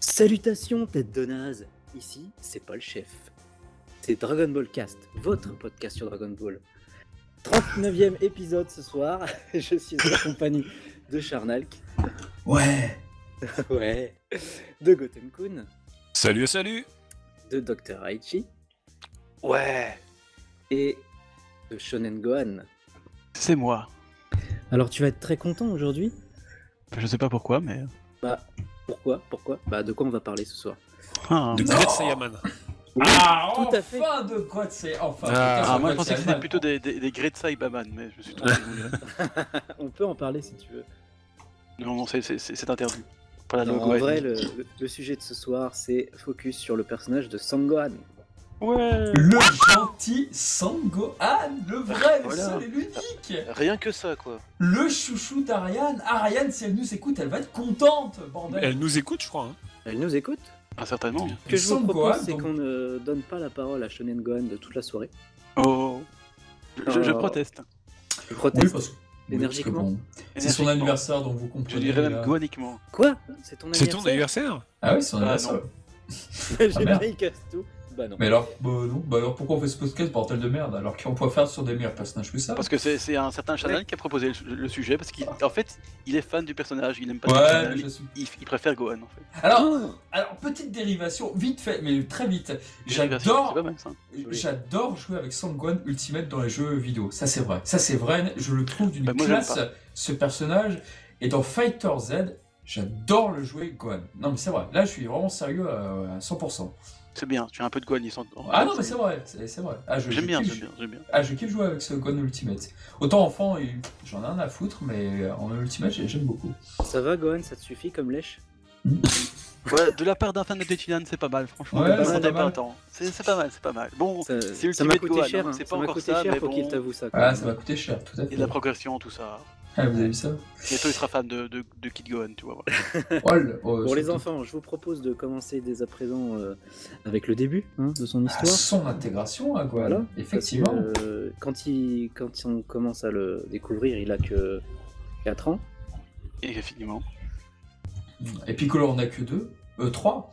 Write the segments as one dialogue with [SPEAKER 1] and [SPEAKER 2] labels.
[SPEAKER 1] Salutations tête de naze, ici c'est pas le chef. C'est Dragon Ball Cast, votre podcast sur Dragon Ball. 39e épisode ce soir, je suis en compagnie de Charnalk,
[SPEAKER 2] Ouais.
[SPEAKER 1] ouais, de Gotenkun,
[SPEAKER 3] Salut, salut
[SPEAKER 1] de Dr. Aichi
[SPEAKER 4] Ouais,
[SPEAKER 1] et de Shonen Gohan.
[SPEAKER 4] c'est moi.
[SPEAKER 1] Alors tu vas être très content aujourd'hui
[SPEAKER 4] Je sais pas pourquoi, mais. hein.
[SPEAKER 1] Bah pourquoi Pourquoi Bah de quoi on va parler ce soir
[SPEAKER 4] Ah,
[SPEAKER 3] De
[SPEAKER 2] Non.
[SPEAKER 3] Gret Sayaman.
[SPEAKER 5] Ah,
[SPEAKER 1] Tout à fait.
[SPEAKER 5] enfin de quoi c'est enfin.
[SPEAKER 3] Ah,
[SPEAKER 5] putain,
[SPEAKER 3] ah,
[SPEAKER 5] sur
[SPEAKER 4] moi je
[SPEAKER 5] quoi
[SPEAKER 4] pensais que
[SPEAKER 5] c'est
[SPEAKER 4] c'était plutôt des, des, des Great Saibaman, mais je me suis trompé.
[SPEAKER 1] On peut en parler si tu veux.
[SPEAKER 4] non, non, c'est- c'est c'est interdit. Pas la
[SPEAKER 1] Non,
[SPEAKER 4] logo,
[SPEAKER 1] en
[SPEAKER 4] Ah, ouais.
[SPEAKER 1] vrai, le, le- le sujet de ce soir, c'est focus sur le personnage de Sangohan.
[SPEAKER 4] Ouais
[SPEAKER 5] Le gentil Sangohan, le vrai, le
[SPEAKER 4] Voilà.
[SPEAKER 5] seul et l'unique,
[SPEAKER 4] Rien que ça, quoi.
[SPEAKER 5] le chouchou d'Ariane. Ariane, si elle nous écoute, elle va être contente, bordel.
[SPEAKER 3] Elle nous écoute, je crois. hein.
[SPEAKER 1] Elle nous écoute
[SPEAKER 4] Ah, certainement.
[SPEAKER 1] Ce que je vous
[SPEAKER 5] Sangohan,
[SPEAKER 1] propose, c'est
[SPEAKER 5] donc.
[SPEAKER 1] qu'on ne donne pas la parole à Shonen Gohan de toute la soirée.
[SPEAKER 4] Oh. Je, je- je
[SPEAKER 1] Oh.
[SPEAKER 4] proteste.
[SPEAKER 1] Je
[SPEAKER 5] Oui,
[SPEAKER 1] proteste.
[SPEAKER 5] parce que- oui,
[SPEAKER 1] Énergiquement.
[SPEAKER 5] parce que bon, c'est son anniversaire, euh, donc vous comprenez.
[SPEAKER 4] Je dirais
[SPEAKER 5] là.
[SPEAKER 4] même goaniquement.
[SPEAKER 1] Quoi C'est ton
[SPEAKER 3] C'est ton
[SPEAKER 1] anniversaire
[SPEAKER 3] anniversaire
[SPEAKER 5] Ah oui, c'est son
[SPEAKER 4] Ah,
[SPEAKER 5] anniversaire.
[SPEAKER 1] J'ai
[SPEAKER 5] Ah, merde.
[SPEAKER 1] pas, il casse tout. Bah non.
[SPEAKER 5] Mais alors, bah, non, bah alors pourquoi on fait ce podcast, bordel de merde, alors qu'on pourrait faire sur des meilleurs personnages que ça
[SPEAKER 4] Parce que c'est c'est un certain Chanel qui a proposé le, le sujet, parce qu'en fait, il est fan du personnage, il aime pas le
[SPEAKER 5] Ouais,
[SPEAKER 4] personnage,
[SPEAKER 5] mais je suis.
[SPEAKER 4] il, il préfère Gohan, en fait.
[SPEAKER 1] Ah
[SPEAKER 5] Alors, alors, petite dérivation, vite fait, mais très vite.
[SPEAKER 4] C'est
[SPEAKER 5] J'adore
[SPEAKER 4] pas mal, ça.
[SPEAKER 5] J'adore jouer avec Sangwan Ultimate dans les jeux vidéo. Ça, c'est vrai. Ça, c'est vrai. Je le trouve d'une
[SPEAKER 4] Bah, moi, j'aime
[SPEAKER 5] classe, ce personnage. Et dans Fighter Z, j'adore le jouer Gohan. Non, mais c'est vrai. Là, je suis vraiment sérieux à à 100%.
[SPEAKER 4] C'est bien, tu as un peu de Gohan, ils sont...
[SPEAKER 5] Ah non, mais c'est vrai. C'est c'est vrai. Ah, je,
[SPEAKER 4] J'aime
[SPEAKER 5] je
[SPEAKER 4] bien,
[SPEAKER 5] kiffe-
[SPEAKER 4] j'aime bien, j'aime bien.
[SPEAKER 5] Ah, je kiffe jouer avec ce Gohan Ultimate. Autant enfant, il- j'en ai un à foutre, mais en Ultimate, j'ai- j'aime beaucoup.
[SPEAKER 1] Ça va, Gohan Ça te suffit comme lèche
[SPEAKER 4] Ouais, de la part d'un fan de Dechilan, c'est pas mal, franchement.
[SPEAKER 5] Ouais,
[SPEAKER 4] on
[SPEAKER 1] c'est
[SPEAKER 4] attendait
[SPEAKER 5] pas mal.
[SPEAKER 4] pas tant. C'est c'est pas mal, c'est pas mal. Bon,
[SPEAKER 1] Ça
[SPEAKER 4] C'est
[SPEAKER 1] ça m'a
[SPEAKER 4] Ultimate
[SPEAKER 1] coûté
[SPEAKER 4] Gohan,
[SPEAKER 1] cher.
[SPEAKER 4] hein,
[SPEAKER 1] hein.
[SPEAKER 4] c'est pas
[SPEAKER 1] Ça m'a
[SPEAKER 4] encore
[SPEAKER 1] coûté
[SPEAKER 4] ça,
[SPEAKER 1] cher,
[SPEAKER 4] mais
[SPEAKER 1] faut qu'il
[SPEAKER 4] bon.
[SPEAKER 1] t'avoue ça. quand
[SPEAKER 5] Ah,
[SPEAKER 1] même.
[SPEAKER 5] ça va coûter cher, tout à
[SPEAKER 4] il y
[SPEAKER 5] fait.
[SPEAKER 4] a de la progression, tout ça.
[SPEAKER 5] Ah, vous avez vu ça
[SPEAKER 4] Bientôt, il sera fan de, de, de Kid Gohan, tu vois. voilà.
[SPEAKER 5] Oh, le- oh,
[SPEAKER 1] Pour les
[SPEAKER 5] surtout-
[SPEAKER 1] enfants, je vous propose de commencer dès à présent euh, avec le début hein, de son
[SPEAKER 5] Ah,
[SPEAKER 1] histoire.
[SPEAKER 5] son intégration à Gohan.
[SPEAKER 1] Voilà.
[SPEAKER 5] Effectivement.
[SPEAKER 1] Parce que, euh, quand, il, quand on commence à le découvrir, il a que 4 ans.
[SPEAKER 4] Et effectivement.
[SPEAKER 1] euh,
[SPEAKER 5] Et Piccolo en a que deux. Euh, trois.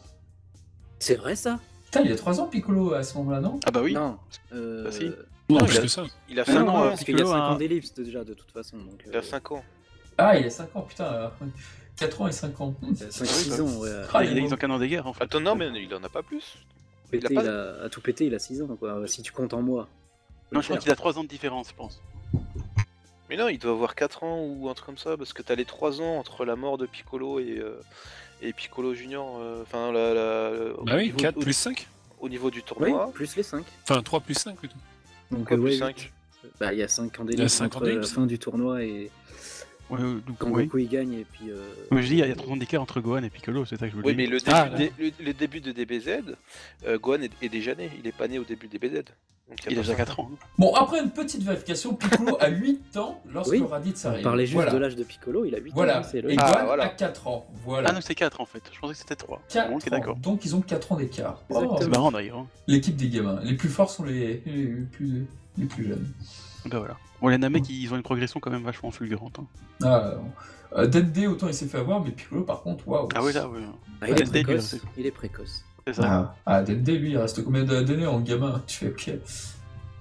[SPEAKER 1] C'est vrai ça
[SPEAKER 5] Putain, il a 3 ans Piccolo à ce moment-là, non
[SPEAKER 4] Ah bah oui.
[SPEAKER 1] Non. euh,
[SPEAKER 4] Bah si.
[SPEAKER 3] Non,
[SPEAKER 4] Non,
[SPEAKER 3] plus
[SPEAKER 4] il a-
[SPEAKER 3] que ça.
[SPEAKER 4] Il a
[SPEAKER 1] ah non,
[SPEAKER 4] cinq ans,
[SPEAKER 1] non,
[SPEAKER 4] euh,
[SPEAKER 1] parce qu'il a
[SPEAKER 4] Piccolo,
[SPEAKER 1] 5 ans
[SPEAKER 4] hein.
[SPEAKER 1] d'ellipse déjà de toute façon. Donc, euh,
[SPEAKER 6] Il a 5 ans.
[SPEAKER 5] Ah, il a 5 ans, putain. 4 ans et 5 ans. Hmm.
[SPEAKER 1] 5-6 ans, ouais.
[SPEAKER 4] Ah, il a- Ils ont qu'un an d'éguerre, en fait.
[SPEAKER 6] Attends, non, mais il en a pas plus.
[SPEAKER 1] Pété,
[SPEAKER 6] il a pas-
[SPEAKER 1] il a- à tout péter, il a 6 ans, quoi. Si tu comptes en moi.
[SPEAKER 4] Non, je crois qu'il a 3 ans de différence, je pense.
[SPEAKER 6] Mais non, il doit avoir 4 ans ou un truc comme ça, parce que t'as les 3 ans entre la mort de Piccolo et, euh, et Piccolo Junior. euh, Enfin, la, la- la-
[SPEAKER 3] Bah
[SPEAKER 6] au,
[SPEAKER 3] oui,
[SPEAKER 6] niveau,
[SPEAKER 3] 4
[SPEAKER 6] au-
[SPEAKER 3] plus 5.
[SPEAKER 6] au niveau du
[SPEAKER 1] Oui,
[SPEAKER 6] tournoi.
[SPEAKER 1] plus les 5.
[SPEAKER 3] Enfin, 3 plus 5 plutôt.
[SPEAKER 1] Donc,
[SPEAKER 6] Quoi,
[SPEAKER 1] euh,
[SPEAKER 6] plus
[SPEAKER 1] ouais,
[SPEAKER 6] cinq
[SPEAKER 1] bah, il y a 5 ans
[SPEAKER 3] a
[SPEAKER 1] d'ellipse
[SPEAKER 3] cinq ans
[SPEAKER 1] entre la
[SPEAKER 3] d'ellipse.
[SPEAKER 1] fin du tournoi et
[SPEAKER 4] Ouais, ouais, donc,
[SPEAKER 1] quand
[SPEAKER 4] oui.
[SPEAKER 1] Goku il gagne. Et puis, euh,
[SPEAKER 4] Comme je dis, il y a 3 ans d'écart entre Gohan et Piccolo, c'est ça que je voulais
[SPEAKER 6] Oui, mais le début,
[SPEAKER 3] Ah,
[SPEAKER 6] des- le- le début de DBZ, euh, Gohan est, est déjà né. Il est pas né au début de DBZ. Donc,
[SPEAKER 4] Il a
[SPEAKER 6] pas
[SPEAKER 4] déjà
[SPEAKER 6] cinq
[SPEAKER 4] 4 ans. hein.
[SPEAKER 5] Bon, après une petite vérification, Piccolo a 8 ans lorsque
[SPEAKER 1] Oui,
[SPEAKER 5] Raditz
[SPEAKER 1] on
[SPEAKER 5] arrive.
[SPEAKER 1] parlait juste
[SPEAKER 5] voilà.
[SPEAKER 1] de l'âge de Piccolo, il a 8
[SPEAKER 5] Voilà.
[SPEAKER 1] ans. c'est
[SPEAKER 5] Et
[SPEAKER 1] logique.
[SPEAKER 5] Gohan
[SPEAKER 6] Ah, voilà.
[SPEAKER 5] a 4 ans.
[SPEAKER 4] Ah
[SPEAKER 5] Voilà.
[SPEAKER 4] non, c'est 4 en fait. Je pensais que c'était 3.
[SPEAKER 5] Quatre
[SPEAKER 4] Bon, ok,
[SPEAKER 5] ans.
[SPEAKER 4] d'accord.
[SPEAKER 5] Donc ils ont 4 ans d'écart. Oh,
[SPEAKER 1] Exactement.
[SPEAKER 4] C'est marrant d'ailleurs. hein.
[SPEAKER 5] L'équipe des gamins. Les plus forts sont les, les plus, les plus jeunes.
[SPEAKER 4] Bah voilà. Bon, les Namek, ils ont une progression quand même vachement fulgurante. hein.
[SPEAKER 5] Ah, euh, Dende, autant il s'est fait avoir, mais Piccolo, par contre, waouh.
[SPEAKER 4] Ah oui, là, oui.
[SPEAKER 1] Ah, il,
[SPEAKER 4] Ouais,
[SPEAKER 1] est
[SPEAKER 4] dès le
[SPEAKER 1] précoce,
[SPEAKER 4] début,
[SPEAKER 1] il est précoce.
[SPEAKER 4] C'est ça.
[SPEAKER 5] Ah, ah, Dende, lui, il reste combien d'années en gamin Tu fais ok.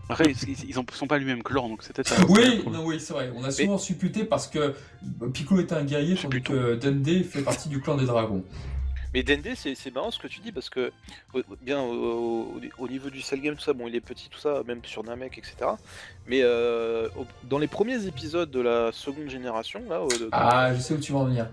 [SPEAKER 4] Après, ils, ils en sont pas le même clan, donc c'était ça.
[SPEAKER 5] Oui, non, oui, c'est vrai. On a souvent supputé parce que Piccolo était un guerrier, tandis
[SPEAKER 4] Supputé.
[SPEAKER 5] que Dende fait partie du clan des dragons.
[SPEAKER 6] Mais Dende, c'est c'est marrant ce que tu dis parce que, au- bien au, au- au niveau du cell game, tout ça, bon, il est petit, tout ça, même sur Namek, etc. Mais euh, au- dans les premiers épisodes de la seconde génération, là, au- de-
[SPEAKER 5] Ah, je sais où tu vas en venir.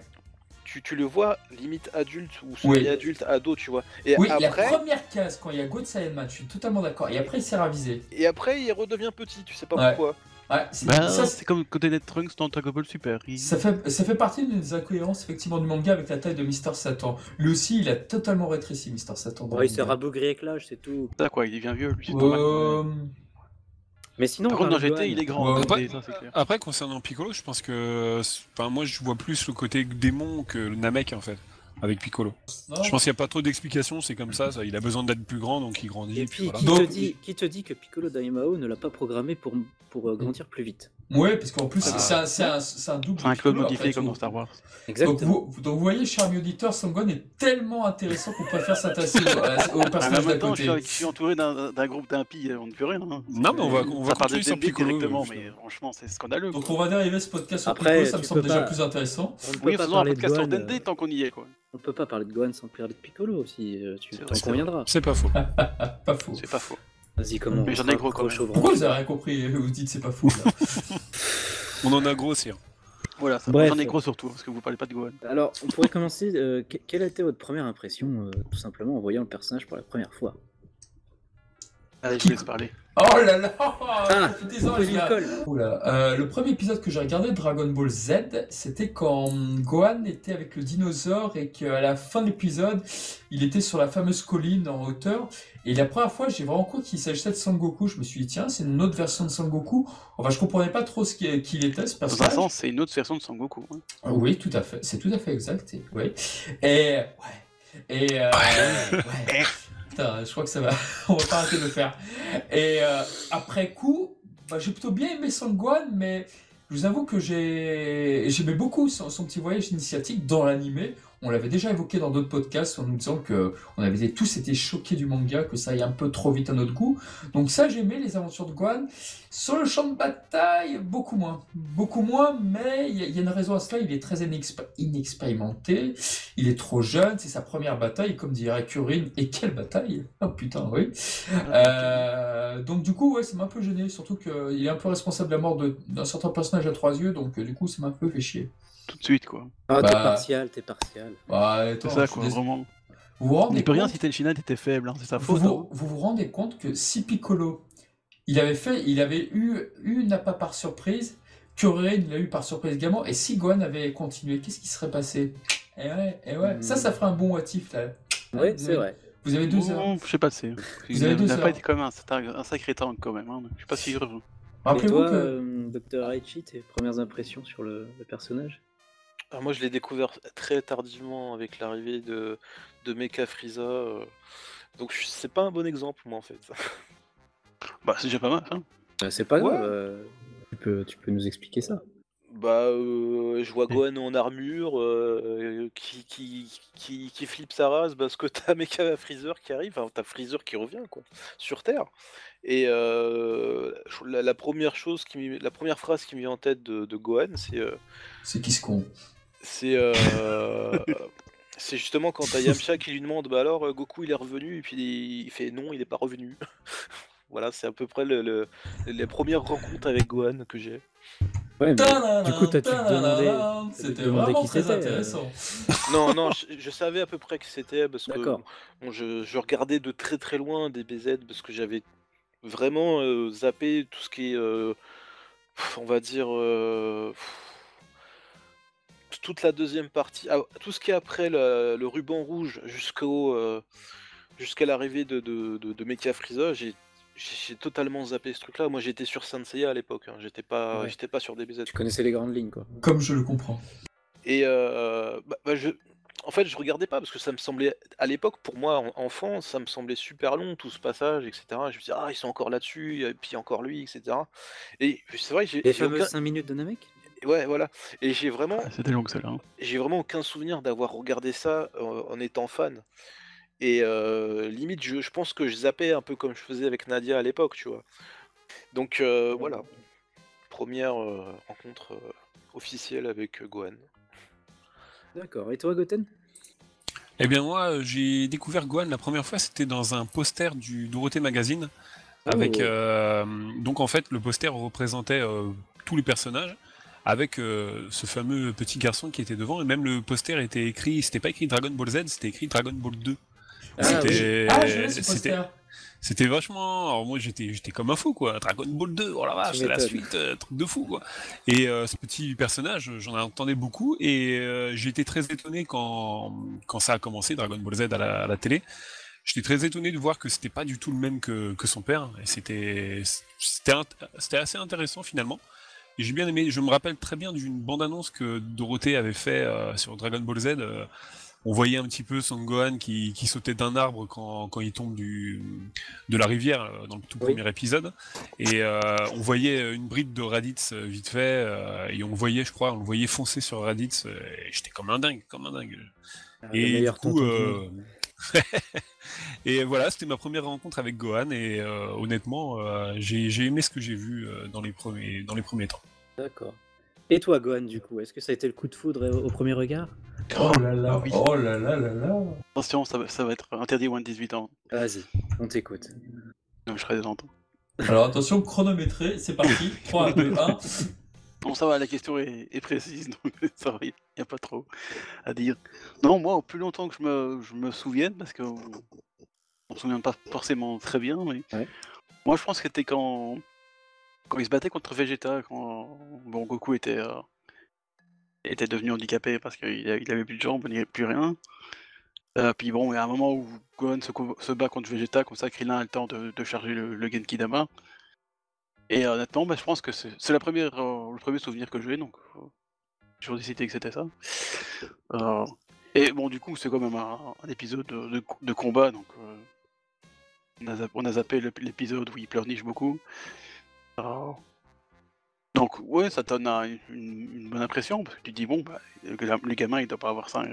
[SPEAKER 6] tu, tu le vois limite adulte ou
[SPEAKER 5] Oui.
[SPEAKER 6] semi-adulte, ado, tu vois. Et,
[SPEAKER 5] Oui,
[SPEAKER 6] après,
[SPEAKER 5] la première case, quand il y a Go de Saiyan Man, je suis totalement d'accord. Et après, il s'est ravisé.
[SPEAKER 6] et après, il redevient petit, tu sais pas
[SPEAKER 5] Ouais.
[SPEAKER 6] pourquoi.
[SPEAKER 5] Ouais, c'est-
[SPEAKER 4] Bah,
[SPEAKER 5] ça,
[SPEAKER 4] c'est comme côté Net Trunks dans Dragon Ball Super. Il-
[SPEAKER 5] ça fait, ça fait partie des incohérences effectivement du manga avec la taille de Mister Satan. Lui aussi, il a totalement rétréci Mister Satan. dans
[SPEAKER 1] Ouais,
[SPEAKER 5] le
[SPEAKER 1] il s'est
[SPEAKER 5] manga.
[SPEAKER 1] rabougri avec l'âge, c'est tout.
[SPEAKER 4] Ça, quoi, il devient vieux, lui. c'est normal.
[SPEAKER 5] Euh,
[SPEAKER 1] Mais sinon,
[SPEAKER 4] Par contre, dans
[SPEAKER 1] Gohan-
[SPEAKER 4] GT, il est
[SPEAKER 5] Ouais.
[SPEAKER 4] grand.
[SPEAKER 3] Après-
[SPEAKER 4] c'est- ça, c'est clair.
[SPEAKER 3] Après, concernant Piccolo, je pense que. Enfin, moi, je vois plus le côté démon que le Namek, en fait, avec Piccolo.
[SPEAKER 5] non.
[SPEAKER 3] Je pense qu'il n'y a pas trop d'explications, c'est comme ça, ça, Il a besoin d'être plus grand, donc il grandit.
[SPEAKER 1] Et
[SPEAKER 3] puis
[SPEAKER 1] puis,
[SPEAKER 3] voilà.
[SPEAKER 1] qui,
[SPEAKER 5] Donc-
[SPEAKER 4] Mm.
[SPEAKER 1] te dit, qui te dit que Piccolo Daimao ne l'a pas programmé pour, pour euh, grandir plus vite
[SPEAKER 5] Ouais, parce qu'en plus,
[SPEAKER 4] Ah.
[SPEAKER 5] c'est un, c'est un- c'est un double.
[SPEAKER 4] C'est un clone
[SPEAKER 5] Piccolo, en
[SPEAKER 4] modifié
[SPEAKER 5] fait,
[SPEAKER 4] comme
[SPEAKER 5] donc-
[SPEAKER 4] dans Star Wars.
[SPEAKER 5] Donc
[SPEAKER 1] Exactement.
[SPEAKER 5] vous, donc vous voyez, cher auditeur, Sangon est tellement intéressant qu'on préfère s'intéresser au, à- au
[SPEAKER 4] Ah,
[SPEAKER 5] personnage
[SPEAKER 4] mais maintenant,
[SPEAKER 5] d'à
[SPEAKER 4] je
[SPEAKER 5] côté.
[SPEAKER 4] suis, avec- je suis entouré d'un d'un groupe d'impies, on ne peut rien. hein.
[SPEAKER 3] Non, mais on va, on va
[SPEAKER 4] Ça part des
[SPEAKER 3] continuer sans
[SPEAKER 4] débiles
[SPEAKER 3] Piccolo.
[SPEAKER 4] directement,
[SPEAKER 3] euh,
[SPEAKER 4] mais franchement, c'est scandaleux.
[SPEAKER 5] Donc
[SPEAKER 4] quoi.
[SPEAKER 5] on va dériver ce podcast sur
[SPEAKER 1] Après,
[SPEAKER 5] Piccolo, ça me
[SPEAKER 1] tu
[SPEAKER 5] semble
[SPEAKER 1] peux
[SPEAKER 5] déjà
[SPEAKER 1] pas-
[SPEAKER 5] plus intéressant.
[SPEAKER 1] On ne peut
[SPEAKER 4] Oui,
[SPEAKER 1] pas
[SPEAKER 4] faisons un
[SPEAKER 1] parler de
[SPEAKER 4] podcast sur
[SPEAKER 1] Gohan.
[SPEAKER 4] Dende
[SPEAKER 1] euh,
[SPEAKER 4] tant qu'on y est, quoi.
[SPEAKER 1] On peut pas parler de Gohan sans parler de Piccolo aussi. euh, Tu
[SPEAKER 4] C'est
[SPEAKER 1] t'en
[SPEAKER 4] vrai, c'est
[SPEAKER 1] conviendras.
[SPEAKER 3] C'est pas faux.
[SPEAKER 5] Pas faux.
[SPEAKER 4] C'est pas faux.
[SPEAKER 1] Vas-y, comment
[SPEAKER 4] Mais
[SPEAKER 1] on
[SPEAKER 4] j'en ai
[SPEAKER 1] fera
[SPEAKER 4] gros, quand même.
[SPEAKER 1] chevron.
[SPEAKER 5] Pourquoi vous avez rien compris Vous dites c'est pas fou. là
[SPEAKER 3] On en a grossi. hein.
[SPEAKER 4] Voilà, ça
[SPEAKER 1] Bref.
[SPEAKER 4] j'en ai gros surtout, hein, parce que vous parlez pas de Gohan.
[SPEAKER 1] Alors, on pourrait commencer. euh, que- quelle a été votre première impression, euh, tout simplement, en voyant le personnage pour la première fois
[SPEAKER 4] Allez, je
[SPEAKER 5] Qui-
[SPEAKER 4] vous laisse parler.
[SPEAKER 5] Oh là là
[SPEAKER 1] Ah,
[SPEAKER 5] Profitez-en, les
[SPEAKER 1] Coupez-lui
[SPEAKER 5] gars.
[SPEAKER 1] le col.
[SPEAKER 5] Oula. Euh, le premier épisode que j'ai regardé de Dragon Ball Z, c'était quand Gohan était avec le dinosaure et qu'à la fin de l'épisode, il était sur la fameuse colline en hauteur. Et la première fois, j'ai vraiment cru qu'il s'agissait de Sangoku. Je me suis dit, tiens, c'est une autre version de Sangoku. Enfin, je comprenais pas trop ce qui- qu'il était, ce
[SPEAKER 4] Dans un
[SPEAKER 5] personnage.
[SPEAKER 4] sens, c'est une autre version de Sangoku. hein.
[SPEAKER 5] Ah Oui, tout à fait. C'est tout à fait exact. Et, oui. Et, ouais. Et, euh, ouais. Putain, je crois que ça va. On va pas arrêter de le faire. Et euh, après coup, bah, j'ai plutôt bien aimé Sangwan, mais je vous avoue que j'ai, j'aimais beaucoup son, son petit voyage initiatique dans l'animé. On l'avait déjà évoqué dans d'autres podcasts en nous disant que on avait été- tous été choqués du manga, que ça aille un peu trop vite à notre goût. Donc ça, j'aimais les aventures de Gohan. Sur le champ de bataille, beaucoup moins. Beaucoup moins, mais il y, a- il y a une raison à cela. Il est très inexpé- inexpérimenté. Il est trop jeune. C'est sa première bataille, comme dirait Curine. Et quelle bataille Oh putain, oui. Euh, donc du coup, ouais, ça m'a un peu gêné. Surtout qu'il est un peu responsable de la mort de- d'un certain personnage à trois yeux. Donc euh, du coup, ça m'a un peu fait chier.
[SPEAKER 4] Tout de suite, quoi.
[SPEAKER 1] Ah,
[SPEAKER 5] Bah.
[SPEAKER 1] t'es partial, t'es partial.
[SPEAKER 5] Bah, attends,
[SPEAKER 4] C'est ça,
[SPEAKER 5] je suis
[SPEAKER 4] quoi,
[SPEAKER 5] désolé.
[SPEAKER 4] vraiment.
[SPEAKER 5] Vous vous
[SPEAKER 4] On
[SPEAKER 5] rendez
[SPEAKER 4] n'y peut rien
[SPEAKER 5] compte
[SPEAKER 4] si Tenshinhan était faible, hein, c'est sa
[SPEAKER 5] vous
[SPEAKER 4] faute.
[SPEAKER 5] vous, vous vous rendez compte que si Piccolo, il avait fait, il avait eu une appât par surprise, Curine l'a eu par surprise également, et si Gohan avait continué, qu'est-ce qui serait passé Eh ouais, eh ouais,
[SPEAKER 1] Hmm.
[SPEAKER 5] ça, ça ferait un bon watif là.
[SPEAKER 1] Oui,
[SPEAKER 5] vous
[SPEAKER 1] c'est
[SPEAKER 5] avez-
[SPEAKER 1] vrai.
[SPEAKER 5] Vous avez deux heures.
[SPEAKER 4] Bon, Je sais pas, c'est. Il
[SPEAKER 5] avez
[SPEAKER 4] n'a
[SPEAKER 5] deux
[SPEAKER 4] il n'a
[SPEAKER 5] heures.
[SPEAKER 4] pas été quand même un, c'est un- un sacré tank quand même. hein, donc Je sais pas si je rejoue.
[SPEAKER 1] Et
[SPEAKER 5] Rappelez-vous
[SPEAKER 1] toi,
[SPEAKER 5] Bah, que.
[SPEAKER 1] euh, Dr. Aichi, tes premières impressions sur le, le personnage
[SPEAKER 6] Alors moi, je l'ai découvert très tardivement avec l'arrivée de, de Mecha Frieza. euh, Donc, je- c'est pas un bon exemple, moi, en fait.
[SPEAKER 4] Bah, c'est déjà pas mal. Hein.
[SPEAKER 1] Euh, C'est pas
[SPEAKER 5] grave,
[SPEAKER 1] grave. tu, peux, tu peux nous expliquer ça.
[SPEAKER 6] Bah, euh, je vois Gohan en armure euh, qui, qui, qui, qui flippe sa race parce que t'as Mecha Freezer qui arrive, enfin, t'as Freezer qui revient quoi, sur Terre. Et euh, la, la première chose, qui m'y- la première phrase qui me vient en tête de, de Gohan, c'est euh,
[SPEAKER 5] C'est qui ce con
[SPEAKER 6] c'est euh, c'est justement quand t'as Yamcha qui lui demande bah alors euh, Goku il est revenu et puis il, il fait non il est pas revenu. voilà, c'est à peu près le, le- les premières rencontres avec Gohan que j'ai.
[SPEAKER 1] Ouais, mais
[SPEAKER 5] Tadadam,
[SPEAKER 1] coup, t'as-tu
[SPEAKER 5] tadadam,
[SPEAKER 1] demandé-
[SPEAKER 5] C'était
[SPEAKER 1] t'as-tu demandé
[SPEAKER 5] vraiment
[SPEAKER 1] qui
[SPEAKER 5] très
[SPEAKER 1] c'était, euh
[SPEAKER 5] intéressant.
[SPEAKER 6] Non, non, je, je savais à peu près que c'était parce que
[SPEAKER 1] D'accord.
[SPEAKER 6] bon, je, je regardais de très très loin des BZ parce que j'avais vraiment euh, zappé tout ce qui est, euh, pff, on va dire, euh, pff, toute la deuxième partie, ah, tout ce qui est après la- le ruban rouge jusqu'au euh, jusqu'à l'arrivée de, de, de, de Mecha Frieza, j'ai j'ai j'ai totalement zappé ce truc-là. Moi, j'étais sur Saint Seiya à l'époque. hein, J'étais pas,
[SPEAKER 1] Ouais.
[SPEAKER 6] j'étais pas sur des BZ.
[SPEAKER 1] tu connaissais les grandes lignes, quoi.
[SPEAKER 5] Comme je le comprends.
[SPEAKER 6] Et euh, bah- bah, je, en fait, je regardais pas parce que ça me semblait, à l'époque, pour moi, en- enfant, ça me semblait super long tout ce passage, etc. Je me disais, ah, ils sont encore là-dessus, et puis encore lui, etc. Et c'est vrai, que j'ai
[SPEAKER 1] Les
[SPEAKER 6] j'ai
[SPEAKER 1] fameuses
[SPEAKER 6] aucun-
[SPEAKER 1] 5 minutes de Namek
[SPEAKER 6] ouais, voilà. Et j'ai vraiment,
[SPEAKER 4] Ah, C'était long que celle-là. hein.
[SPEAKER 6] j'ai vraiment aucun souvenir d'avoir regardé ça euh, en étant fan. Et euh, limite, je, je pense que je zappais un peu comme je faisais avec Nadia à l'époque, tu vois. Donc euh, voilà, première euh, rencontre euh, officielle avec euh, Gohan.
[SPEAKER 1] D'accord. Et toi, Goten
[SPEAKER 3] Eh bien, moi, euh, j'ai découvert Gohan la première fois, c'était dans un poster du Dorothée Magazine.
[SPEAKER 1] Oh.
[SPEAKER 3] Avec, euh, donc, en fait, le poster représentait euh, tous les personnages, avec euh, ce fameux petit garçon qui était devant. Et même le poster était écrit, c'était pas écrit Dragon Ball Z, c'était écrit Dragon Ball 2.
[SPEAKER 1] Ah, oui.
[SPEAKER 3] C'était-
[SPEAKER 5] Ah, je l'ai ce
[SPEAKER 3] c'était-
[SPEAKER 5] poster.
[SPEAKER 3] C'était vachement. Alors moi j'étais j'étais comme un fou quoi. Dragon Ball 2, oh la vache,
[SPEAKER 1] Tu
[SPEAKER 3] c'est la
[SPEAKER 1] m'étonnes.
[SPEAKER 3] suite, euh, truc de fou quoi. Et euh, ce petit personnage, j'en entendais beaucoup et euh, j'ai été très étonné quand quand ça a commencé Dragon Ball Z à la, à la télé. J'étais très étonné de voir que c'était pas du tout le même que, que son père et c'était c'était int- c'était assez intéressant finalement. Et J'ai bien aimé. Je me rappelle très bien d'une bande annonce que Dorothée avait fait euh, sur Dragon Ball Z. euh, on voyait un petit peu Sangohan qui, qui sautait d'un arbre quand, quand il tombe du, de la rivière euh, dans le tout
[SPEAKER 1] Oui.
[SPEAKER 3] premier épisode. Et euh, on voyait une bride de Raditz euh, vite fait, euh, et on le voyait, je crois, on le voyait foncer sur Raditz, euh, et j'étais comme un dingue, comme un dingue.
[SPEAKER 1] Ah, Le
[SPEAKER 3] Et du
[SPEAKER 1] meilleur
[SPEAKER 3] coup,
[SPEAKER 1] tonton du
[SPEAKER 3] euh,
[SPEAKER 1] monde.
[SPEAKER 3] et voilà, c'était ma première rencontre avec Gohan et euh, honnêtement, euh, j'ai j'ai aimé ce que j'ai vu euh, dans les premiers dans les premiers temps.
[SPEAKER 1] D'accord. Et toi, Gohan, du coup, est-ce que ça a été le coup de foudre au, au premier regard
[SPEAKER 5] Oh là là,
[SPEAKER 4] Ah oui.
[SPEAKER 5] oh là là là là.
[SPEAKER 4] Attention, ça, va- ça va être interdit moins de 18 ans.
[SPEAKER 1] Vas-y, on t'écoute.
[SPEAKER 4] Donc je serai longtemps.
[SPEAKER 5] Alors attention, chronométré, c'est parti. 3, 2, 1.
[SPEAKER 4] Bon, ça va, la question est, est précise, donc ça va, il n'y a pas trop à dire. Non, moi, au plus longtemps que je me, je me souvienne, parce que on on se souvient pas forcément très bien, mais
[SPEAKER 1] Ouais.
[SPEAKER 4] moi, je pense que c'était quand, quand il se battait contre Vegeta, quand bon, Goku était, euh, était devenu handicapé parce qu'il a- il avait plus de jambes, il n'y avait plus rien. Euh, puis bon, il y a un moment où Gohan se, co- se bat contre Vegeta, comme ça, Krillin a le temps de, de charger le, le Genki Dama. Et euh, honnêtement, bah, je pense que c'est c'est la première, euh, le premier souvenir que j'ai, donc euh, j'ai décidé que c'était ça. Euh, et bon, du coup, c'est quand même un, un épisode de, de- de combat, donc euh, on, a, zap- on a zappé l'ép- l'épisode où il pleurniche beaucoup. Euh, donc ouais, ça donne un- une, une bonne impression, parce que tu te dis, bon, bah, le, ga- le gamin, il doit pas avoir 5...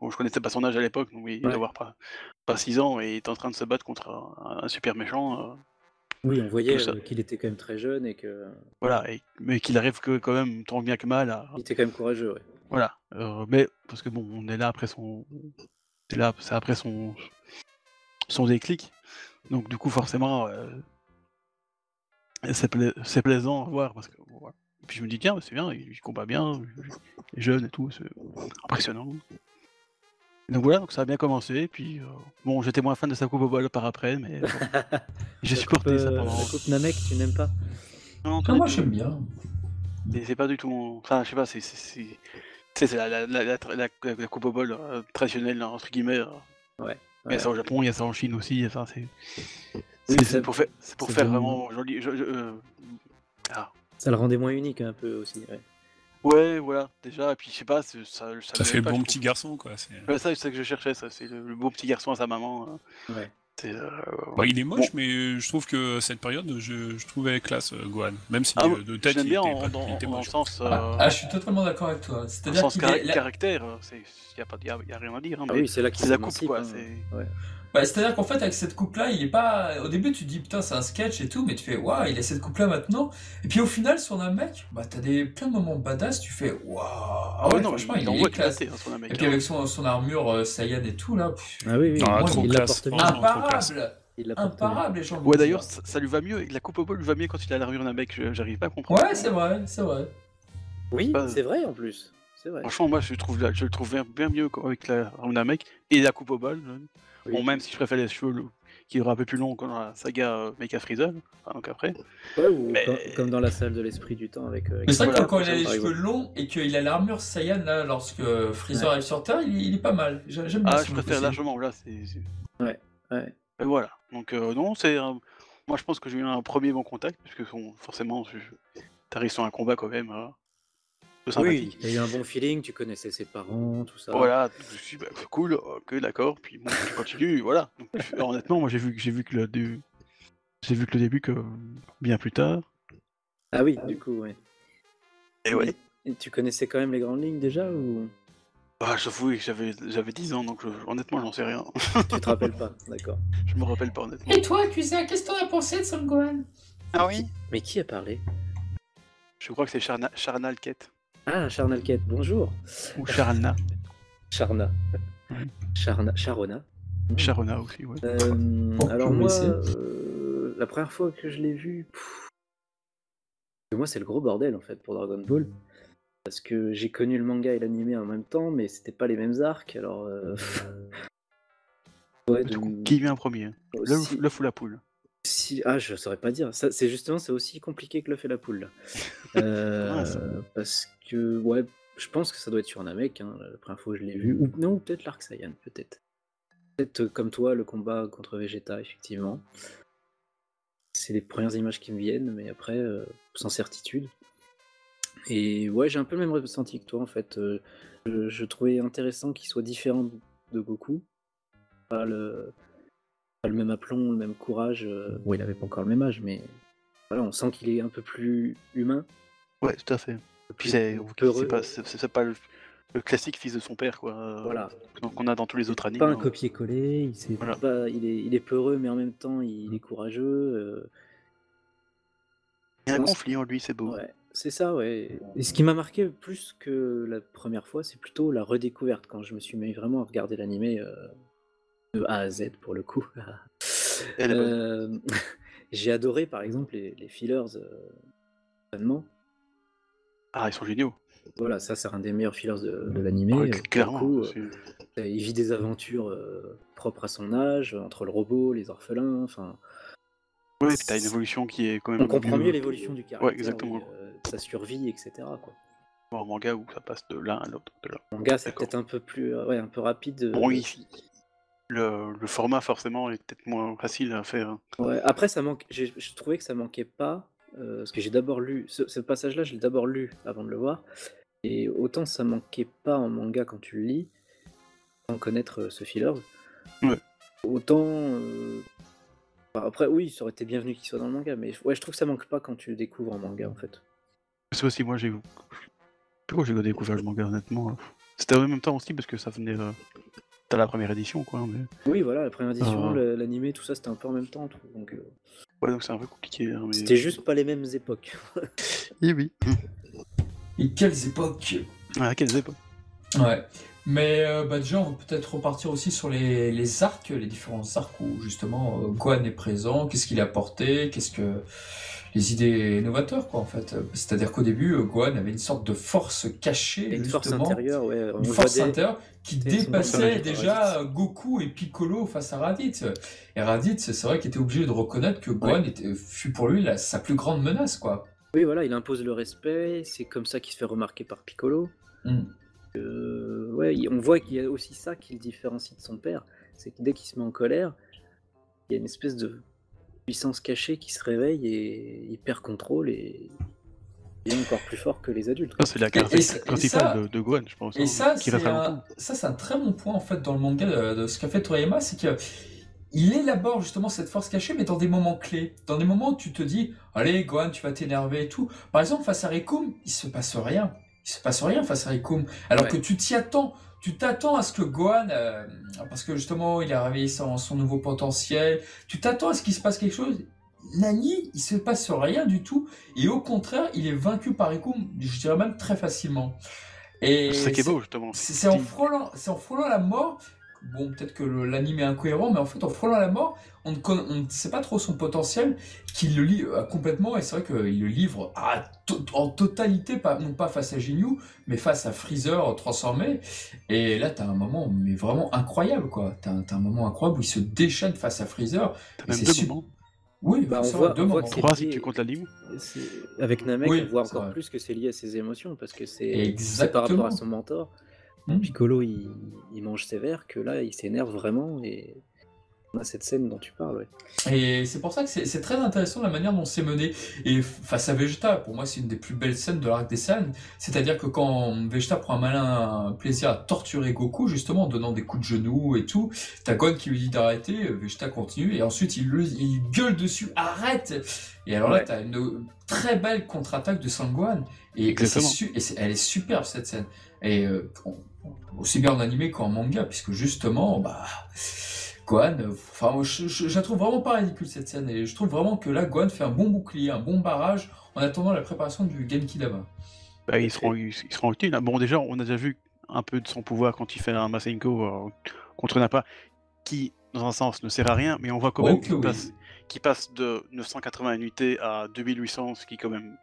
[SPEAKER 4] Bon, je connaissais pas son âge à l'époque, donc il
[SPEAKER 1] Ouais.
[SPEAKER 4] doit avoir pas, pas 6 ans, et il est en train de se battre contre un, un super méchant. euh,
[SPEAKER 1] Oui, on voyait
[SPEAKER 4] Tout ça.
[SPEAKER 1] euh, qu'il était quand même très jeune et qu'il
[SPEAKER 4] voilà, et- mais qu'il arrive que quand même tant bien que mal à
[SPEAKER 1] était quand même courageux. ouais.
[SPEAKER 4] voilà. euh, mais parce que bon, on est là après son, c'est là, c'est après son son déclic. Donc du coup forcément, euh, c'est pla- c'est plaisant à voir parce que bon, voilà. Et puis je me dis tiens, mais c'est bien, il il combat bien, il est jeune et tout, c'est impressionnant. Donc voilà, donc ça a bien commencé. et Puis euh, bon, j'étais moins fan de sa coupe au bol par après, mais bon, j'ai
[SPEAKER 1] La
[SPEAKER 4] supporté
[SPEAKER 1] coupe,
[SPEAKER 4] ça
[SPEAKER 1] euh,
[SPEAKER 4] pendant.
[SPEAKER 1] La coupe Namek, tu n'aimes pas
[SPEAKER 4] Non, pas
[SPEAKER 5] Ah,
[SPEAKER 4] du
[SPEAKER 5] moi
[SPEAKER 4] tout.
[SPEAKER 5] j'aime bien.
[SPEAKER 4] Mais c'est pas du tout. mon- Enfin, je sais pas, c'est. c'est- c'est- tu sais, c'est la, la, la, la, la- la coupe au bol euh, traditionnelle, hein, entre guillemets. hein.
[SPEAKER 1] Ouais,
[SPEAKER 4] Il y a ça au Japon, il y a ça en Chine aussi. enfin, c'est c'est-
[SPEAKER 1] mais
[SPEAKER 4] c'est
[SPEAKER 1] ça-
[SPEAKER 4] pour faire, c'est pour
[SPEAKER 1] c'est
[SPEAKER 4] faire
[SPEAKER 1] vraiment-
[SPEAKER 4] vraiment joli. je- je- euh,
[SPEAKER 1] Ça le rendait moins unique un peu aussi. ouais.
[SPEAKER 4] Ouais, voilà, déjà. Et puis, je sais pas, c'est- ça, ça,
[SPEAKER 3] Ça fait
[SPEAKER 4] Ah, pas,
[SPEAKER 3] bon
[SPEAKER 4] je
[SPEAKER 3] petit
[SPEAKER 4] trouve.
[SPEAKER 3] garçon quoi. c'est-
[SPEAKER 4] Ouais, ça, c'est ce que je cherchais, ça. C'est le, le beau petit garçon à sa maman. hein.
[SPEAKER 1] Ouais.
[SPEAKER 4] C'est, euh,
[SPEAKER 3] Bah, il est moche,
[SPEAKER 4] Bon.
[SPEAKER 3] mais je trouve que cette période, je, je trouvais classe euh, Gohan, même si
[SPEAKER 4] Ah,
[SPEAKER 3] euh,
[SPEAKER 4] moi,
[SPEAKER 3] de
[SPEAKER 4] je
[SPEAKER 3] tête
[SPEAKER 4] l'aime
[SPEAKER 3] il
[SPEAKER 4] bien
[SPEAKER 3] était,
[SPEAKER 4] en,
[SPEAKER 3] pas-
[SPEAKER 4] dans,
[SPEAKER 3] il était
[SPEAKER 4] en- en
[SPEAKER 3] moche. hein.
[SPEAKER 4] sens,
[SPEAKER 5] Ah,
[SPEAKER 4] euh,
[SPEAKER 5] ah, je suis totalement d'accord avec toi.
[SPEAKER 4] en
[SPEAKER 5] C'est-à-dire
[SPEAKER 4] sens
[SPEAKER 5] qu'il
[SPEAKER 4] cara-
[SPEAKER 5] est- la-
[SPEAKER 4] caractère. Il n'y a, pas- y a- y a rien à dire. hein,
[SPEAKER 1] Ah
[SPEAKER 4] mais
[SPEAKER 1] oui, c'est là qu'il
[SPEAKER 4] c'est la coupe,
[SPEAKER 1] s'émancipe,
[SPEAKER 4] quoi.
[SPEAKER 1] hein.
[SPEAKER 4] c'est-
[SPEAKER 5] Bah, c'est-à-dire qu'en fait, avec cette coupe-là, il est pas. Au début, tu te dis putain, c'est un sketch et tout, mais tu fais waouh, il a cette coupe-là maintenant. Et puis au final, sur un mec, bah, t'as des... plein de moments badass, tu fais waouh. Ah ouais,
[SPEAKER 4] non,
[SPEAKER 5] franchement,
[SPEAKER 4] il
[SPEAKER 5] il,
[SPEAKER 4] envoie
[SPEAKER 5] est classe.
[SPEAKER 4] éclater, hein, son Américain.
[SPEAKER 5] Et puis avec son, son armure euh, Saiyan et tout, là. pff,
[SPEAKER 1] Ah oui, oui,
[SPEAKER 3] Ah,
[SPEAKER 1] moi,
[SPEAKER 5] trop
[SPEAKER 1] il
[SPEAKER 3] classe,
[SPEAKER 1] l'apporte bien.
[SPEAKER 3] franchement. classe.
[SPEAKER 5] imparable
[SPEAKER 1] Il l'apporte bien.
[SPEAKER 5] Imparable, les gens.
[SPEAKER 4] Ouais, d'ailleurs, ça, ça lui va mieux. La coupe au bol lui va mieux quand il a l'armure d'un mec. je- J'arrive pas à comprendre.
[SPEAKER 5] Ouais, c'est vrai, c'est vrai.
[SPEAKER 1] Oui,
[SPEAKER 4] Pas-
[SPEAKER 1] c'est vrai en plus. C'est vrai.
[SPEAKER 4] Franchement, moi, je, trouve, la- je le trouve bien, bien mieux avec l'armure d'un mec et la coupe au bol. je-
[SPEAKER 1] Oui.
[SPEAKER 4] Bon, même si je préfère les cheveux le- qui aura un peu plus long comme dans la saga euh, Mecha Freezer. Enfin, donc après.
[SPEAKER 1] Ouais, ou
[SPEAKER 4] Mais-
[SPEAKER 1] comme, comme dans la salle de l'esprit du temps avec. euh, avec
[SPEAKER 5] Mais c'est vrai que
[SPEAKER 1] Nicolas,
[SPEAKER 5] quand il a les
[SPEAKER 1] par
[SPEAKER 5] cheveux
[SPEAKER 1] exemple.
[SPEAKER 5] longs et qu'il a l'armure Saiyan, là, lorsque Freezer
[SPEAKER 1] Ouais.
[SPEAKER 5] arrive sur Terre, il, il est pas mal. J'a- J'aime bien
[SPEAKER 4] Ah,
[SPEAKER 5] ce
[SPEAKER 4] je
[SPEAKER 5] mode
[SPEAKER 4] préfère
[SPEAKER 5] aussi.
[SPEAKER 4] largement. Là, c'est. c'est-
[SPEAKER 1] Ouais, ouais.
[SPEAKER 4] Et voilà. Donc, euh, non, c'est. un- Moi, je pense que j'ai eu un premier bon contact, puisque son- forcément, je- t'arrives sur un combat quand même. euh, peu sympathique.
[SPEAKER 1] T'as eu un bon feeling, tu connaissais ses parents, tout ça.
[SPEAKER 4] Voilà, donc je suis bah, cool, ok, d'accord, puis bon, je continue, voilà. Donc, je- honnêtement, moi j'ai vu, j'ai vu que le début, j'ai vu que le début que bien plus tard.
[SPEAKER 1] Ah oui, du coup, ouais.
[SPEAKER 4] Et
[SPEAKER 1] ouais. Et tu connaissais quand même les grandes lignes déjà ou
[SPEAKER 4] Ah, j'avoue que j'avais, j'avais 10 ans, donc je- honnêtement, j'en sais rien.
[SPEAKER 1] tu te rappelles pas D'accord.
[SPEAKER 4] je me rappelle pas honnêtement.
[SPEAKER 5] Et toi, Cusa, qu'est-ce que t'en as pensé de Son Gohan
[SPEAKER 4] Ah oui.
[SPEAKER 1] Mais qui a parlé
[SPEAKER 4] Je crois que c'est Charna, Charnal Kett
[SPEAKER 1] Ah, Charnal Kett, bonjour.
[SPEAKER 4] ou Charna,
[SPEAKER 1] Charna. Charna. Charona.
[SPEAKER 4] Charona aussi, ouais.
[SPEAKER 1] Euh,
[SPEAKER 5] Oh,
[SPEAKER 1] alors
[SPEAKER 5] je vais
[SPEAKER 1] moi,
[SPEAKER 5] essayer.
[SPEAKER 1] euh, la première fois que je l'ai vu, pff, moi c'est le gros bordel en fait pour Dragon Ball, parce que j'ai connu le manga et l'animé en même temps, mais c'était pas les mêmes arcs. Alors, euh, ouais,
[SPEAKER 4] Du
[SPEAKER 1] donc,
[SPEAKER 4] coup, qui vient en premier
[SPEAKER 1] Euh, si-
[SPEAKER 4] le, le fou la poule.
[SPEAKER 1] si- ah, je saurais pas dire. Ça, c'est justement, c'est aussi compliqué que l'œuf et la poule. là. Euh,
[SPEAKER 4] Mince.
[SPEAKER 1] parce que, ouais, je pense que ça doit être sur Namek, hein, la première fois que je l'ai vu. Ou non, ou peut-être l'Arc Saiyan, peut-être. Peut-être euh, comme toi, le combat contre Vegeta, effectivement. C'est les premières images qui me viennent, mais après, euh, sans certitude. Et ouais, j'ai un peu le même ressenti que toi en fait. Euh, je, je trouvais intéressant qu'il soit différent de Goku. Pas le, pas le même aplomb, le même courage. euh, Bon, il avait pas encore le même âge, mais voilà, on sent qu'il est un peu plus humain.
[SPEAKER 4] Ouais, tout à fait. Puis
[SPEAKER 1] plus
[SPEAKER 4] c'est
[SPEAKER 1] peureux.
[SPEAKER 4] c'est pas, c'est- c'est pas le, le classique fils de son père, quoi. euh,
[SPEAKER 1] Voilà.
[SPEAKER 4] qu'on- Qu'on a dans tous les autres animes.
[SPEAKER 1] Pas un
[SPEAKER 4] hein.
[SPEAKER 1] copier-coller, il, s'est-
[SPEAKER 4] Voilà.
[SPEAKER 1] pas- il, est, il est peureux, mais en même temps, il est courageux. euh,
[SPEAKER 4] Il y a un
[SPEAKER 1] Non, c'est-
[SPEAKER 4] conflit en lui, c'est beau.
[SPEAKER 1] Ouais, c'est ça, ouais. Et ce qui m'a marqué plus que la première fois, c'est plutôt la redécouverte, quand je me suis mis vraiment à regarder l'animé euh, de A à Z pour le coup.
[SPEAKER 4] Elle est bonne.
[SPEAKER 1] Euh, J'ai adoré par exemple les, les fillers euh, certainement.
[SPEAKER 4] Ah, ils sont géniaux.
[SPEAKER 1] Voilà, ça c'est un des meilleurs fillers de, de l'animé.
[SPEAKER 4] Ouais,
[SPEAKER 1] Euh, pour le
[SPEAKER 4] clairement.
[SPEAKER 1] coup, euh,
[SPEAKER 4] c'est-
[SPEAKER 1] euh, il vit des aventures euh, propres à son âge, entre le robot, les orphelins, enfin.
[SPEAKER 4] Ouais, puis t'as une évolution qui est quand même.
[SPEAKER 1] On comprend mieux
[SPEAKER 4] les
[SPEAKER 1] l'évolution du caractère,
[SPEAKER 4] Mm. exactement.
[SPEAKER 1] et, euh, sa survie, etc. Quoi.
[SPEAKER 4] En manga où ça passe de l'un à l'autre, de l'un.
[SPEAKER 1] Mon gars, c'est
[SPEAKER 4] D'accord.
[SPEAKER 1] peut-être un peu plus, euh, ouais, un peu rapide. euh,
[SPEAKER 4] Bon, oui. Le, le format, forcément, est peut-être moins facile à faire.
[SPEAKER 1] Ouais, après, ça manque. j'ai- Je trouvais que ça manquait pas. euh, parce que j'ai d'abord lu. Ce, ce passage-là, je l'ai d'abord lu avant de le voir. Et autant ça manquait pas en manga quand tu le lis, sans connaître euh, ce filler.
[SPEAKER 4] Ouais.
[SPEAKER 1] Autant. euh, enfin, après, oui, ça aurait été bienvenu qu'il soit dans le manga. Mais ouais, je trouve que ça manque pas quand tu le découvres en manga, en fait.
[SPEAKER 4] C'est aussi, moi, j'ai. Pourquoi j'ai découvert le manga, honnêtement C'était en même temps aussi, parce que ça venait. euh, T'as la première édition, quoi. Mais...
[SPEAKER 1] Oui, voilà, la première édition,
[SPEAKER 4] Ah.
[SPEAKER 1] le- l'animé, tout ça, c'était un peu en même temps. tout, donc, euh,
[SPEAKER 4] Ouais, donc c'est un peu compliqué. hein, mais...
[SPEAKER 1] C'était juste pas les mêmes époques.
[SPEAKER 4] Eh oui.
[SPEAKER 5] Et quelles époques
[SPEAKER 4] Ah, quelle époque.
[SPEAKER 5] Ouais. Mais euh, bah, déjà, on va peut-être repartir aussi sur les, les arcs, les différents arcs où justement euh, Gohan est présent, qu'est-ce qu'il a apporté, qu'est-ce que. les idées novateurs, quoi, en fait. Euh, C'est-à-dire qu'au début, euh, Gohan avait une sorte de force cachée,
[SPEAKER 1] Et une force
[SPEAKER 5] justement,
[SPEAKER 1] intérieure, ouais. on
[SPEAKER 5] une
[SPEAKER 1] voit
[SPEAKER 5] force
[SPEAKER 1] des-
[SPEAKER 5] intérieure qui
[SPEAKER 1] des-
[SPEAKER 5] dépassait
[SPEAKER 1] des-
[SPEAKER 5] déjà Goku et Piccolo face à Raditz. Et Raditz, c'est vrai qu'il était obligé de reconnaître que Gohan était- fut pour lui la- sa plus grande menace, quoi.
[SPEAKER 1] Oui, voilà, il impose le respect, c'est comme ça qu'il se fait remarquer par Piccolo.
[SPEAKER 5] Hmm.
[SPEAKER 1] Euh, ouais, il- on voit qu'il y a aussi ça qui le différencie de son père, c'est que dès qu'il se met en colère, il y a une espèce de puissance cachée qui se réveille et il perd contrôle et il est encore plus fort que les adultes. quoi.
[SPEAKER 4] Ça, c'est la
[SPEAKER 5] et ça-
[SPEAKER 4] caractéristique
[SPEAKER 5] et
[SPEAKER 4] principale
[SPEAKER 5] ça-
[SPEAKER 4] de, de Gohan, je pense.
[SPEAKER 5] Et
[SPEAKER 4] hein,
[SPEAKER 5] ça,
[SPEAKER 4] qui
[SPEAKER 5] c'est
[SPEAKER 4] va très
[SPEAKER 5] un,
[SPEAKER 4] longtemps.
[SPEAKER 5] ça, c'est un très bon point en fait dans le manga de, de ce qu'a fait Toriyama, c'est que il élabore justement cette force cachée, mais dans des moments clés, dans des moments où tu te dis, allez Gohan, tu vas t'énerver et tout. Par exemple, face à Rikkum, il se passe rien, il se passe rien face à Rikkum, alors
[SPEAKER 1] Ouais.
[SPEAKER 5] que tu t'y attends. Tu t'attends à ce que Gohan, euh, parce que justement il a réveillé son, son nouveau potentiel, tu t'attends à ce qu'il se passe quelque chose. Nani, il se passe rien du tout, et au contraire, il est vaincu par Rikkum, je dirais même très facilement. Et
[SPEAKER 4] C'est ça qui est beau, justement.
[SPEAKER 5] c'est c'est en frôlant, c'est en frôlant la mort. Bon, peut-être que le- l'anime est incohérent, mais en fait, en frôlant la mort, on ne, conna- on ne sait pas trop son potentiel, qu'il le lit euh, complètement, et c'est vrai qu'il le livre à to- en totalité, pas, non pas face à Ginyu, mais face à Freezer euh, transformé. Et là, t'as un moment, mais vraiment incroyable, quoi. T'as un, t'as un moment incroyable où il se déchaîne face à Freezer.
[SPEAKER 4] T'as
[SPEAKER 5] et
[SPEAKER 4] même
[SPEAKER 5] c'est
[SPEAKER 4] deux
[SPEAKER 5] su-
[SPEAKER 4] moments.
[SPEAKER 5] Oui,
[SPEAKER 1] Bah, on
[SPEAKER 5] c'est
[SPEAKER 1] voit-
[SPEAKER 5] vrai, deux
[SPEAKER 1] on voit
[SPEAKER 5] moments.
[SPEAKER 1] que c'est
[SPEAKER 4] Trois, si
[SPEAKER 1] lié-
[SPEAKER 4] tu comptes la ligne.
[SPEAKER 1] C'est- Avec Namek,
[SPEAKER 5] Oui,
[SPEAKER 1] on voit
[SPEAKER 5] c'est
[SPEAKER 1] encore
[SPEAKER 5] vrai.
[SPEAKER 1] plus que c'est lié à ses émotions parce que c'est c'est
[SPEAKER 5] Exactement.
[SPEAKER 1] par rapport à son mentor.
[SPEAKER 5] Hmm.
[SPEAKER 1] Piccolo, il, il mange sévère, que là, il s'énerve vraiment et on a cette scène dont tu parles. ouais.
[SPEAKER 5] Et c'est pour ça que c'est c'est très intéressant la manière dont c'est mené. Et f- face à Vegeta, pour moi, c'est une des plus belles scènes de l'arc des Saiyans. C'est-à-dire que quand Vegeta prend un malin plaisir à torturer Goku, justement, en donnant des coups de genoux et tout, t'as Gon qui lui dit d'arrêter, euh, Vegeta continue, et ensuite il, le- il gueule dessus, arrête Et alors là,
[SPEAKER 1] Ouais.
[SPEAKER 5] t'as une très belle contre-attaque de Sangohan. Et, et, c'est
[SPEAKER 4] Exactement.
[SPEAKER 5] su- et c'est- elle est superbe cette scène. Et euh, on- on- aussi bien en animé qu'en manga, puisque justement, bah. Gohan, euh, enfin, moi, je, je- je la trouve vraiment pas ridicule cette scène, et je trouve vraiment que là, Gohan fait un bon bouclier, un bon barrage, en attendant la préparation du Genki Dama.
[SPEAKER 4] Bah, ils, seront, ils, ils seront utiles. hein. Bon, déjà, on a déjà vu un peu de son pouvoir quand il fait un Masenko euh, contre Nappa, qui, dans un sens, ne sert à rien, mais on voit quand même
[SPEAKER 5] Oh, que
[SPEAKER 4] qu'il
[SPEAKER 5] oui.
[SPEAKER 4] passe, qu'il passe de 980 unités à 2800, ce qui est quand même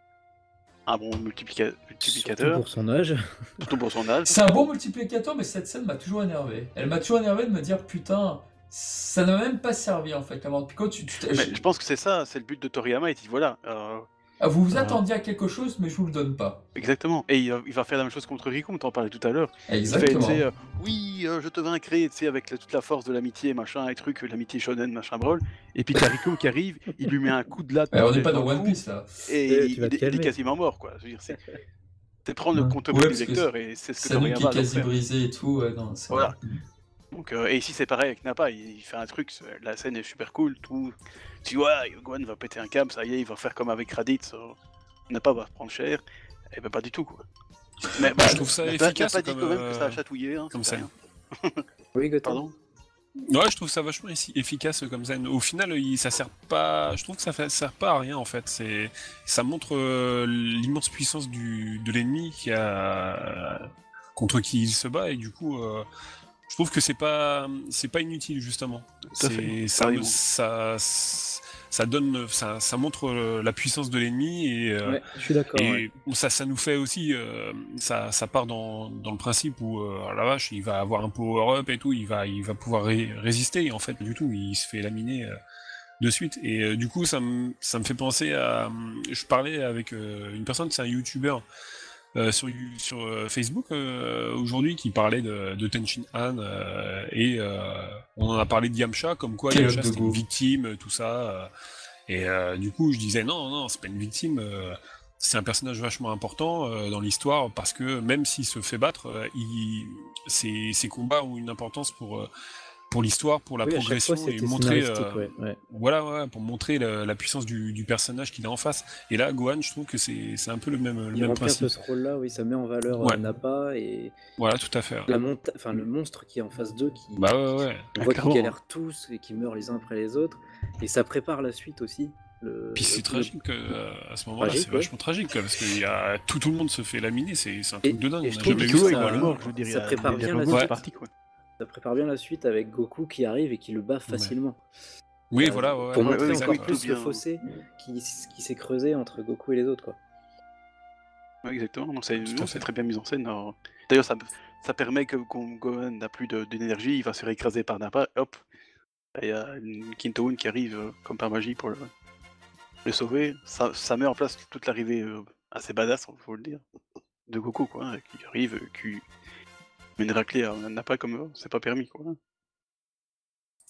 [SPEAKER 4] un bon multiplica- multiplicateur,
[SPEAKER 1] Surtout pour son âge.
[SPEAKER 4] surtout pour son âge.
[SPEAKER 5] C'est un bon multiplicateur, mais cette scène m'a toujours énervé. Elle m'a toujours énervé de me dire, putain, ça n'a même pas servi en fait, la mort de Piccolo. Tu, tu- t'as-
[SPEAKER 4] Mais je pense que c'est ça, c'est le but de Toriyama, il dit voilà, euh,
[SPEAKER 5] Ah, vous vous
[SPEAKER 4] Ah.
[SPEAKER 5] attendiez à quelque chose, mais je vous le donne pas.
[SPEAKER 4] exactement. Et il va, il va faire la même chose contre Riku, on t'en parlait tout à l'heure. Il fait,
[SPEAKER 5] Exactement.
[SPEAKER 4] tu sais, euh, oui, euh, je te vaincrai, tu sais, avec la- toute la force de l'amitié, machin, et truc, l'amitié shonen, machin, brol. Et puis t'as Riku qui arrive, il lui met un coup de latte.
[SPEAKER 5] Eh, on
[SPEAKER 4] le-
[SPEAKER 5] n'est pas dans
[SPEAKER 4] le
[SPEAKER 5] One
[SPEAKER 4] cou,
[SPEAKER 5] Piece là.
[SPEAKER 4] Et
[SPEAKER 1] Eh,
[SPEAKER 4] il,
[SPEAKER 1] tu vas te
[SPEAKER 4] il est
[SPEAKER 1] calmer.
[SPEAKER 4] quasiment mort, quoi. Je veux dire, c'est- C'est prendre le
[SPEAKER 5] Ouais.
[SPEAKER 4] compte
[SPEAKER 5] Ouais,
[SPEAKER 4] du
[SPEAKER 5] parce que
[SPEAKER 4] lecteur et c'est ce que
[SPEAKER 5] C'est nous
[SPEAKER 4] Toriyama
[SPEAKER 5] qui est
[SPEAKER 4] adore
[SPEAKER 5] quasi
[SPEAKER 4] faire.
[SPEAKER 5] brisé et tout. ouais, non, c'est
[SPEAKER 4] Voilà.
[SPEAKER 5] vrai.
[SPEAKER 4] Donc, euh, et ici c'est pareil avec Nappa, il, il fait un truc, c'est- la scène est super cool, tout. Tu vois, Gwen va péter un câble, ça y est, il va faire comme avec Raditz, euh, Nappa va prendre cher, et ben pas du tout quoi. Mais bah,
[SPEAKER 3] je trouve ça
[SPEAKER 4] Nappa-
[SPEAKER 3] efficace.
[SPEAKER 4] Nappa dit
[SPEAKER 3] comme,
[SPEAKER 4] quand même que ça
[SPEAKER 3] euh,
[SPEAKER 4] a chatouillé, hein,
[SPEAKER 3] comme
[SPEAKER 4] c'est
[SPEAKER 3] ça.
[SPEAKER 4] rien.
[SPEAKER 1] Oui, Gotham.
[SPEAKER 4] Pardon
[SPEAKER 3] Ouais, je trouve ça vachement effi- efficace comme ça. Au final, il, ça sert pas. Je trouve que ça fait- sert pas à rien en fait. C'est, ça montre euh, l'immense puissance du de l'ennemi qui a contre qui il se bat et du coup, euh, je trouve que c'est pas c'est pas inutile justement.
[SPEAKER 4] à
[SPEAKER 3] C'est-
[SPEAKER 4] fait.
[SPEAKER 3] ça,
[SPEAKER 4] Carrément.
[SPEAKER 3] ça ça donne ça, ça montre euh, la puissance de l'ennemi et euh,
[SPEAKER 1] Ouais, je suis d'accord.
[SPEAKER 3] et
[SPEAKER 1] ouais.
[SPEAKER 3] ça, ça nous fait aussi, euh, ça, ça part dans, dans le principe où euh, ah la vache, il va avoir un power-up et tout, il va, il va pouvoir ré- résister. Et en fait, du tout, il se fait laminer euh, de suite. Et euh, du coup, ça me, ça me fait penser à. hum, Je parlais avec euh, une personne, c'est un YouTuber euh, sur, You- sur euh, Facebook euh, aujourd'hui qui parlait de, de Tenchin Han euh, et euh, on en a parlé de Yamcha, comme quoi
[SPEAKER 5] Quel
[SPEAKER 3] Yamcha
[SPEAKER 5] homme de
[SPEAKER 3] c'était une
[SPEAKER 5] goût.
[SPEAKER 3] victime, tout ça. euh, et euh, du coup, je disais non, non, c'est pas une victime. euh, c'est un personnage vachement important euh, dans l'histoire parce que même s'il se fait battre, euh, il, ses, ses combats ont une importance pour, euh, pour l'histoire, pour la
[SPEAKER 1] Oui, à chaque
[SPEAKER 3] progression
[SPEAKER 1] fois,
[SPEAKER 3] et
[SPEAKER 1] c'était
[SPEAKER 3] montrer.
[SPEAKER 1] scénaristique,
[SPEAKER 3] euh,
[SPEAKER 1] ouais, ouais.
[SPEAKER 3] voilà, ouais, pour montrer la, la puissance du, du personnage qu'il a en face. Et là, Gohan, je trouve que c'est c'est un peu le même, le
[SPEAKER 1] Il
[SPEAKER 3] même
[SPEAKER 1] remplit un
[SPEAKER 3] principe.
[SPEAKER 1] peu ce rôle-là, oui, ça met en valeur euh,
[SPEAKER 3] Ouais.
[SPEAKER 1] Nappa et
[SPEAKER 3] Voilà, tout à fait.
[SPEAKER 1] la monta- enfin, le monstre qui est en face d'eux qui,
[SPEAKER 3] Bah ouais, ouais.
[SPEAKER 1] on voit qu'ils
[SPEAKER 4] clairement.
[SPEAKER 1] galèrent tous et qu'ils meurent les uns après les autres. Et ça prépare la suite aussi. Le,
[SPEAKER 3] Puis c'est
[SPEAKER 1] le-
[SPEAKER 3] tragique euh, à ce moment-là,
[SPEAKER 1] Tragique,
[SPEAKER 3] c'est
[SPEAKER 1] ouais.
[SPEAKER 3] vachement tragique quoi, parce que il y a- tout, tout le monde se fait laminer, c'est c'est un truc
[SPEAKER 1] Et-
[SPEAKER 3] de dingue.
[SPEAKER 1] et
[SPEAKER 3] on
[SPEAKER 1] je
[SPEAKER 3] a
[SPEAKER 1] trouve
[SPEAKER 3] jamais
[SPEAKER 1] que
[SPEAKER 3] vu
[SPEAKER 1] tout
[SPEAKER 3] ça,
[SPEAKER 1] ça-
[SPEAKER 3] quoi.
[SPEAKER 1] mort, je dirais, ça prépare bien la suite.
[SPEAKER 4] partie quoi.
[SPEAKER 1] Ça prépare bien la suite avec Goku qui arrive et qui le bat facilement.
[SPEAKER 3] Oui,
[SPEAKER 1] Euh,
[SPEAKER 3] voilà, ouais,
[SPEAKER 1] Pour
[SPEAKER 3] ouais,
[SPEAKER 1] montrer
[SPEAKER 4] ouais,
[SPEAKER 1] encore
[SPEAKER 4] ouais,
[SPEAKER 3] exact.
[SPEAKER 4] ouais.
[SPEAKER 1] plus le
[SPEAKER 4] Bien.
[SPEAKER 1] fossé qui, s- qui s'est creusé entre Goku et les autres. Quoi.
[SPEAKER 4] Ouais, exactement, non, c'est
[SPEAKER 3] Tout à
[SPEAKER 4] non,
[SPEAKER 3] fait.
[SPEAKER 4] c'est très bien mis en scène. alors. D'ailleurs, ça, ça permet que quand Gohan n'a plus de- d'énergie, il va se faire écraser par Nappa, hop, et il y a une Kintoon qui arrive euh, comme par magie pour le, le sauver. Ça, ça met en place toute l'arrivée euh, assez badass, faut le dire, de Goku, quoi, hein, qui arrive, euh, qui met une raclée à Nappa comme euh, c'est pas permis, quoi.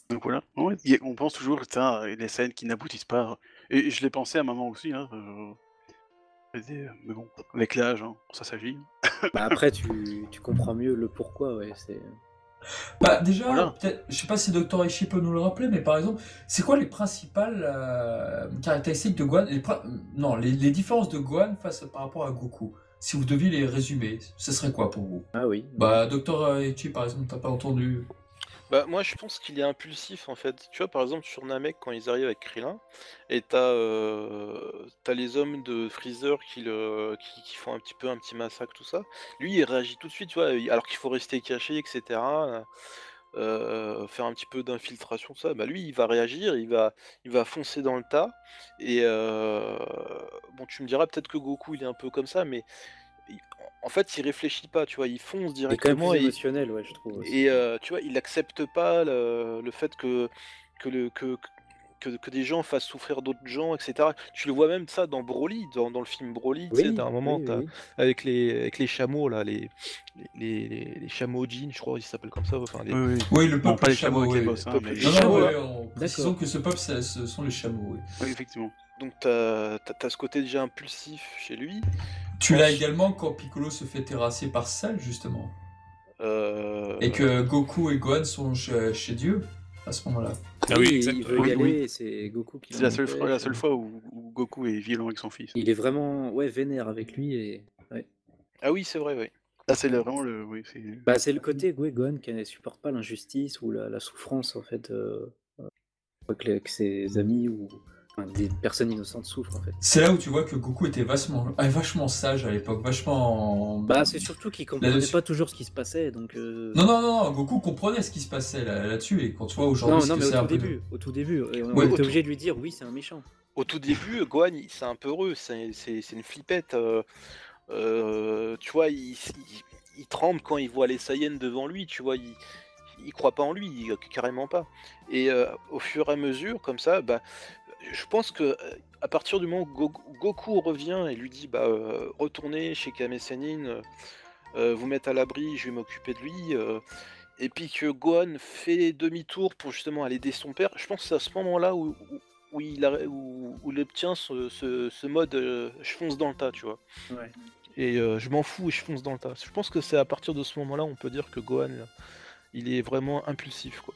[SPEAKER 4] Donc voilà, Ouais, y a- on pense toujours, putain, les scènes qui n'aboutissent pas. Et je l'ai pensé à un moment aussi, hein. euh, mais bon, avec l'âge, hein, ça s'agit.
[SPEAKER 1] Bah, après, tu, tu comprends mieux le pourquoi. Ouais, c'est...
[SPEAKER 5] Bah, déjà,
[SPEAKER 4] Voilà.
[SPEAKER 5] peut-être- je sais pas si Dr. Ishii peut nous le rappeler, mais par exemple, c'est quoi les principales euh, caractéristiques de Gohan les prin- Non, les, les différences de Gohan face, par rapport à Goku. Si vous deviez les résumer, ce serait quoi pour vous
[SPEAKER 1] Ah oui.
[SPEAKER 5] Bah, Dr. Ishii, par exemple, t'as pas entendu.
[SPEAKER 6] Bah, moi, je pense qu'il est impulsif en fait. Tu vois, par exemple, sur Namek, quand ils arrivent avec Krillin, et t'as euh, t'as les hommes de Freezer qui, le, qui, qui font un petit peu un petit massacre, tout ça. Lui, il réagit tout de suite, tu vois, il- alors qu'il faut rester caché, etc. euh, euh, faire un petit peu d'infiltration, tout ça. Bah, lui, il va réagir, il va, il va foncer dans le tas. Et euh, bon, tu me diras peut-être que Goku, il est un peu comme ça, mais il- en fait, il réfléchit pas, tu vois, il fonce
[SPEAKER 1] il est quand même
[SPEAKER 6] directement
[SPEAKER 1] plus
[SPEAKER 6] et il-
[SPEAKER 1] émotionnel, ouais, je trouve. aussi.
[SPEAKER 6] et euh, tu vois, il n'accepte pas le, le fait que, que, le, que, que, que des gens fassent souffrir d'autres gens, etc. Tu le vois même ça dans Broly, dans, dans le film Broly, tu sais,
[SPEAKER 1] Oui,
[SPEAKER 6] t'as un moment
[SPEAKER 1] oui,
[SPEAKER 6] t'as-
[SPEAKER 1] oui.
[SPEAKER 6] Avec, les, avec les chameaux, là, les, les, les, les chameaux jeans, je crois, ils s'appellent comme ça. Enfin, les-
[SPEAKER 4] oui.
[SPEAKER 5] Oui, le
[SPEAKER 4] Bon,
[SPEAKER 5] peuple
[SPEAKER 4] pas les
[SPEAKER 5] chameau.
[SPEAKER 4] chameaux avec
[SPEAKER 5] oui.
[SPEAKER 4] les boss, hein,
[SPEAKER 6] Peuple
[SPEAKER 4] mais
[SPEAKER 6] des
[SPEAKER 4] les
[SPEAKER 5] Non,
[SPEAKER 6] chameaux.
[SPEAKER 5] non, ouais,
[SPEAKER 6] ouais.
[SPEAKER 5] on- précisons que ce peuple, ça- ce sont les chameaux. oui.
[SPEAKER 4] Oui, effectivement.
[SPEAKER 6] Donc, t'as as, ce côté déjà impulsif chez lui.
[SPEAKER 5] Tu l'as également quand Piccolo se fait terrasser par Sal, justement.
[SPEAKER 6] euh,
[SPEAKER 5] Et que Goku et Gohan sont chez, chez Dieu, à ce moment-là.
[SPEAKER 3] Ah oui,
[SPEAKER 1] Oui,
[SPEAKER 3] exact.
[SPEAKER 1] il veut
[SPEAKER 4] Oui,
[SPEAKER 1] y aller
[SPEAKER 4] oui.
[SPEAKER 1] et c'est Goku qui
[SPEAKER 4] C'est la seule,
[SPEAKER 1] l'empêche.
[SPEAKER 4] fois, la seule fois où, où Goku est violent avec son fils.
[SPEAKER 1] Il est vraiment ouais, vénère avec lui et
[SPEAKER 6] Ah oui, c'est vrai, oui.
[SPEAKER 4] Là, Ah, c'est le- vraiment le. Oui, c'est.
[SPEAKER 1] Bah, c'est le côté Gwegon qui ne supporte pas l'injustice ou la, la souffrance en fait euh, euh, que, les- que ses amis ou enfin, des personnes innocentes souffrent en fait.
[SPEAKER 5] C'est là où tu vois que Goku était vachement, ah, vachement sage à l'époque, vachement.
[SPEAKER 1] Bah c'est surtout qu'il comprenait
[SPEAKER 5] Là-dessus.
[SPEAKER 1] pas toujours ce qui se passait donc. euh,
[SPEAKER 5] Non, non, non, Goku comprenait ce qui se passait là- là-dessus, et quand tu vois
[SPEAKER 1] non,
[SPEAKER 5] aujourd'hui ce
[SPEAKER 1] non,
[SPEAKER 5] que
[SPEAKER 1] mais
[SPEAKER 5] c'est un
[SPEAKER 1] au tout
[SPEAKER 5] peu-
[SPEAKER 1] début, au tout début, et on
[SPEAKER 5] Ouais,
[SPEAKER 1] était
[SPEAKER 6] au
[SPEAKER 1] obligé de lui dire oui c'est un méchant.
[SPEAKER 6] Au tout début, Gohan, il- c'est un peu heureux, c'est c'est- c'est une flippette. euh, euh, tu vois, il, s- il- il tremble quand il voit les Saiyans devant lui, tu vois, il, il croit pas en lui, il- carrément pas. Et euh, au fur et à mesure, comme ça, bah, je pense que euh, à partir du moment où Go- Goku revient et lui dit bah, euh, retournez chez Kame Sennin, euh, euh, vous mettre à l'abri, je vais m'occuper de lui. euh, et puis que Gohan fait demi-tour pour justement aller aider son père, je pense que c'est à ce moment-là où, où- où il, a- où- où il obtient ce, ce- ce mode euh, je fonce dans le tas, tu vois. et euh, je m'en fous et je fonce dans le tas. Je pense que c'est à partir de ce moment-là on peut dire que Gohan, là, il est vraiment impulsif. Quoi.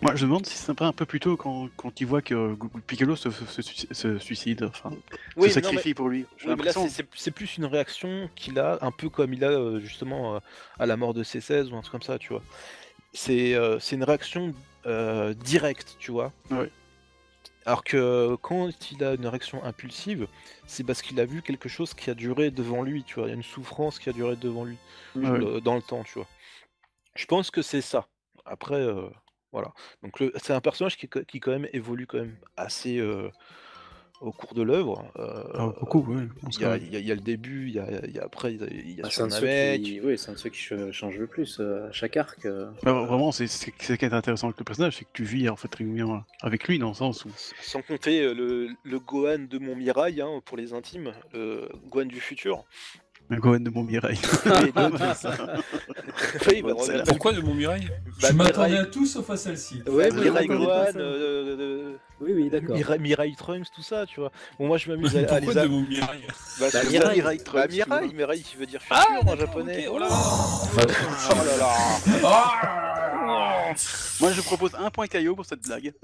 [SPEAKER 4] Moi, je me demande si c'est pas un peu plus tôt quand, quand il voit que Gu- Gu- Piccolo se, se- se- se suicide, enfin, se
[SPEAKER 6] mais non, mais-
[SPEAKER 4] sacrifie pour lui. J'ai
[SPEAKER 6] oui, mais là,
[SPEAKER 4] l'impression.
[SPEAKER 6] c'est- c'est c'est plus une réaction qu'il a, un peu comme il a euh, justement euh, à la mort de C16 ou un truc comme ça, tu vois. C'est euh, c'est une réaction euh, directe, tu vois.
[SPEAKER 4] Ouais.
[SPEAKER 6] Alors que euh, quand il a une réaction impulsive, c'est parce qu'il a vu quelque chose qui a duré devant lui, tu vois. Il y a une souffrance qui a duré devant lui
[SPEAKER 4] Ouais.
[SPEAKER 6] euh, dans le temps, tu vois. Je pense que c'est ça. Après, euh, voilà. Donc le- c'est un personnage qui, qui quand même évolue quand même assez euh, au cours de l'œuvre. euh,
[SPEAKER 3] Ah, beaucoup, ouais. on se
[SPEAKER 6] il y, a-
[SPEAKER 3] calme.
[SPEAKER 6] il y a- il y a le début, il y a, il y a après, il y a, il y a
[SPEAKER 1] Bah, c'est un, de ceux
[SPEAKER 6] Surnamec.
[SPEAKER 1] qui- oui, c'est un de ceux qui ch- change le plus euh, à chaque arc. euh.
[SPEAKER 4] Mais vraiment, c'est c'est- c'est ce qui est intéressant avec le personnage, c'est que tu vis en fait régulièrement avec lui dans le sens où.
[SPEAKER 6] Sans compter euh, le, le Gohan de mon Mirail hein, pour les intimes, le Gohan du futur.
[SPEAKER 4] Le Gohan de mon Mireille.
[SPEAKER 6] Oui, bah,
[SPEAKER 4] Moi,
[SPEAKER 6] oui, bah,
[SPEAKER 4] Bonne celle-là.
[SPEAKER 6] bah,
[SPEAKER 3] Pourquoi de Montmirail
[SPEAKER 6] bah,
[SPEAKER 5] je m'attendais à
[SPEAKER 6] Mirail-
[SPEAKER 5] tout sauf à celle-ci.
[SPEAKER 1] Ouais,
[SPEAKER 6] bah,
[SPEAKER 1] moi,
[SPEAKER 6] Mirail
[SPEAKER 1] j'attendais
[SPEAKER 6] Gohan,
[SPEAKER 1] pas ça.
[SPEAKER 6] euh,
[SPEAKER 1] Oui, oui, d'accord.
[SPEAKER 6] Mirail, Mirail Trunks, tout ça, tu vois. Bon, moi, je m'amuse à, à
[SPEAKER 3] Pourquoi
[SPEAKER 6] les
[SPEAKER 3] de
[SPEAKER 6] a-
[SPEAKER 3] Montmirail
[SPEAKER 6] Bah, c'est
[SPEAKER 1] Mirail.
[SPEAKER 6] ça,
[SPEAKER 4] Mirail
[SPEAKER 6] Bah,
[SPEAKER 4] Trunks, tu
[SPEAKER 6] Mirail,
[SPEAKER 4] vois.
[SPEAKER 6] Mirail qui veut dire futur en japonais.
[SPEAKER 3] ok, oh là là.
[SPEAKER 6] Oh là là.
[SPEAKER 5] Ah
[SPEAKER 4] je propose un point caillot pour cette blague.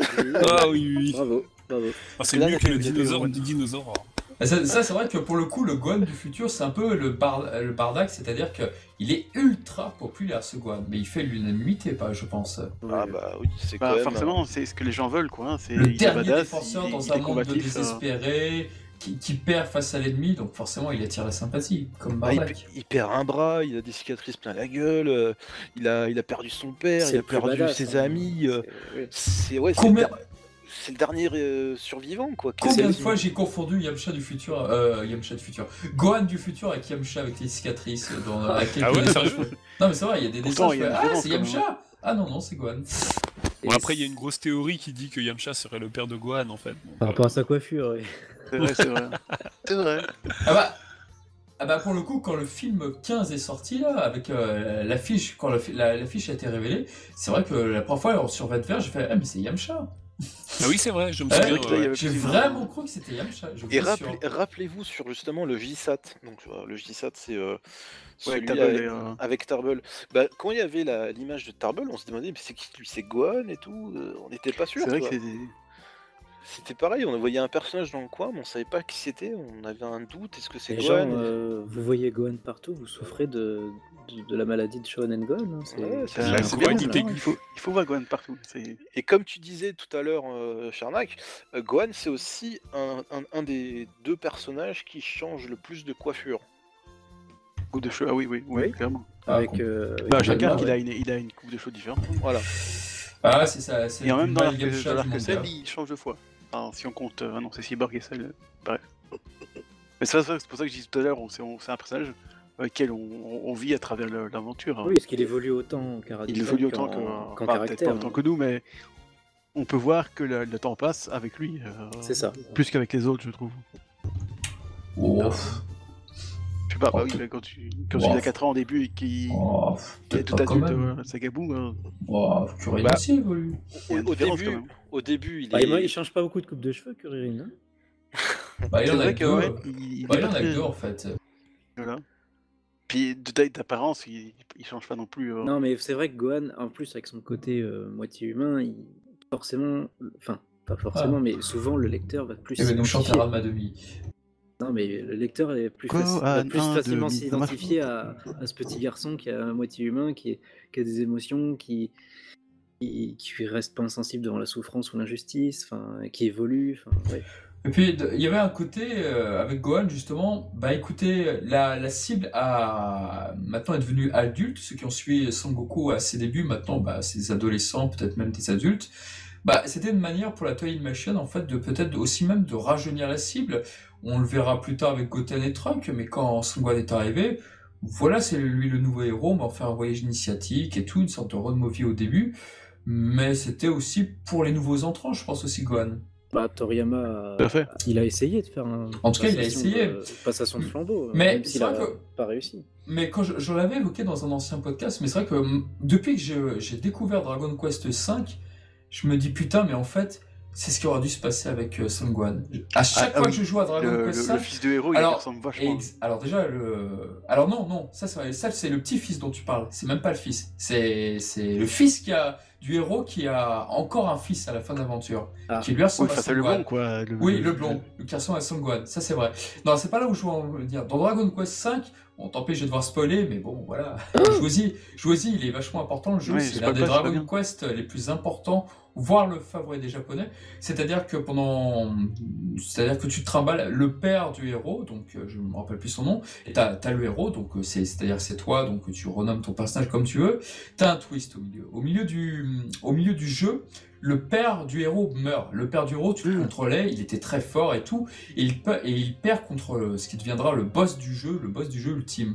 [SPEAKER 3] Ah oui, oui, oui.
[SPEAKER 1] Bravo, bravo.
[SPEAKER 3] Ah, c'est
[SPEAKER 6] Là,
[SPEAKER 3] mieux
[SPEAKER 6] la
[SPEAKER 3] que le
[SPEAKER 6] communauté,
[SPEAKER 3] dinosaure
[SPEAKER 6] ouais.
[SPEAKER 3] du dinosaure.
[SPEAKER 5] Bah, ça, ça, c'est vrai que pour le coup, le Gohan du futur, c'est un peu le, bar- le Bardak, c'est-à-dire que il est ultra populaire ce Gohan, mais il fait l'unanimité, pas, je pense.
[SPEAKER 6] Ah, bah oui, c'est
[SPEAKER 4] Bah,
[SPEAKER 6] quand même.
[SPEAKER 4] forcément, c'est ce que les gens veulent, quoi. hein, C'est
[SPEAKER 5] Le
[SPEAKER 4] il est
[SPEAKER 5] dernier
[SPEAKER 4] badass,
[SPEAKER 5] défenseur
[SPEAKER 4] il est-
[SPEAKER 5] dans
[SPEAKER 4] il est
[SPEAKER 5] un monde de
[SPEAKER 4] combatif, euh,
[SPEAKER 5] désespéré, qui, qui perd face à l'ennemi, donc forcément, il attire la sympathie, comme
[SPEAKER 6] Bah, il,
[SPEAKER 5] Bardak.
[SPEAKER 6] il perd un bras, il a des cicatrices plein la gueule, euh, il, a, il a perdu son père,
[SPEAKER 1] C'est
[SPEAKER 6] il a
[SPEAKER 1] le plus
[SPEAKER 6] perdu
[SPEAKER 1] badass,
[SPEAKER 6] ses
[SPEAKER 1] hein.
[SPEAKER 6] amis. euh,
[SPEAKER 1] C'est- oui.
[SPEAKER 6] C'est ouais, c'est le,
[SPEAKER 5] Combien,
[SPEAKER 6] der- c'est le dernier euh, survivant quoi. qui
[SPEAKER 5] combien de
[SPEAKER 6] reste-
[SPEAKER 5] fois j'ai confondu Yamcha du futur, euh, Yamcha du futur, Gohan du futur avec Yamcha avec les cicatrices dans à quelques
[SPEAKER 3] Ah ouais,
[SPEAKER 5] dessins.
[SPEAKER 3] sérieux
[SPEAKER 5] Non mais c'est vrai, il y a des
[SPEAKER 4] Pourtant,
[SPEAKER 5] dessins.
[SPEAKER 4] il y
[SPEAKER 5] je
[SPEAKER 4] a une
[SPEAKER 5] fais, ah
[SPEAKER 4] violence,
[SPEAKER 5] c'est
[SPEAKER 4] quand même. hein.
[SPEAKER 5] Yamcha Ah non non c'est Gohan.
[SPEAKER 3] Bon,
[SPEAKER 1] Et
[SPEAKER 3] après, il y a une grosse théorie qui dit que Yamcha serait le père de Gohan, en fait. Donc,
[SPEAKER 1] Par
[SPEAKER 3] euh,
[SPEAKER 1] rapport à sa coiffure, oui.
[SPEAKER 4] hein. C'est vrai, c'est vrai. C'est vrai.
[SPEAKER 5] Ah bah, ah bah pour le coup, quand le film 15 est sorti, là, avec euh, l'affiche, quand le fi- la- l'affiche a été révélée, c'est vrai que la première fois, on survêt de verre, j'ai fait Ah, mais c'est Yamcha
[SPEAKER 3] Ah oui, c'est vrai, je me
[SPEAKER 5] Ah,
[SPEAKER 3] souviens.
[SPEAKER 5] oui,
[SPEAKER 3] ouais.
[SPEAKER 6] il y avait
[SPEAKER 5] J'ai
[SPEAKER 6] plus-
[SPEAKER 5] vraiment cru que c'était Yamcha. Je
[SPEAKER 6] Et
[SPEAKER 5] vous assure.
[SPEAKER 6] rappelez- rappelez-vous sur justement le JSAT. Donc euh, le JSAT c'est euh,
[SPEAKER 4] Ouais,
[SPEAKER 6] celui
[SPEAKER 4] t'as
[SPEAKER 6] avec,
[SPEAKER 4] les, euh,
[SPEAKER 6] avec Tarble. Bah, quand il y avait la- l'image de Tarble, on se demandait mais c'est qui lui, c'est Gohan et tout. euh, on n'était pas sûr.
[SPEAKER 4] C'est vrai que
[SPEAKER 6] quoi.
[SPEAKER 4] c'est des-
[SPEAKER 6] C'était pareil, on voyait un personnage dans le coin, mais on savait pas qui c'était. On avait un doute. Est-ce que c'est
[SPEAKER 1] Les
[SPEAKER 6] Gohan
[SPEAKER 1] gens, euh, vous voyez Gohan partout, vous souffrez de, de, de la maladie de Shonen Gohan. hein, c'est
[SPEAKER 6] Ouais,
[SPEAKER 1] c'est
[SPEAKER 6] c'est-
[SPEAKER 4] Ouais,
[SPEAKER 1] un
[SPEAKER 4] c'est
[SPEAKER 1] problème, hein,
[SPEAKER 4] bien,
[SPEAKER 1] là.
[SPEAKER 4] il faut, il faut voir Gohan partout. C'est
[SPEAKER 6] Et comme tu disais tout à l'heure, euh, Charnac, euh, Gohan, c'est aussi un, un- un des deux personnages qui change le plus de coiffure.
[SPEAKER 4] coupe de cheveux. Ah oui, oui, oui,
[SPEAKER 1] Oui.
[SPEAKER 4] clairement.
[SPEAKER 5] Ah,
[SPEAKER 1] Avec,
[SPEAKER 5] con.
[SPEAKER 1] euh, avec
[SPEAKER 4] Bah,
[SPEAKER 5] chaque
[SPEAKER 1] Gohan,
[SPEAKER 4] chacun,
[SPEAKER 5] arc,
[SPEAKER 1] ouais.
[SPEAKER 4] il, a une, il a une coupe de cheveux différente.
[SPEAKER 6] Voilà.
[SPEAKER 5] Ah, c'est ça, c'est
[SPEAKER 4] Et en
[SPEAKER 5] du
[SPEAKER 4] même dans
[SPEAKER 5] mal
[SPEAKER 4] l'arc
[SPEAKER 5] Yamcha
[SPEAKER 4] dans
[SPEAKER 5] du
[SPEAKER 4] l'arc
[SPEAKER 5] manga.
[SPEAKER 4] Cell, il change de fois. Enfin, si on compte, euh, ah non, c'est Cyborg et Cell, euh, bref. Mais c'est vrai, c'est pour ça que je disais tout à l'heure, on- c'est on- c'est un personnage euh, auquel on, on- on vit à travers le- l'aventure. hein.
[SPEAKER 1] Oui, parce qu'il évolue autant en caractère.
[SPEAKER 4] Il évolue autant
[SPEAKER 1] qu'en-
[SPEAKER 4] que.
[SPEAKER 1] qu'en
[SPEAKER 4] bah, Peut-être
[SPEAKER 1] caractère. hein.
[SPEAKER 4] pas autant que nous, mais on peut voir que le, le temps passe avec lui. euh,
[SPEAKER 1] C'est ça.
[SPEAKER 4] Plus qu'avec les autres, je trouve.
[SPEAKER 5] Oh,
[SPEAKER 4] Je sais pas, bah
[SPEAKER 5] Oh,
[SPEAKER 4] oui,
[SPEAKER 5] tout-
[SPEAKER 4] mais quand tu, quand
[SPEAKER 5] Wow.
[SPEAKER 4] il a 4 ans au début et qu'il
[SPEAKER 5] oh,
[SPEAKER 4] qu'il est
[SPEAKER 5] peut-être
[SPEAKER 4] tout
[SPEAKER 5] pas quand
[SPEAKER 4] adulte,
[SPEAKER 5] même.
[SPEAKER 4] euh, Sagabou, hein,
[SPEAKER 5] Oh, Kuririn
[SPEAKER 6] Bah.
[SPEAKER 5] aussi évolue.
[SPEAKER 6] Au,
[SPEAKER 4] il y a une
[SPEAKER 6] au
[SPEAKER 4] différence, quand
[SPEAKER 6] début,
[SPEAKER 4] même.
[SPEAKER 6] au début, il
[SPEAKER 1] Bah,
[SPEAKER 5] Ah,
[SPEAKER 6] est.
[SPEAKER 1] il, il change pas beaucoup de coupe de cheveux, Kuririn. hein.
[SPEAKER 5] Bah, il y
[SPEAKER 4] C'est
[SPEAKER 5] en a
[SPEAKER 4] vrai
[SPEAKER 5] que
[SPEAKER 4] que,
[SPEAKER 5] deux.
[SPEAKER 4] ouais, il, il
[SPEAKER 5] Bah,
[SPEAKER 4] est
[SPEAKER 5] il y en
[SPEAKER 4] pas
[SPEAKER 5] a que
[SPEAKER 4] très-
[SPEAKER 5] deux en fait.
[SPEAKER 4] Voilà. Puis de taille d'apparence, il, il change pas non plus. euh,
[SPEAKER 1] Non, mais c'est vrai que Gohan, en plus, avec son côté euh, moitié humain, il... forcément. Enfin, pas forcément, mais souvent le lecteur va plus.
[SPEAKER 5] Il va nous chanter
[SPEAKER 1] s'identifier.
[SPEAKER 5] Rama demi.
[SPEAKER 1] Non, mais le lecteur est plus,
[SPEAKER 4] Gohan,
[SPEAKER 1] faci- va plus
[SPEAKER 4] un,
[SPEAKER 1] facilement
[SPEAKER 4] deux, mi- ça marche.
[SPEAKER 1] s'identifier à, à ce petit garçon qui est à moitié humain, qui, est- qui a des émotions, qui, qui, qui reste pas insensible devant la souffrance ou l'injustice, enfin, qui évolue. enfin, ouais.
[SPEAKER 5] Et puis, de- il y avait un côté euh, avec Gohan, justement, bah écoutez, la, la cible a, maintenant est devenue adulte, ceux qui ont suivi Son Goku à ses débuts, maintenant, bah, c'est des adolescents, peut-être même des adultes. Bah, c'était une manière pour la Toei Machine, en fait, de peut-être aussi même de rajeunir la cible. On le verra plus tard avec Goten et Trunk, mais quand Son Gohan est arrivé, voilà, c'est lui le nouveau héros, mais on fait un voyage initiatique et tout, une sorte de road movie au début. Mais c'était aussi pour les nouveaux entrants, je pense aussi, Gohan.
[SPEAKER 1] Bah, Toriyama,
[SPEAKER 4] Tout à fait.
[SPEAKER 1] il a essayé de faire un.
[SPEAKER 5] En tout cas, il a
[SPEAKER 1] passation
[SPEAKER 5] essayé.
[SPEAKER 1] de- passation de flambeau, hein,
[SPEAKER 5] Mais
[SPEAKER 1] même
[SPEAKER 5] c'est
[SPEAKER 1] s'il a
[SPEAKER 5] vrai que-
[SPEAKER 1] pas réussi.
[SPEAKER 5] Mais quand je, je l'avais évoqué dans un ancien podcast, mais c'est vrai que hum, depuis que j'ai- j'ai découvert Dragon Quest V, je me dis putain, mais en fait, C'est ce qui aurait dû se passer avec euh, Son Gohan. À chaque
[SPEAKER 4] ah
[SPEAKER 5] fois
[SPEAKER 4] oui,
[SPEAKER 5] que je joue à Dragon
[SPEAKER 4] Le, le-
[SPEAKER 5] Quest
[SPEAKER 4] le
[SPEAKER 5] V,
[SPEAKER 4] fils de héros, il
[SPEAKER 5] Alors,
[SPEAKER 4] ressemble
[SPEAKER 5] Et
[SPEAKER 4] vachement.
[SPEAKER 5] ex- Alors déjà le, alors non non, ça c'est ça, c'est le petit fils dont tu parles. C'est même pas le fils. C'est c'est le fils qui a du héros qui a encore un fils à la fin de l'aventure,
[SPEAKER 1] Ah.
[SPEAKER 5] qui lui ressemble
[SPEAKER 4] Oui,
[SPEAKER 5] à
[SPEAKER 4] enfin, c'est
[SPEAKER 5] Son
[SPEAKER 4] le
[SPEAKER 5] Gohan.
[SPEAKER 4] bon,
[SPEAKER 2] Quoi, le,
[SPEAKER 5] Oui, le blond, le garçon à Son Gohan, ça c'est vrai. Non, c'est pas là où je veux en dire. Dans Dragon Quest V, bon, tant pis, je vais devoir spoiler, mais bon, voilà. Jouez-y, jouez-y, Ah, il est vachement important le jeu.
[SPEAKER 4] Euh, Oui,
[SPEAKER 5] c'est
[SPEAKER 4] spoil
[SPEAKER 5] l'un des
[SPEAKER 4] pas, c'est pas
[SPEAKER 5] Dragon Quest les plus importants, voire le favori des Japonais. C'est-à-dire que pendant. C'est-à-dire que tu trimbales le père du héros, donc euh, je me rappelle plus son nom, et t'as t'as le héros, donc euh, c'est- c'est-à-dire c'est toi, donc tu renommes ton personnage comme tu veux. T'as un twist au milieu. Au milieu du, au milieu du jeu, le père du héros meurt. Le père du héros, tu le
[SPEAKER 4] Mm.
[SPEAKER 5] contrôlais, il était très fort et tout, et il, pe- et il perd contre euh, ce qui deviendra le boss du jeu, le boss du jeu ultime.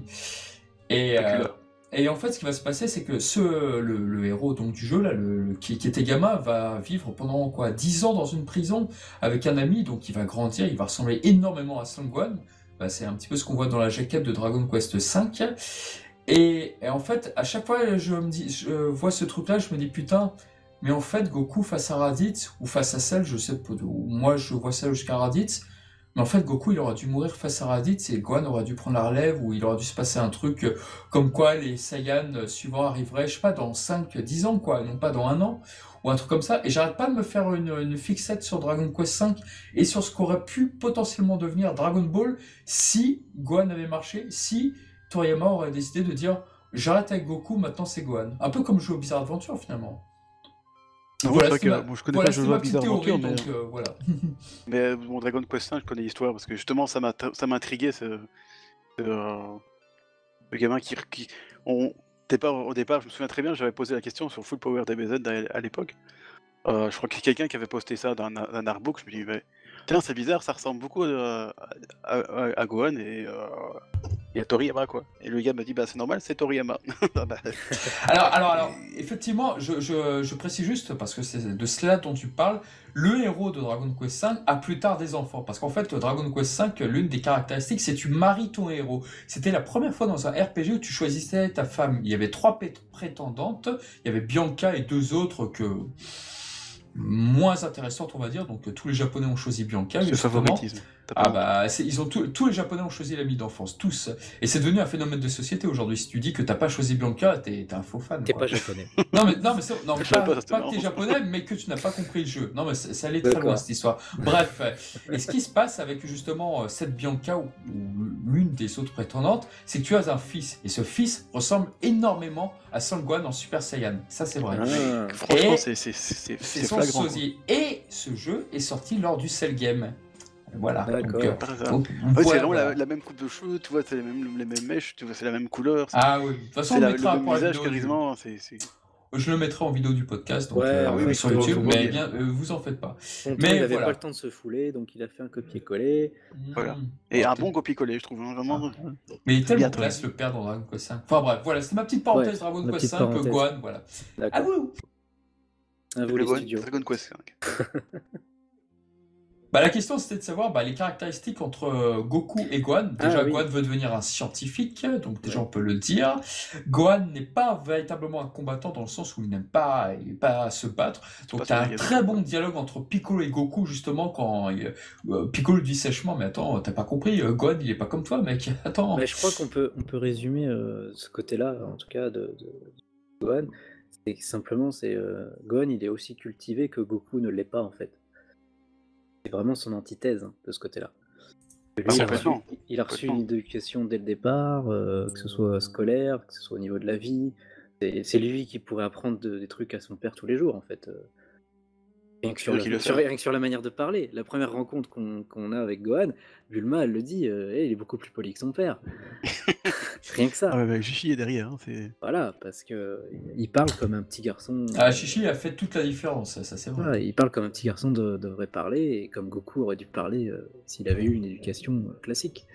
[SPEAKER 5] Et, euh,
[SPEAKER 4] Dracula.
[SPEAKER 5] et en fait, ce qui va se passer, c'est que ce, le, le héros donc, du jeu, là, le, le- qui, qui était gamin, va vivre pendant quoi 10 ans dans une prison avec un ami, donc il va grandir, il va ressembler énormément à Son Gohan. Bah, c'est un petit peu ce qu'on voit dans la jaquette de Dragon Quest V. Et, et en fait, à chaque fois je me dis, je vois ce truc-là, je me dis putain, mais en fait, Goku face à Raditz ou face à Cell, je sais pas, ou moi je vois Cell jusqu'à Raditz, mais en fait, Goku il aurait dû mourir face à Raditz et Gohan aurait dû prendre la relève ou il aurait dû se passer un truc euh, comme quoi les Saiyans euh, suivants arriveraient, je sais pas, dans 5-10 ans quoi, et non pas dans un an ou un truc comme ça. Et j'arrête pas de me faire une, une fixette sur Dragon Quest V et sur ce qu'aurait pu potentiellement devenir Dragon Ball si Gohan avait marché, si Toriyama aurait décidé de dire j'arrête avec Goku, maintenant c'est Gohan. Un peu comme jouer au Bizarre Adventure finalement.
[SPEAKER 2] Non,
[SPEAKER 5] Voilà,
[SPEAKER 2] c'est vrai
[SPEAKER 5] c'est
[SPEAKER 2] que
[SPEAKER 5] ma-
[SPEAKER 2] bon, je connais
[SPEAKER 5] Voilà,
[SPEAKER 2] pas
[SPEAKER 5] c'est
[SPEAKER 2] le
[SPEAKER 5] ma
[SPEAKER 2] jeu
[SPEAKER 5] petite
[SPEAKER 2] Bizarre
[SPEAKER 5] théorie,
[SPEAKER 2] Aventure, mais
[SPEAKER 5] donc euh, voilà.
[SPEAKER 4] Mais euh, bon, Dragon Quest 5, je connais l'histoire parce que justement, ça m'a ça m'intriguait ce, ce, euh, le gamin qui, qui- on, départ, au départ, je me souviens très bien, j'avais posé la question sur Full Power DBZ à, à l'époque. Euh, je crois que c'est quelqu'un qui avait posté ça dans un- un artbook. Je me dis, mais, tiens, c'est bizarre, ça ressemble beaucoup euh, à, à- à Gohan et, euh, et à Toriyama quoi. Et le gars m'a dit, bah c'est normal, c'est Toriyama. Ah bah,
[SPEAKER 5] Alors, alors, alors, effectivement, je, je, je précise juste, parce que c'est de cela dont tu parles, le héros de Dragon Quest V a plus tard des enfants. Parce qu'en fait, Dragon Quest V, l'une des caractéristiques, c'est tu maries ton héros. C'était la première fois dans un RPG où tu choisissais ta femme. Il y avait trois pét- prétendantes, il y avait Bianca et deux autres que moins intéressantes, on va dire. Donc tous les Japonais ont choisi Bianca.
[SPEAKER 4] le
[SPEAKER 5] justement.
[SPEAKER 4] favoritisme. T'as
[SPEAKER 5] Ah
[SPEAKER 4] pas-
[SPEAKER 5] bah, c'est- ils ont tous- tous les Japonais ont choisi l'ami d'enfance, tous. Et c'est devenu un phénomène de société aujourd'hui. Si tu dis que t'as pas choisi Bianca, t'es t'es un faux fan.
[SPEAKER 1] T'es
[SPEAKER 5] quoi.
[SPEAKER 1] pas japonais.
[SPEAKER 5] Non mais, non, mais, c'est- non, mais
[SPEAKER 4] Je
[SPEAKER 5] pas,
[SPEAKER 4] savais pas, c'était
[SPEAKER 5] pas que t'es
[SPEAKER 4] marrant.
[SPEAKER 5] japonais, mais que tu n'as pas compris le jeu. Non mais c'est- ça allait très
[SPEAKER 1] D'accord.
[SPEAKER 5] loin cette histoire. Bref, euh, et ce qui se passe avec justement euh, cette Bianca ou, ou l'une des autres prétendantes, c'est que tu as un fils. Et ce fils ressemble énormément à Son Gohan en Super Saiyan. Ça c'est
[SPEAKER 1] Ah,
[SPEAKER 5] vrai.
[SPEAKER 4] Franchement,
[SPEAKER 5] Et-
[SPEAKER 4] c'est c'est- c'est-
[SPEAKER 5] c'est
[SPEAKER 4] c'est
[SPEAKER 5] son
[SPEAKER 4] flagrant.
[SPEAKER 5] sosie. Et ce jeu est sorti lors du Cell Game. Voilà.
[SPEAKER 1] D'accord.
[SPEAKER 5] Donc, euh,
[SPEAKER 4] quoi. Par hasard.
[SPEAKER 5] donc,
[SPEAKER 4] Ah oui,
[SPEAKER 5] voilà,
[SPEAKER 4] c'est vraiment
[SPEAKER 5] voilà.
[SPEAKER 4] la, la même coupe de cheveux, tu vois, c'est les mêmes, les mêmes mèches, tu vois, c'est la même couleur. c'est-
[SPEAKER 5] Ah oui, de toute façon,
[SPEAKER 4] c'est
[SPEAKER 5] on
[SPEAKER 4] la- le
[SPEAKER 5] mettra
[SPEAKER 4] même
[SPEAKER 5] pour la
[SPEAKER 4] visage,
[SPEAKER 5] vidéo du-
[SPEAKER 4] quasiment. c'est- c'est-
[SPEAKER 5] Je le mettrai en vidéo du podcast, donc
[SPEAKER 1] Ouais,
[SPEAKER 5] euh,
[SPEAKER 1] oui,
[SPEAKER 5] enfin,
[SPEAKER 1] oui,
[SPEAKER 5] sur
[SPEAKER 1] je peux-
[SPEAKER 5] YouTube,
[SPEAKER 1] je peux
[SPEAKER 5] mais
[SPEAKER 1] dire.
[SPEAKER 5] bien, euh, vous en faites pas.
[SPEAKER 1] Son temps,
[SPEAKER 5] Mais
[SPEAKER 1] il avait
[SPEAKER 5] voilà.
[SPEAKER 1] pas le temps de se fouler, donc il a fait un copier-coller.
[SPEAKER 4] Voilà.
[SPEAKER 5] Mm.
[SPEAKER 4] Et un bon copier-coller, je trouve, hein, vraiment.
[SPEAKER 1] Ah,
[SPEAKER 5] Mais il est tellement
[SPEAKER 4] Bientôt.
[SPEAKER 5] classe le père dans Dragon Quest 5. Enfin bref, voilà, c'est ma petite parenthèse
[SPEAKER 1] Ouais,
[SPEAKER 5] Dragon
[SPEAKER 1] ma
[SPEAKER 5] Quest
[SPEAKER 1] petite
[SPEAKER 5] 5,
[SPEAKER 1] parenthèse.
[SPEAKER 5] Gohan, voilà. Ah
[SPEAKER 1] D'accord.
[SPEAKER 5] oui, oui.
[SPEAKER 1] Un
[SPEAKER 4] Le
[SPEAKER 1] volet
[SPEAKER 4] bon
[SPEAKER 1] studio.
[SPEAKER 4] Dragon Quest 5.
[SPEAKER 5] Bah, la question c'était de savoir bah, les caractéristiques entre euh, Goku et Gohan. Déjà,
[SPEAKER 1] Ah, oui.
[SPEAKER 5] Gohan veut devenir un scientifique, donc déjà on peut le dire. Gohan n'est pas véritablement un combattant dans le sens où il n'aime pas, il aime pas se battre. Donc
[SPEAKER 4] pas
[SPEAKER 5] tu as
[SPEAKER 4] son
[SPEAKER 5] un
[SPEAKER 4] magasin,
[SPEAKER 5] très
[SPEAKER 4] quoi.
[SPEAKER 5] bon dialogue entre Piccolo et Goku justement quand il- euh, Piccolo dit sèchement mais attends t'as pas compris euh, Gohan il est pas comme toi mec attends
[SPEAKER 1] Mais je crois qu'on peut, on peut résumer euh, ce côté-là, en tout cas, de, de, de Gohan. C'est que simplement, c'est euh, Gohan, il est aussi cultivé que Goku ne l'est pas, en fait. C'est vraiment son antithèse hein, de ce côté-là. Lui,
[SPEAKER 4] Ah,
[SPEAKER 1] il, a reçu,
[SPEAKER 4] complètement.
[SPEAKER 1] il a reçu une
[SPEAKER 4] complètement.
[SPEAKER 1] éducation dès le départ, euh, que ce soit scolaire, que ce soit au niveau de la vie. C'est c'est lui qui pourrait apprendre de- des trucs à son père tous les jours, en fait. euh. Rien que, sur
[SPEAKER 4] Oui,
[SPEAKER 1] la,
[SPEAKER 4] qu'il le
[SPEAKER 1] sur-
[SPEAKER 4] fait.
[SPEAKER 1] rien que sur la manière de parler. La première rencontre qu'on qu'on a avec Gohan, Bulma, elle le dit, euh, Eh, il est beaucoup plus poli que son père. Rien que ça.
[SPEAKER 4] Ah ouais, bah, Chichi est derrière. hein, c'est-
[SPEAKER 1] Voilà, parce que euh, il parle comme un petit garçon.
[SPEAKER 5] Ah Chichi a fait toute la différence ça, ça, c'est vrai
[SPEAKER 1] Ouais, il parle comme un petit garçon de- devrait parler et comme Goku aurait dû parler euh, s'il avait eu une éducation euh, classique.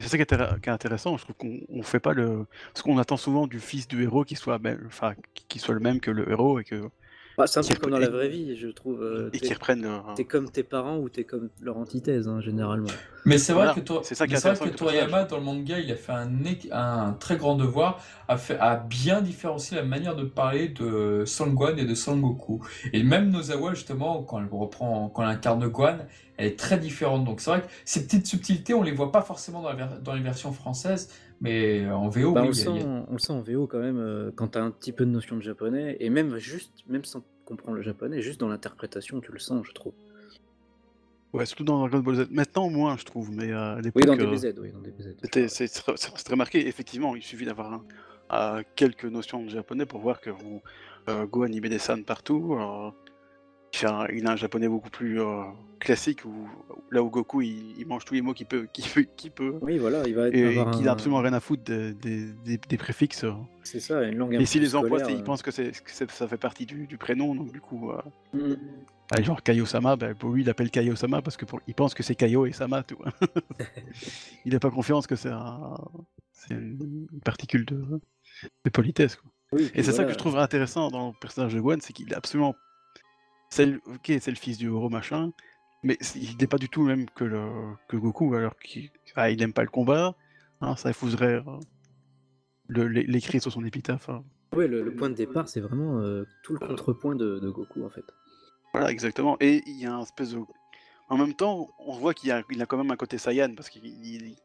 [SPEAKER 4] C'est ça qui est, intér- qui est intéressant, je trouve qu'on on fait pas le. Parce qu'on attend souvent du fils du héros qui soit, même- enfin, qui soit le même que le héros et que
[SPEAKER 1] Bah, c'est un peu
[SPEAKER 4] Qui-
[SPEAKER 1] comme dans la vraie vie, je trouve. euh,
[SPEAKER 4] Et
[SPEAKER 1] t'es-
[SPEAKER 4] qui reprennent. euh,
[SPEAKER 1] T'es comme tes parents ou t'es comme leur antithèse, hein, généralement.
[SPEAKER 5] Mais c'est vrai
[SPEAKER 4] Voilà.
[SPEAKER 5] que, Tor-
[SPEAKER 4] C'est ça qui est
[SPEAKER 5] mais c'est vrai
[SPEAKER 4] intéressant
[SPEAKER 5] que
[SPEAKER 4] avec le
[SPEAKER 5] Toriyama, dans le manga, il a fait un, é- un très grand devoir à, fait- à bien différencier la manière de parler de Sangwan et de Sangoku. Et même Nozawa, justement, quand elle reprend, quand elle incarne Guan, elle est très différente. Donc c'est vrai que ces petites subtilités, on les voit pas forcément dans, la ver- dans les versions françaises, mais en VO,
[SPEAKER 1] Bah, on, le
[SPEAKER 5] oui, il y
[SPEAKER 1] sent,
[SPEAKER 5] a- il y a-
[SPEAKER 1] on le sent en VO quand même, euh, quand t'as un petit peu de notion de japonais, et même juste, même sans comprendre le japonais, juste dans l'interprétation, tu le sens, je trouve.
[SPEAKER 4] Ouais, surtout dans Dragon Ball Z. Maintenant, moins, je trouve, mais euh, à l'époque.
[SPEAKER 1] Oui, dans
[SPEAKER 4] euh,
[SPEAKER 1] DBZ, oui, dans DBZ.
[SPEAKER 4] C'était c'est très- c'est très marqué, effectivement, il suffit d'avoir un- euh, quelques notions de japonais pour voir que vous, euh, Gohan il met des san partout. euh, il, fait un, il a un japonais beaucoup plus euh, classique, où, là où Goku il, il mange tous les mots qu'il peut, qu'il peut, qu'il peut,
[SPEAKER 1] Oui, voilà, il va
[SPEAKER 4] et,
[SPEAKER 1] avoir
[SPEAKER 4] qu'il a
[SPEAKER 1] un-
[SPEAKER 4] absolument rien à foutre des, des- des- des préfixes. euh.
[SPEAKER 1] C'est ça, une langue un
[SPEAKER 4] Et si
[SPEAKER 1] peu
[SPEAKER 4] les emplois,
[SPEAKER 1] scolaire,
[SPEAKER 4] ils pensent que, c'est- que c'est- ça fait partie du, du prénom, donc du coup, euh,
[SPEAKER 1] euh. Mm.
[SPEAKER 4] ah, genre Kaio-sama, bah, pour lui il appelle Kaio-sama parce que pour- il pense que c'est Kaio et Sama, tout. il n'a pas confiance que c'est un- c'est une une particule de, de politesse. quoi.
[SPEAKER 1] Oui,
[SPEAKER 4] Et
[SPEAKER 1] puis
[SPEAKER 4] c'est ça
[SPEAKER 1] voilà.
[SPEAKER 4] que je trouve intéressant dans le personnage de Gwen, c'est qu'il est absolument. c'est le- Ok, c'est le fils du héros machin, mais c'est- il n'est pas du tout le même que, le... que Goku, alors qu'il ah, il n'aime pas le combat. hein, ça effouserait euh, le- l'é- l'écrit sur son épitaphe. hein.
[SPEAKER 1] Ouais, le, le point de départ, c'est vraiment euh, tout le contrepoint de, de Goku, en fait.
[SPEAKER 4] Voilà, exactement. Et il y a un espèce de. En même temps, on voit qu'il y a, il a quand même un côté Saiyan, parce qu'il il-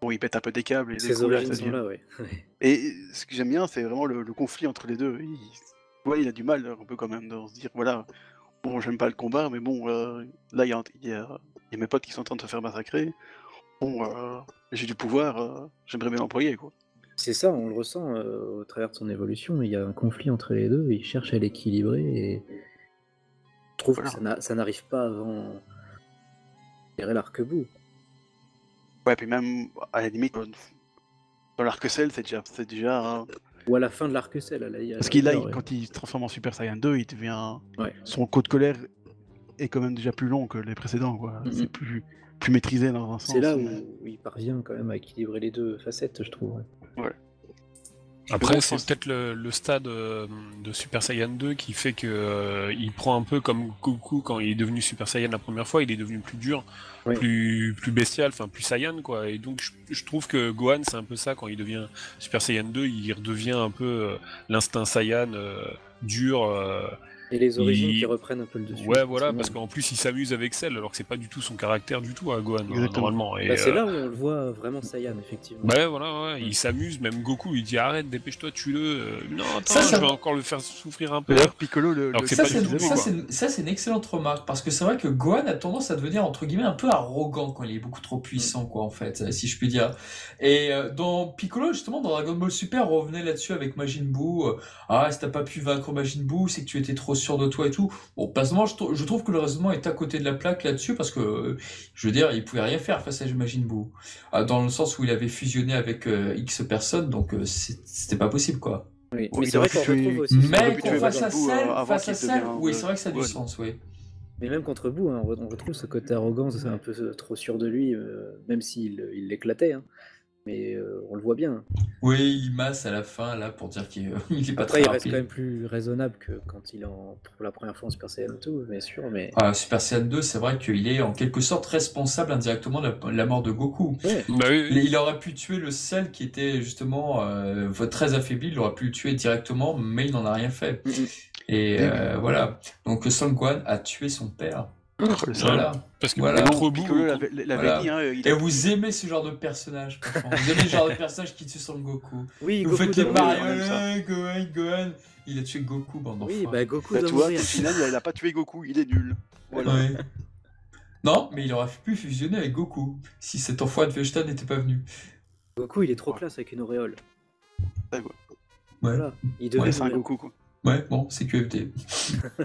[SPEAKER 4] bon, il pète un peu des câbles. Et,
[SPEAKER 1] Ses
[SPEAKER 4] des coups, là,
[SPEAKER 1] origines
[SPEAKER 4] ça
[SPEAKER 1] sont
[SPEAKER 4] devient-
[SPEAKER 1] là, oui.
[SPEAKER 4] et ce que j'aime bien, c'est vraiment le, le conflit entre les deux. Il, ouais, il a du mal, un peu quand même, de se dire voilà, bon, j'aime pas le combat, mais bon, euh, là, il y, a, il y a- il y a mes potes qui sont en train de se faire massacrer. Bon, euh, j'ai du pouvoir, euh, j'aimerais bien l'employer, quoi.
[SPEAKER 1] C'est ça, on le ressent euh, au travers de son évolution. Il y a un conflit entre les deux, il cherche à l'équilibrer et je trouve
[SPEAKER 4] Voilà.
[SPEAKER 1] que ça n'a- ça n'arrive pas avant je dirais, l'arc-bout.
[SPEAKER 4] Ouais, puis même, à la limite, euh, dans l'arc-sel, c'est déjà. C'est déjà hein,
[SPEAKER 1] Ou à la fin de l'arc-sel. à la-
[SPEAKER 4] Parce qu'il a,
[SPEAKER 1] alors, Euh, ouais.
[SPEAKER 4] quand il se transforme en Super Saiyan 2, il devient.
[SPEAKER 1] Ouais.
[SPEAKER 4] Son code colère est quand même déjà plus long que les précédents, quoi.
[SPEAKER 1] Mhm.
[SPEAKER 4] C'est plus, plus maîtrisé dans un sens.
[SPEAKER 1] C'est là où,
[SPEAKER 4] mais-
[SPEAKER 1] où il parvient quand même à équilibrer les deux facettes, je trouve. ouais.
[SPEAKER 3] Après,
[SPEAKER 4] bon,
[SPEAKER 3] c'est
[SPEAKER 4] c'est-
[SPEAKER 3] peut-être le, le stade euh, de Super Saiyan 2 qui fait que euh, il prend un peu comme Goku quand il est devenu Super Saiyan la première fois, il est devenu plus dur,
[SPEAKER 1] Oui.
[SPEAKER 3] plus, plus bestial, enfin plus Saiyan quoi. Et donc je, je trouve que Gohan c'est un peu ça quand il devient Super Saiyan 2, il redevient un peu euh, l'instinct Saiyan euh, dur. euh,
[SPEAKER 1] Et les origines
[SPEAKER 3] Il-
[SPEAKER 1] qui reprennent un peu le dessus.
[SPEAKER 3] ouais voilà,
[SPEAKER 5] Mm.
[SPEAKER 3] parce
[SPEAKER 1] effectivement.
[SPEAKER 3] qu'en plus il s'amuse avec Cell alors que c'est pas du tout son caractère du tout à Gohan hein,
[SPEAKER 4] Exactement.
[SPEAKER 3] normalement. Et,
[SPEAKER 1] Bah, c'est
[SPEAKER 3] euh,
[SPEAKER 1] là où on le voit vraiment Saiyan, effectivement.
[SPEAKER 3] bah ouais, voilà, ouais, il s'amuse, même Goku il dit arrête, dépêche-toi, tue-le. Euh, non, attends,
[SPEAKER 5] Ça, ça
[SPEAKER 3] je vais
[SPEAKER 5] me-
[SPEAKER 3] encore le faire souffrir un peu.
[SPEAKER 4] D'ailleurs, Piccolo, le.
[SPEAKER 3] Alors
[SPEAKER 4] le-
[SPEAKER 3] que c'est
[SPEAKER 5] ça,
[SPEAKER 3] pas
[SPEAKER 5] c'est,
[SPEAKER 3] du tout
[SPEAKER 5] ça,
[SPEAKER 3] quoi.
[SPEAKER 5] c'est- ça, c'est une excellente remarque parce que c'est vrai que Gohan a tendance à devenir entre guillemets un peu arrogant quand il est beaucoup trop puissant,
[SPEAKER 3] Mm.
[SPEAKER 5] quoi, en fait, euh, si je puis dire. Et euh, dans Piccolo, justement, dans Dragon Ball Super, on revenait là-dessus avec Majin Buu. euh, ah, si t'as pas pu vaincre Majin Buu, c'est que tu étais trop sûr de toi et tout. Bon, personnellement, je, trou- je trouve que le raisonnement est à côté de la plaque là-dessus parce que, euh, je veux dire, il pouvait rien faire face à Majin Buu. Ah, dans le sens où il avait fusionné avec euh, X personnes, donc euh, c'est- c'était pas possible, quoi.
[SPEAKER 1] Oui,
[SPEAKER 4] Bon,
[SPEAKER 1] mais
[SPEAKER 4] il
[SPEAKER 1] c'est
[SPEAKER 4] aurait
[SPEAKER 1] vrai qu'on
[SPEAKER 4] pu tuer-
[SPEAKER 1] retrouve aussi.
[SPEAKER 4] aurait
[SPEAKER 5] Mais
[SPEAKER 4] pu
[SPEAKER 5] qu'on
[SPEAKER 4] tuer
[SPEAKER 5] fasse
[SPEAKER 4] Majin
[SPEAKER 5] à
[SPEAKER 4] Buu, euh,
[SPEAKER 5] celle,
[SPEAKER 4] avant
[SPEAKER 5] face
[SPEAKER 4] qu'il
[SPEAKER 5] à celle,
[SPEAKER 4] devienne,
[SPEAKER 5] oui,
[SPEAKER 4] euh,
[SPEAKER 5] c'est vrai que ça a du
[SPEAKER 4] ouais.
[SPEAKER 5] sens, oui.
[SPEAKER 1] Mais même contre Bou, hein, on re- on retrouve ce côté arrogant, c'est un peu euh, trop sûr de lui, euh, même s'il euh, il l'éclatait. hein. Mais euh, on le voit bien.
[SPEAKER 5] Oui, il masse à la fin, là, pour dire qu'il il est pas
[SPEAKER 1] Après, il
[SPEAKER 5] très
[SPEAKER 1] reste
[SPEAKER 5] rapide.
[SPEAKER 1] quand même plus raisonnable que quand il est en, pour la première fois en Super Saiyan 2, bien sûr. Mais
[SPEAKER 5] Ah, Super Saiyan 2, c'est vrai qu'il est en quelque sorte responsable indirectement de la, la mort de Goku.
[SPEAKER 1] Ouais,
[SPEAKER 3] Bah oui, oui.
[SPEAKER 5] Il, il aurait pu tuer le sel qui était justement euh, très affaibli, il aurait pu le tuer directement, mais il n'en a rien fait.
[SPEAKER 1] Mhm.
[SPEAKER 5] Et euh, voilà. Donc Sangwan a tué son père.
[SPEAKER 4] le Saiyan.
[SPEAKER 5] Voilà.
[SPEAKER 3] Parce que
[SPEAKER 5] Voilà.
[SPEAKER 3] contre Boo,
[SPEAKER 4] Piccolo l'avait l'avait
[SPEAKER 5] Voilà.
[SPEAKER 4] dit, hein, il
[SPEAKER 5] Et vous aimez ce genre de personnage, franchement. Vous aimez le genre de personnage qui tue son Goku.
[SPEAKER 1] oui,
[SPEAKER 5] Vous faites les
[SPEAKER 1] doit
[SPEAKER 4] Mario.
[SPEAKER 1] mourir.
[SPEAKER 4] on aime ça.
[SPEAKER 5] marionnettes, Gohan, Gohan. Il a tué Goku, bande
[SPEAKER 1] hein, Oui,
[SPEAKER 5] d'enfoirés.
[SPEAKER 1] bah Goku
[SPEAKER 4] Bah,
[SPEAKER 1] doit
[SPEAKER 4] tu vois,
[SPEAKER 1] mourir.
[SPEAKER 4] au final, il a pas tué Goku, il est nul.
[SPEAKER 6] bah,
[SPEAKER 4] Voilà.
[SPEAKER 5] Ouais. Non, mais il aurait pu fusionner avec Goku si cet enfoiré de Vegeta n'était pas venu.
[SPEAKER 1] Goku, il est trop classe avec une auréole.
[SPEAKER 4] Ouais, ouais.
[SPEAKER 5] Ouais.
[SPEAKER 1] Voilà, il
[SPEAKER 4] Ouais,
[SPEAKER 1] devait
[SPEAKER 4] c'est un
[SPEAKER 1] mourir.
[SPEAKER 4] Goku, quoi.
[SPEAKER 5] Ouais, bon, c'est QFD.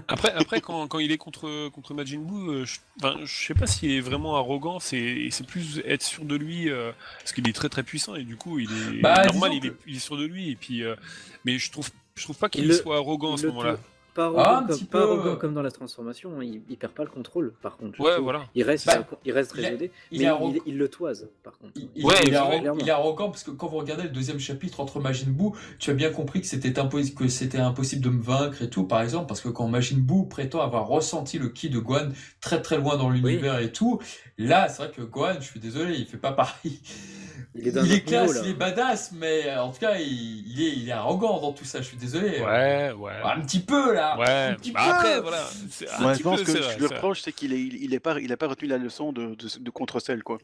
[SPEAKER 3] Après, après quand, quand il est contre, contre Majin Buu, euh, je, enfin, je sais pas s'il est vraiment arrogant, c'est c'est plus être sûr de lui, euh, parce qu'il est très très puissant et du coup, il est
[SPEAKER 5] Bah,
[SPEAKER 3] normal,
[SPEAKER 5] disons
[SPEAKER 3] il, est, il est sûr de lui. Et puis, euh, mais je trouve, je trouve pas
[SPEAKER 1] Il
[SPEAKER 3] qu'il
[SPEAKER 1] le-
[SPEAKER 3] soit arrogant à
[SPEAKER 1] il
[SPEAKER 3] ce
[SPEAKER 1] le
[SPEAKER 3] moment-là.
[SPEAKER 1] tou- Pas
[SPEAKER 5] Ah,
[SPEAKER 1] arrogant
[SPEAKER 5] un
[SPEAKER 1] comme,
[SPEAKER 5] petit
[SPEAKER 1] pas
[SPEAKER 5] peu,
[SPEAKER 1] arrogant
[SPEAKER 5] euh.
[SPEAKER 1] comme dans la transformation, hein, il, il perd pas le contrôle par contre. je
[SPEAKER 3] Ouais,
[SPEAKER 1] trouve.
[SPEAKER 3] voilà.
[SPEAKER 1] Il reste,
[SPEAKER 5] Bah,
[SPEAKER 1] il reste
[SPEAKER 5] il est-
[SPEAKER 1] raisonné, mais
[SPEAKER 5] il est
[SPEAKER 1] il,
[SPEAKER 5] arrogant.
[SPEAKER 1] il le toise par contre.
[SPEAKER 5] Il,
[SPEAKER 1] oui.
[SPEAKER 5] il-
[SPEAKER 3] Ouais,
[SPEAKER 5] il est
[SPEAKER 3] ouais,
[SPEAKER 5] arro-
[SPEAKER 1] clairement.
[SPEAKER 5] il est arrogant parce que quand vous regardez le deuxième chapitre entre Majin Buu, tu as bien compris que c'était impossible, que c'était impossible de me vaincre et tout, par exemple, parce que quand Majin Buu prétend avoir ressenti le ki de Gohan très très loin dans l'univers et tout, là c'est vrai que Gohan, je suis désolé, il fait pas pareil.
[SPEAKER 1] Il est d'un autre
[SPEAKER 5] classe,
[SPEAKER 1] niveau, là.
[SPEAKER 5] il est badass, mais euh, en tout cas il, il est, il est arrogant dans tout ça, je suis désolé. Bah,
[SPEAKER 3] Ouais, ouais.
[SPEAKER 5] Un petit peu là.
[SPEAKER 3] Ouais,
[SPEAKER 5] petit
[SPEAKER 3] bah
[SPEAKER 5] peu.
[SPEAKER 3] après, voilà. c'est un
[SPEAKER 4] Moi,
[SPEAKER 3] petit
[SPEAKER 4] je pense
[SPEAKER 3] peu,
[SPEAKER 4] que
[SPEAKER 3] c'est
[SPEAKER 4] je
[SPEAKER 3] vrai,
[SPEAKER 4] le
[SPEAKER 3] c'est vrai.
[SPEAKER 4] reproche, c'est qu'il est, il, il est pas, il a pas retenu la leçon de, de, de contre-cell, quoi.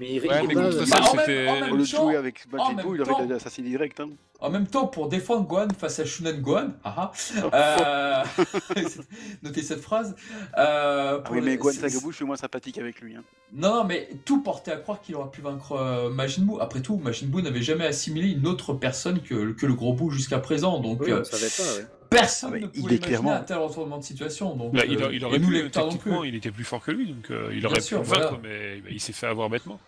[SPEAKER 1] Mais il,
[SPEAKER 3] Ouais,
[SPEAKER 1] il
[SPEAKER 3] mais
[SPEAKER 1] est pas-
[SPEAKER 3] contre
[SPEAKER 5] Bah,
[SPEAKER 3] ça,
[SPEAKER 5] en même-
[SPEAKER 3] c'était. euh,
[SPEAKER 5] en même
[SPEAKER 4] Au lieu de
[SPEAKER 5] Jean,
[SPEAKER 4] jouer avec
[SPEAKER 5] en
[SPEAKER 4] Majin
[SPEAKER 5] même
[SPEAKER 4] Buu, il
[SPEAKER 5] temps-
[SPEAKER 4] aurait assassiné direct. Hein.
[SPEAKER 5] En même temps, pour défendre Gohan face à Shunan Gohan, ah ah, euh, notez cette phrase. euh,
[SPEAKER 4] Ah
[SPEAKER 5] pour
[SPEAKER 4] oui, mais
[SPEAKER 5] les-
[SPEAKER 4] Guan
[SPEAKER 5] c'est-
[SPEAKER 4] Sagabu, je suis moins sympathique avec lui. Hein.
[SPEAKER 5] Non, non, mais tout portait à croire qu'il aurait pu vaincre euh, Majin Buu. Après tout, Majin Buu n'avait jamais assimilé une autre personne que, que le gros bout jusqu'à présent. Donc,
[SPEAKER 1] Oui, on
[SPEAKER 5] euh,
[SPEAKER 1] ne savait pas. ouais.
[SPEAKER 5] personne
[SPEAKER 4] Ah, mais
[SPEAKER 5] ne
[SPEAKER 4] il
[SPEAKER 5] pouvait
[SPEAKER 4] est
[SPEAKER 5] imaginer
[SPEAKER 4] clairement-
[SPEAKER 5] un tel retournement de situation. Donc,
[SPEAKER 3] Bah, il,
[SPEAKER 5] euh,
[SPEAKER 3] a- il aurait
[SPEAKER 5] et nous,
[SPEAKER 3] pu,
[SPEAKER 5] les lecteurs non plus.
[SPEAKER 3] tactiquement, il était plus fort que lui, donc euh, il aurait pu
[SPEAKER 5] sûr,
[SPEAKER 3] le vaincre,
[SPEAKER 5] voilà.
[SPEAKER 3] mais bah, il s'est fait avoir bêtement.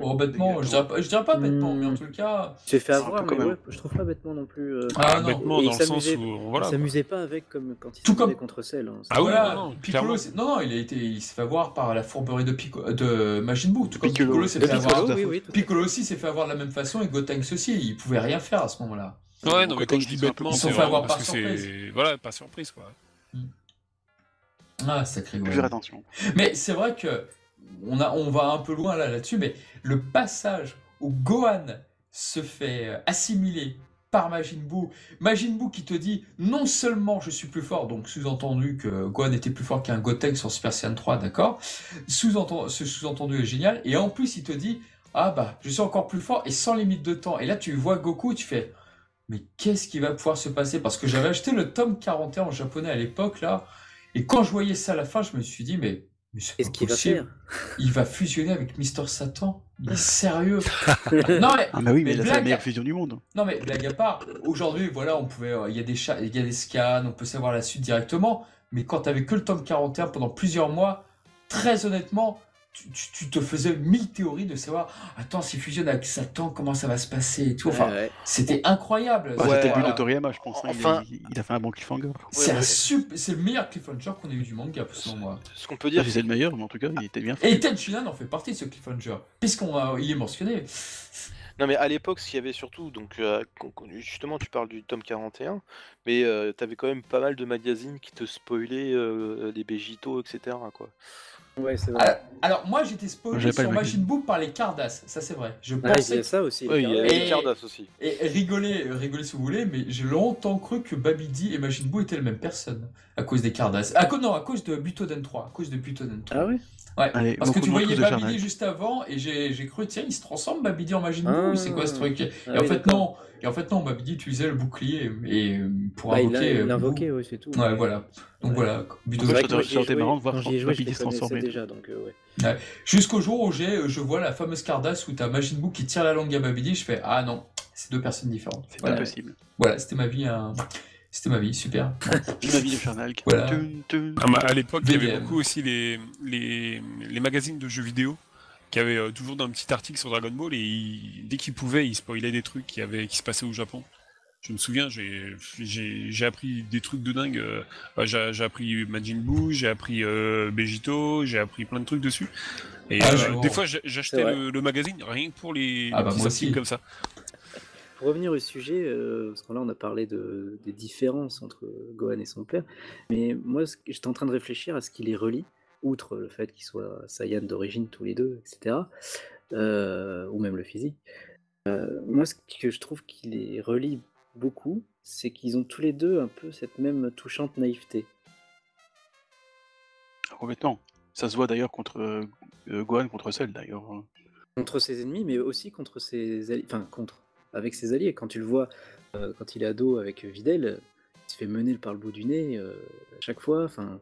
[SPEAKER 5] Oh, bêtement, je dirais, pas, je dirais pas bêtement,
[SPEAKER 1] Hmm.
[SPEAKER 5] mais en tout cas.
[SPEAKER 1] J'ai fait
[SPEAKER 4] C'est un
[SPEAKER 1] avoir,
[SPEAKER 4] peu
[SPEAKER 1] mais
[SPEAKER 4] quand même.
[SPEAKER 1] ouais, je trouve pas bêtement non plus. euh,
[SPEAKER 5] Ah, non.
[SPEAKER 3] bêtement,
[SPEAKER 1] Et
[SPEAKER 3] dans
[SPEAKER 1] il
[SPEAKER 3] le sens
[SPEAKER 1] s'amusait-
[SPEAKER 3] où.
[SPEAKER 1] il
[SPEAKER 3] Voilà.
[SPEAKER 1] s'amusait pas avec comme quand il
[SPEAKER 5] Tout
[SPEAKER 1] se
[SPEAKER 5] comme-
[SPEAKER 1] battait contre Cell. hein,
[SPEAKER 3] Ah ouais,
[SPEAKER 1] c'était-
[SPEAKER 5] voilà,
[SPEAKER 3] non, non,
[SPEAKER 5] Piccolo,
[SPEAKER 3] clairement.
[SPEAKER 5] c'est- non, non, il, a été, il s'est fait avoir par la fourberie de, Pico- de Majin Buu. Tout comme
[SPEAKER 4] Piccolo.
[SPEAKER 5] Piccolo s'est
[SPEAKER 1] De
[SPEAKER 5] fait avoir
[SPEAKER 1] Piccolo,
[SPEAKER 4] de-
[SPEAKER 1] oui, oui, tout à fait.
[SPEAKER 5] Piccolo aussi s'est fait avoir de la même façon et Gotenks aussi, il pouvait rien faire à ce moment-là.
[SPEAKER 3] Ouais, non, mais quand je dis
[SPEAKER 4] Ils sont
[SPEAKER 3] bêtement,
[SPEAKER 5] fait
[SPEAKER 3] c'est
[SPEAKER 5] avoir
[SPEAKER 3] vraiment
[SPEAKER 5] par
[SPEAKER 3] parce que c'est.
[SPEAKER 5] surprise.
[SPEAKER 3] Voilà, pas surprise, quoi.
[SPEAKER 5] Ah, sacré
[SPEAKER 4] Faut
[SPEAKER 5] Gohan.
[SPEAKER 4] Faire attention.
[SPEAKER 5] Mais c'est vrai que on, a, on va un peu loin là là-dessus, mais le passage où Gohan se fait euh, assimiler par Majin Buu, Majin Buu qui te dit non seulement je suis plus fort, donc sous-entendu que Gohan était plus fort qu'un Gotenks sur Super Saiyan 3, d'accord Sous-enten- Ce sous-entendu est génial, et en plus il te dit ah bah je suis encore plus fort et sans limite de temps, et là tu vois Goku, tu fais mais qu'est-ce qui va pouvoir se passer Parce que j'avais acheté le tome 41 en japonais à l'époque là, et quand je voyais ça à la fin, je me suis dit mais, mais c'est
[SPEAKER 1] Qu'est-ce
[SPEAKER 5] pas
[SPEAKER 1] qu'il va
[SPEAKER 5] possible.
[SPEAKER 1] faire
[SPEAKER 5] Il va fusionner avec Mister Satan. Il est sérieux. non, mais,
[SPEAKER 4] Ah bah oui, mais,
[SPEAKER 5] mais Mais
[SPEAKER 4] là, c'est la
[SPEAKER 5] là, c'est la blague. meilleure
[SPEAKER 4] meilleure fusion du monde.
[SPEAKER 5] non, mais blague à part, aujourd'hui, voilà, on pouvait, euh, il y a des cha- il y a des scans, on peut savoir la suite directement. Mais quand t'avais que le tome 41 pendant plusieurs mois, très honnêtement, tu, tu- tu te faisais mille théories de savoir, ah, attends, s'il fusionne avec Satan, comment ça va se passer et tout. Enfin,
[SPEAKER 1] Ouais, ouais.
[SPEAKER 5] c'était incroyable.
[SPEAKER 6] Ouais,
[SPEAKER 4] Ah, c'était le but
[SPEAKER 5] Voilà.
[SPEAKER 4] de Toriyama, je pense. hein. Il-
[SPEAKER 6] Enfin-
[SPEAKER 4] Il, il a fait un bon cliffhanger.
[SPEAKER 5] C'est
[SPEAKER 6] Ouais,
[SPEAKER 5] un
[SPEAKER 6] ouais.
[SPEAKER 5] sup- c'est le meilleur cliffhanger qu'on ait eu du manga, selon moi.
[SPEAKER 6] Ce qu'on peut
[SPEAKER 4] Je sais
[SPEAKER 6] dire,
[SPEAKER 4] pas si c'est Ah, le meilleur, mais en tout cas, il était bien. fait.
[SPEAKER 5] Et Ted Shinhan en fait partie de ce cliffhanger, puisqu'on a- il est mentionné.
[SPEAKER 6] Non mais à l'époque, ce qu'il y avait surtout, donc euh, qu'on- qu'on- justement tu parles du tome 41, mais euh, t'avais quand même pas mal de magazines qui te spoilaient euh, les Bégitos, etc. Quoi.
[SPEAKER 1] Ouais, c'est vrai.
[SPEAKER 5] Alors, alors, moi j'étais spoilé
[SPEAKER 4] J'avais pas
[SPEAKER 5] sur
[SPEAKER 4] le
[SPEAKER 5] Majin Buu par les Cardass, ça c'est vrai. Je
[SPEAKER 1] Ah, il y
[SPEAKER 5] pensais
[SPEAKER 1] a ça aussi.
[SPEAKER 6] Ouais, il y a
[SPEAKER 5] Et-
[SPEAKER 6] les Cardass aussi.
[SPEAKER 5] Et rigolez, rigolez si vous voulez, mais j'ai longtemps cru que Babidi et Majin Buu étaient la même personne à cause des Cardass. À, cause- non, à cause de Butoden 3, à cause de Butoden 3.
[SPEAKER 1] Ah ouais
[SPEAKER 5] Ouais,
[SPEAKER 4] Allez,
[SPEAKER 5] parce que
[SPEAKER 4] beaucoup
[SPEAKER 5] tu
[SPEAKER 4] de
[SPEAKER 5] voyais
[SPEAKER 4] retours de
[SPEAKER 5] Babidi
[SPEAKER 4] Jarnac.
[SPEAKER 5] juste avant et j'ai j'ai cru tiens, il se transforme Babidi en Majin Buu,
[SPEAKER 1] Ah.
[SPEAKER 5] c'est quoi ce truc Et
[SPEAKER 1] Ah
[SPEAKER 5] en
[SPEAKER 1] oui,
[SPEAKER 5] fait
[SPEAKER 1] d'accord.
[SPEAKER 5] non, et en fait non, Babidi utilisait le bouclier et euh, pour
[SPEAKER 1] Bah, il l'a-
[SPEAKER 5] invoquer
[SPEAKER 1] il
[SPEAKER 5] euh,
[SPEAKER 1] l'a invoqué, oui, c'est tout.
[SPEAKER 5] Buu. Ouais, voilà. Donc
[SPEAKER 1] Ouais.
[SPEAKER 5] voilà,
[SPEAKER 1] C'est
[SPEAKER 5] Butoden
[SPEAKER 1] vrai
[SPEAKER 4] Ça
[SPEAKER 1] que
[SPEAKER 4] doit-
[SPEAKER 1] moi, j'y
[SPEAKER 4] ça
[SPEAKER 1] ai
[SPEAKER 4] doit être
[SPEAKER 1] joué-
[SPEAKER 4] marrant de voir
[SPEAKER 1] quand j'y ai joué,
[SPEAKER 4] quand
[SPEAKER 1] je
[SPEAKER 4] Papy
[SPEAKER 1] les
[SPEAKER 4] se transforme,
[SPEAKER 1] connaissais
[SPEAKER 4] mais-
[SPEAKER 1] déjà, donc euh, ouais.
[SPEAKER 5] Jusqu'au jour où j'ai, euh, je vois la fameuse Cardass où t'as Majin Buu qui tire la langue à Babidi, je fais ah non, c'est deux personnes différentes.
[SPEAKER 4] C'est
[SPEAKER 5] Voilà.
[SPEAKER 4] pas possible.
[SPEAKER 5] Voilà, c'était ma vie. hein. C'était ma vie, super.
[SPEAKER 4] Ma vie de Jarnac.
[SPEAKER 5] Voilà.
[SPEAKER 4] Tun, tun.
[SPEAKER 3] Ah, bah, à l'époque, il y avait
[SPEAKER 5] BBM.
[SPEAKER 3] beaucoup aussi les, les, les magazines de jeux vidéo qui avaient euh, toujours un petit article sur Dragon Ball et ils- dès qu'ils pouvaient, ils spoilaient des trucs qui, avaient, qui se passaient au Japon. Je me souviens, j'ai- j'ai j'ai appris des trucs de dingue. euh, bah, j'ai j'ai appris Majin Buu, j'ai appris euh, Vegito, j'ai appris plein de trucs dessus. Et
[SPEAKER 5] Ah,
[SPEAKER 3] euh,
[SPEAKER 5] je vois.
[SPEAKER 3] des fois, j'ai-
[SPEAKER 1] C'est
[SPEAKER 3] j'achetais
[SPEAKER 1] vrai.
[SPEAKER 3] le, le magazine rien que pour les,
[SPEAKER 5] Ah,
[SPEAKER 3] les
[SPEAKER 5] bah,
[SPEAKER 3] petits articles
[SPEAKER 5] moi aussi.
[SPEAKER 3] comme ça.
[SPEAKER 1] Pour revenir au sujet, euh, parce que là on a parlé de, des différences entre Gohan et son père, mais moi ce que- j'étais en train de réfléchir à ce qui les relie, outre le fait qu'ils soient Saiyan d'origine tous les deux, etc., euh, ou même le physique. Euh, moi ce que je trouve qui les relie beaucoup, c'est qu'ils ont tous les deux un peu cette même touchante naïveté.
[SPEAKER 4] Ah, Complètement. Ça se voit d'ailleurs contre euh, euh, Gohan, contre Cell d'ailleurs.
[SPEAKER 1] contre ses ennemis, mais aussi contre ses alliés, enfin contre, avec ses alliés. Quand tu le vois, euh, quand il est ado avec Videl, il se fait mener par le bout du nez euh, à chaque fois. Enfin,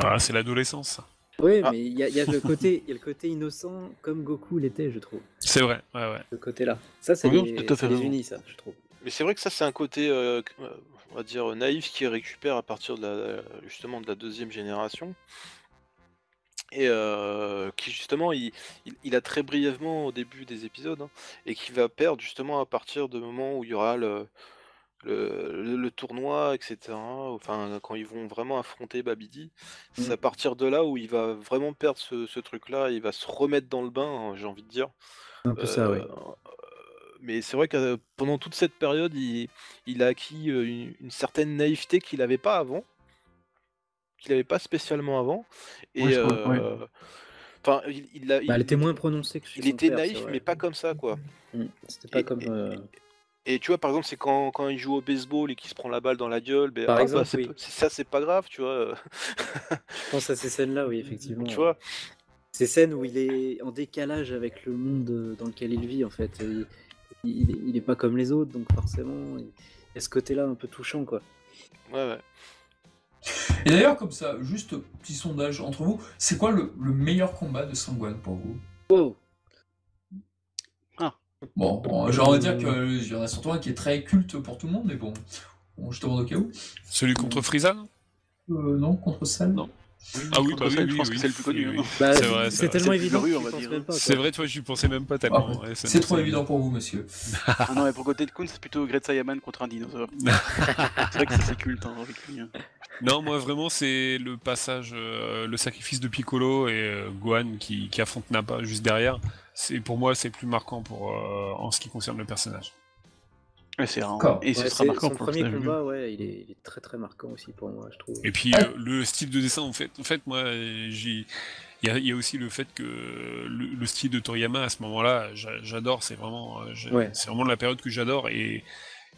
[SPEAKER 3] Ah, C'est l'adolescence.
[SPEAKER 1] ouais,
[SPEAKER 6] Ah.
[SPEAKER 1] mais il y a, il y a le côté, il y a le côté innocent comme Goku l'était, je trouve.
[SPEAKER 3] C'est vrai. Ouais, ouais.
[SPEAKER 1] Ce côté-là, ça, c'est
[SPEAKER 4] Oui,
[SPEAKER 1] les,
[SPEAKER 4] tout à fait
[SPEAKER 1] ça les
[SPEAKER 4] raison.
[SPEAKER 1] unit, ça, je trouve.
[SPEAKER 6] Mais c'est vrai que ça c'est un côté, euh, euh, on va dire euh, naïf, qui récupère à partir de la, euh, justement de la deuxième génération. Et euh, qui justement, il, il- il a très brièvement au début des épisodes, hein, et qui va perdre justement à partir du moment où il y aura le, le, le- le tournoi, etc. Enfin, quand ils vont vraiment affronter Babidi, c'est à partir de là où il va vraiment perdre ce, ce truc-là, il va se remettre dans le bain, hein, j'ai envie de dire.
[SPEAKER 1] Un peu ça, ouais.
[SPEAKER 6] Euh, Mais c'est vrai que euh, pendant toute cette période, il, il a acquis euh, une, une certaine naïveté qu'il n'avait pas avant, qu'il n'avait pas spécialement avant. Et
[SPEAKER 5] Ouais, je crois, ouais.
[SPEAKER 6] euh, enfin, il, il a-
[SPEAKER 1] Bah, elle
[SPEAKER 6] il-
[SPEAKER 1] était moins prononcée que chez
[SPEAKER 6] il
[SPEAKER 1] son
[SPEAKER 6] était
[SPEAKER 1] père, c'est
[SPEAKER 6] naïf,
[SPEAKER 1] vrai.
[SPEAKER 6] mais pas comme ça, quoi.
[SPEAKER 1] Mm, C'était pas
[SPEAKER 6] Et-
[SPEAKER 1] comme.
[SPEAKER 6] et-
[SPEAKER 1] euh,
[SPEAKER 6] Et tu vois, par exemple, c'est quand, quand il joue au baseball et qu'il se prend la balle dans la gueule, ben,
[SPEAKER 1] Par
[SPEAKER 6] ah, bah,
[SPEAKER 1] exemple,
[SPEAKER 6] c'est
[SPEAKER 1] oui.
[SPEAKER 6] pas- c'est- ça, c'est pas grave, tu vois.
[SPEAKER 1] Je pense à ces scènes-là, oui, effectivement.
[SPEAKER 6] tu vois,
[SPEAKER 1] Ces scènes où il est en décalage avec le monde euh, dans lequel il vit, en fait. Il, il, est- il est pas comme les autres, donc forcément, il il y a ce côté-là un peu touchant, quoi.
[SPEAKER 6] ouais, ouais.
[SPEAKER 5] Et d'ailleurs, comme ça, juste petit sondage entre vous, c'est quoi le, le meilleur combat de Sangwan pour vous
[SPEAKER 1] Wow
[SPEAKER 5] Bon, bon, j'ai envie de dire qu'il y en a surtout un qui est très culte pour tout le monde, mais bon, Bon, je te demande au cas où.
[SPEAKER 3] Celui contre Frisane
[SPEAKER 5] Euh, non, contre Sal
[SPEAKER 4] Non.
[SPEAKER 3] Ah oui,
[SPEAKER 4] Contre
[SPEAKER 3] bah
[SPEAKER 4] ça,
[SPEAKER 3] oui,
[SPEAKER 4] je
[SPEAKER 3] oui,
[SPEAKER 4] pense que
[SPEAKER 3] oui.
[SPEAKER 4] c'est le plus connu.
[SPEAKER 3] Oui,
[SPEAKER 4] hein.
[SPEAKER 3] oui.
[SPEAKER 1] Bah,
[SPEAKER 3] C'est vrai, c'est vrai.
[SPEAKER 1] tellement
[SPEAKER 4] C'est plus
[SPEAKER 1] évident
[SPEAKER 4] rue,
[SPEAKER 1] que
[SPEAKER 4] on
[SPEAKER 1] tu
[SPEAKER 4] va
[SPEAKER 1] t'en
[SPEAKER 4] dire.
[SPEAKER 1] souviens pas,
[SPEAKER 3] C'est
[SPEAKER 1] quoi.
[SPEAKER 3] vrai, toi, j'y pensais même pas tellement.
[SPEAKER 5] Ah,
[SPEAKER 3] ouais, ça
[SPEAKER 5] C'est
[SPEAKER 3] me-
[SPEAKER 5] trop
[SPEAKER 3] ça me-
[SPEAKER 5] évident pour vous, monsieur.
[SPEAKER 4] Ah non, mais pour côté de Kun, c'est plutôt Greta Yaman contre un dinosaure. c'est vrai que ça, c'est culte hein, avec lui. hein.
[SPEAKER 3] Non, moi vraiment, c'est le passage, euh, le sacrifice de Piccolo et euh, Gohan qui, qui affronte Nappa juste derrière. C'est pour moi, c'est le plus marquant pour euh, en ce qui concerne le personnage.
[SPEAKER 4] Ouais, c'est rare.
[SPEAKER 5] D'accord.
[SPEAKER 4] Et ce
[SPEAKER 1] Ouais,
[SPEAKER 4] sera
[SPEAKER 1] c'est-
[SPEAKER 4] marquant
[SPEAKER 1] son
[SPEAKER 4] pour le
[SPEAKER 1] premier
[SPEAKER 4] personnage.
[SPEAKER 1] combat, ouais, il est, il est très très marquant aussi pour moi, je trouve.
[SPEAKER 3] Et puis euh, le style de dessin, en fait, en fait, moi, j'ai il y, a- il y a aussi le fait que le, le style de Toriyama à ce moment-là, j'a- j'adore, c'est vraiment, euh, j'ai-
[SPEAKER 1] Ouais.
[SPEAKER 3] c'est vraiment la période que j'adore et,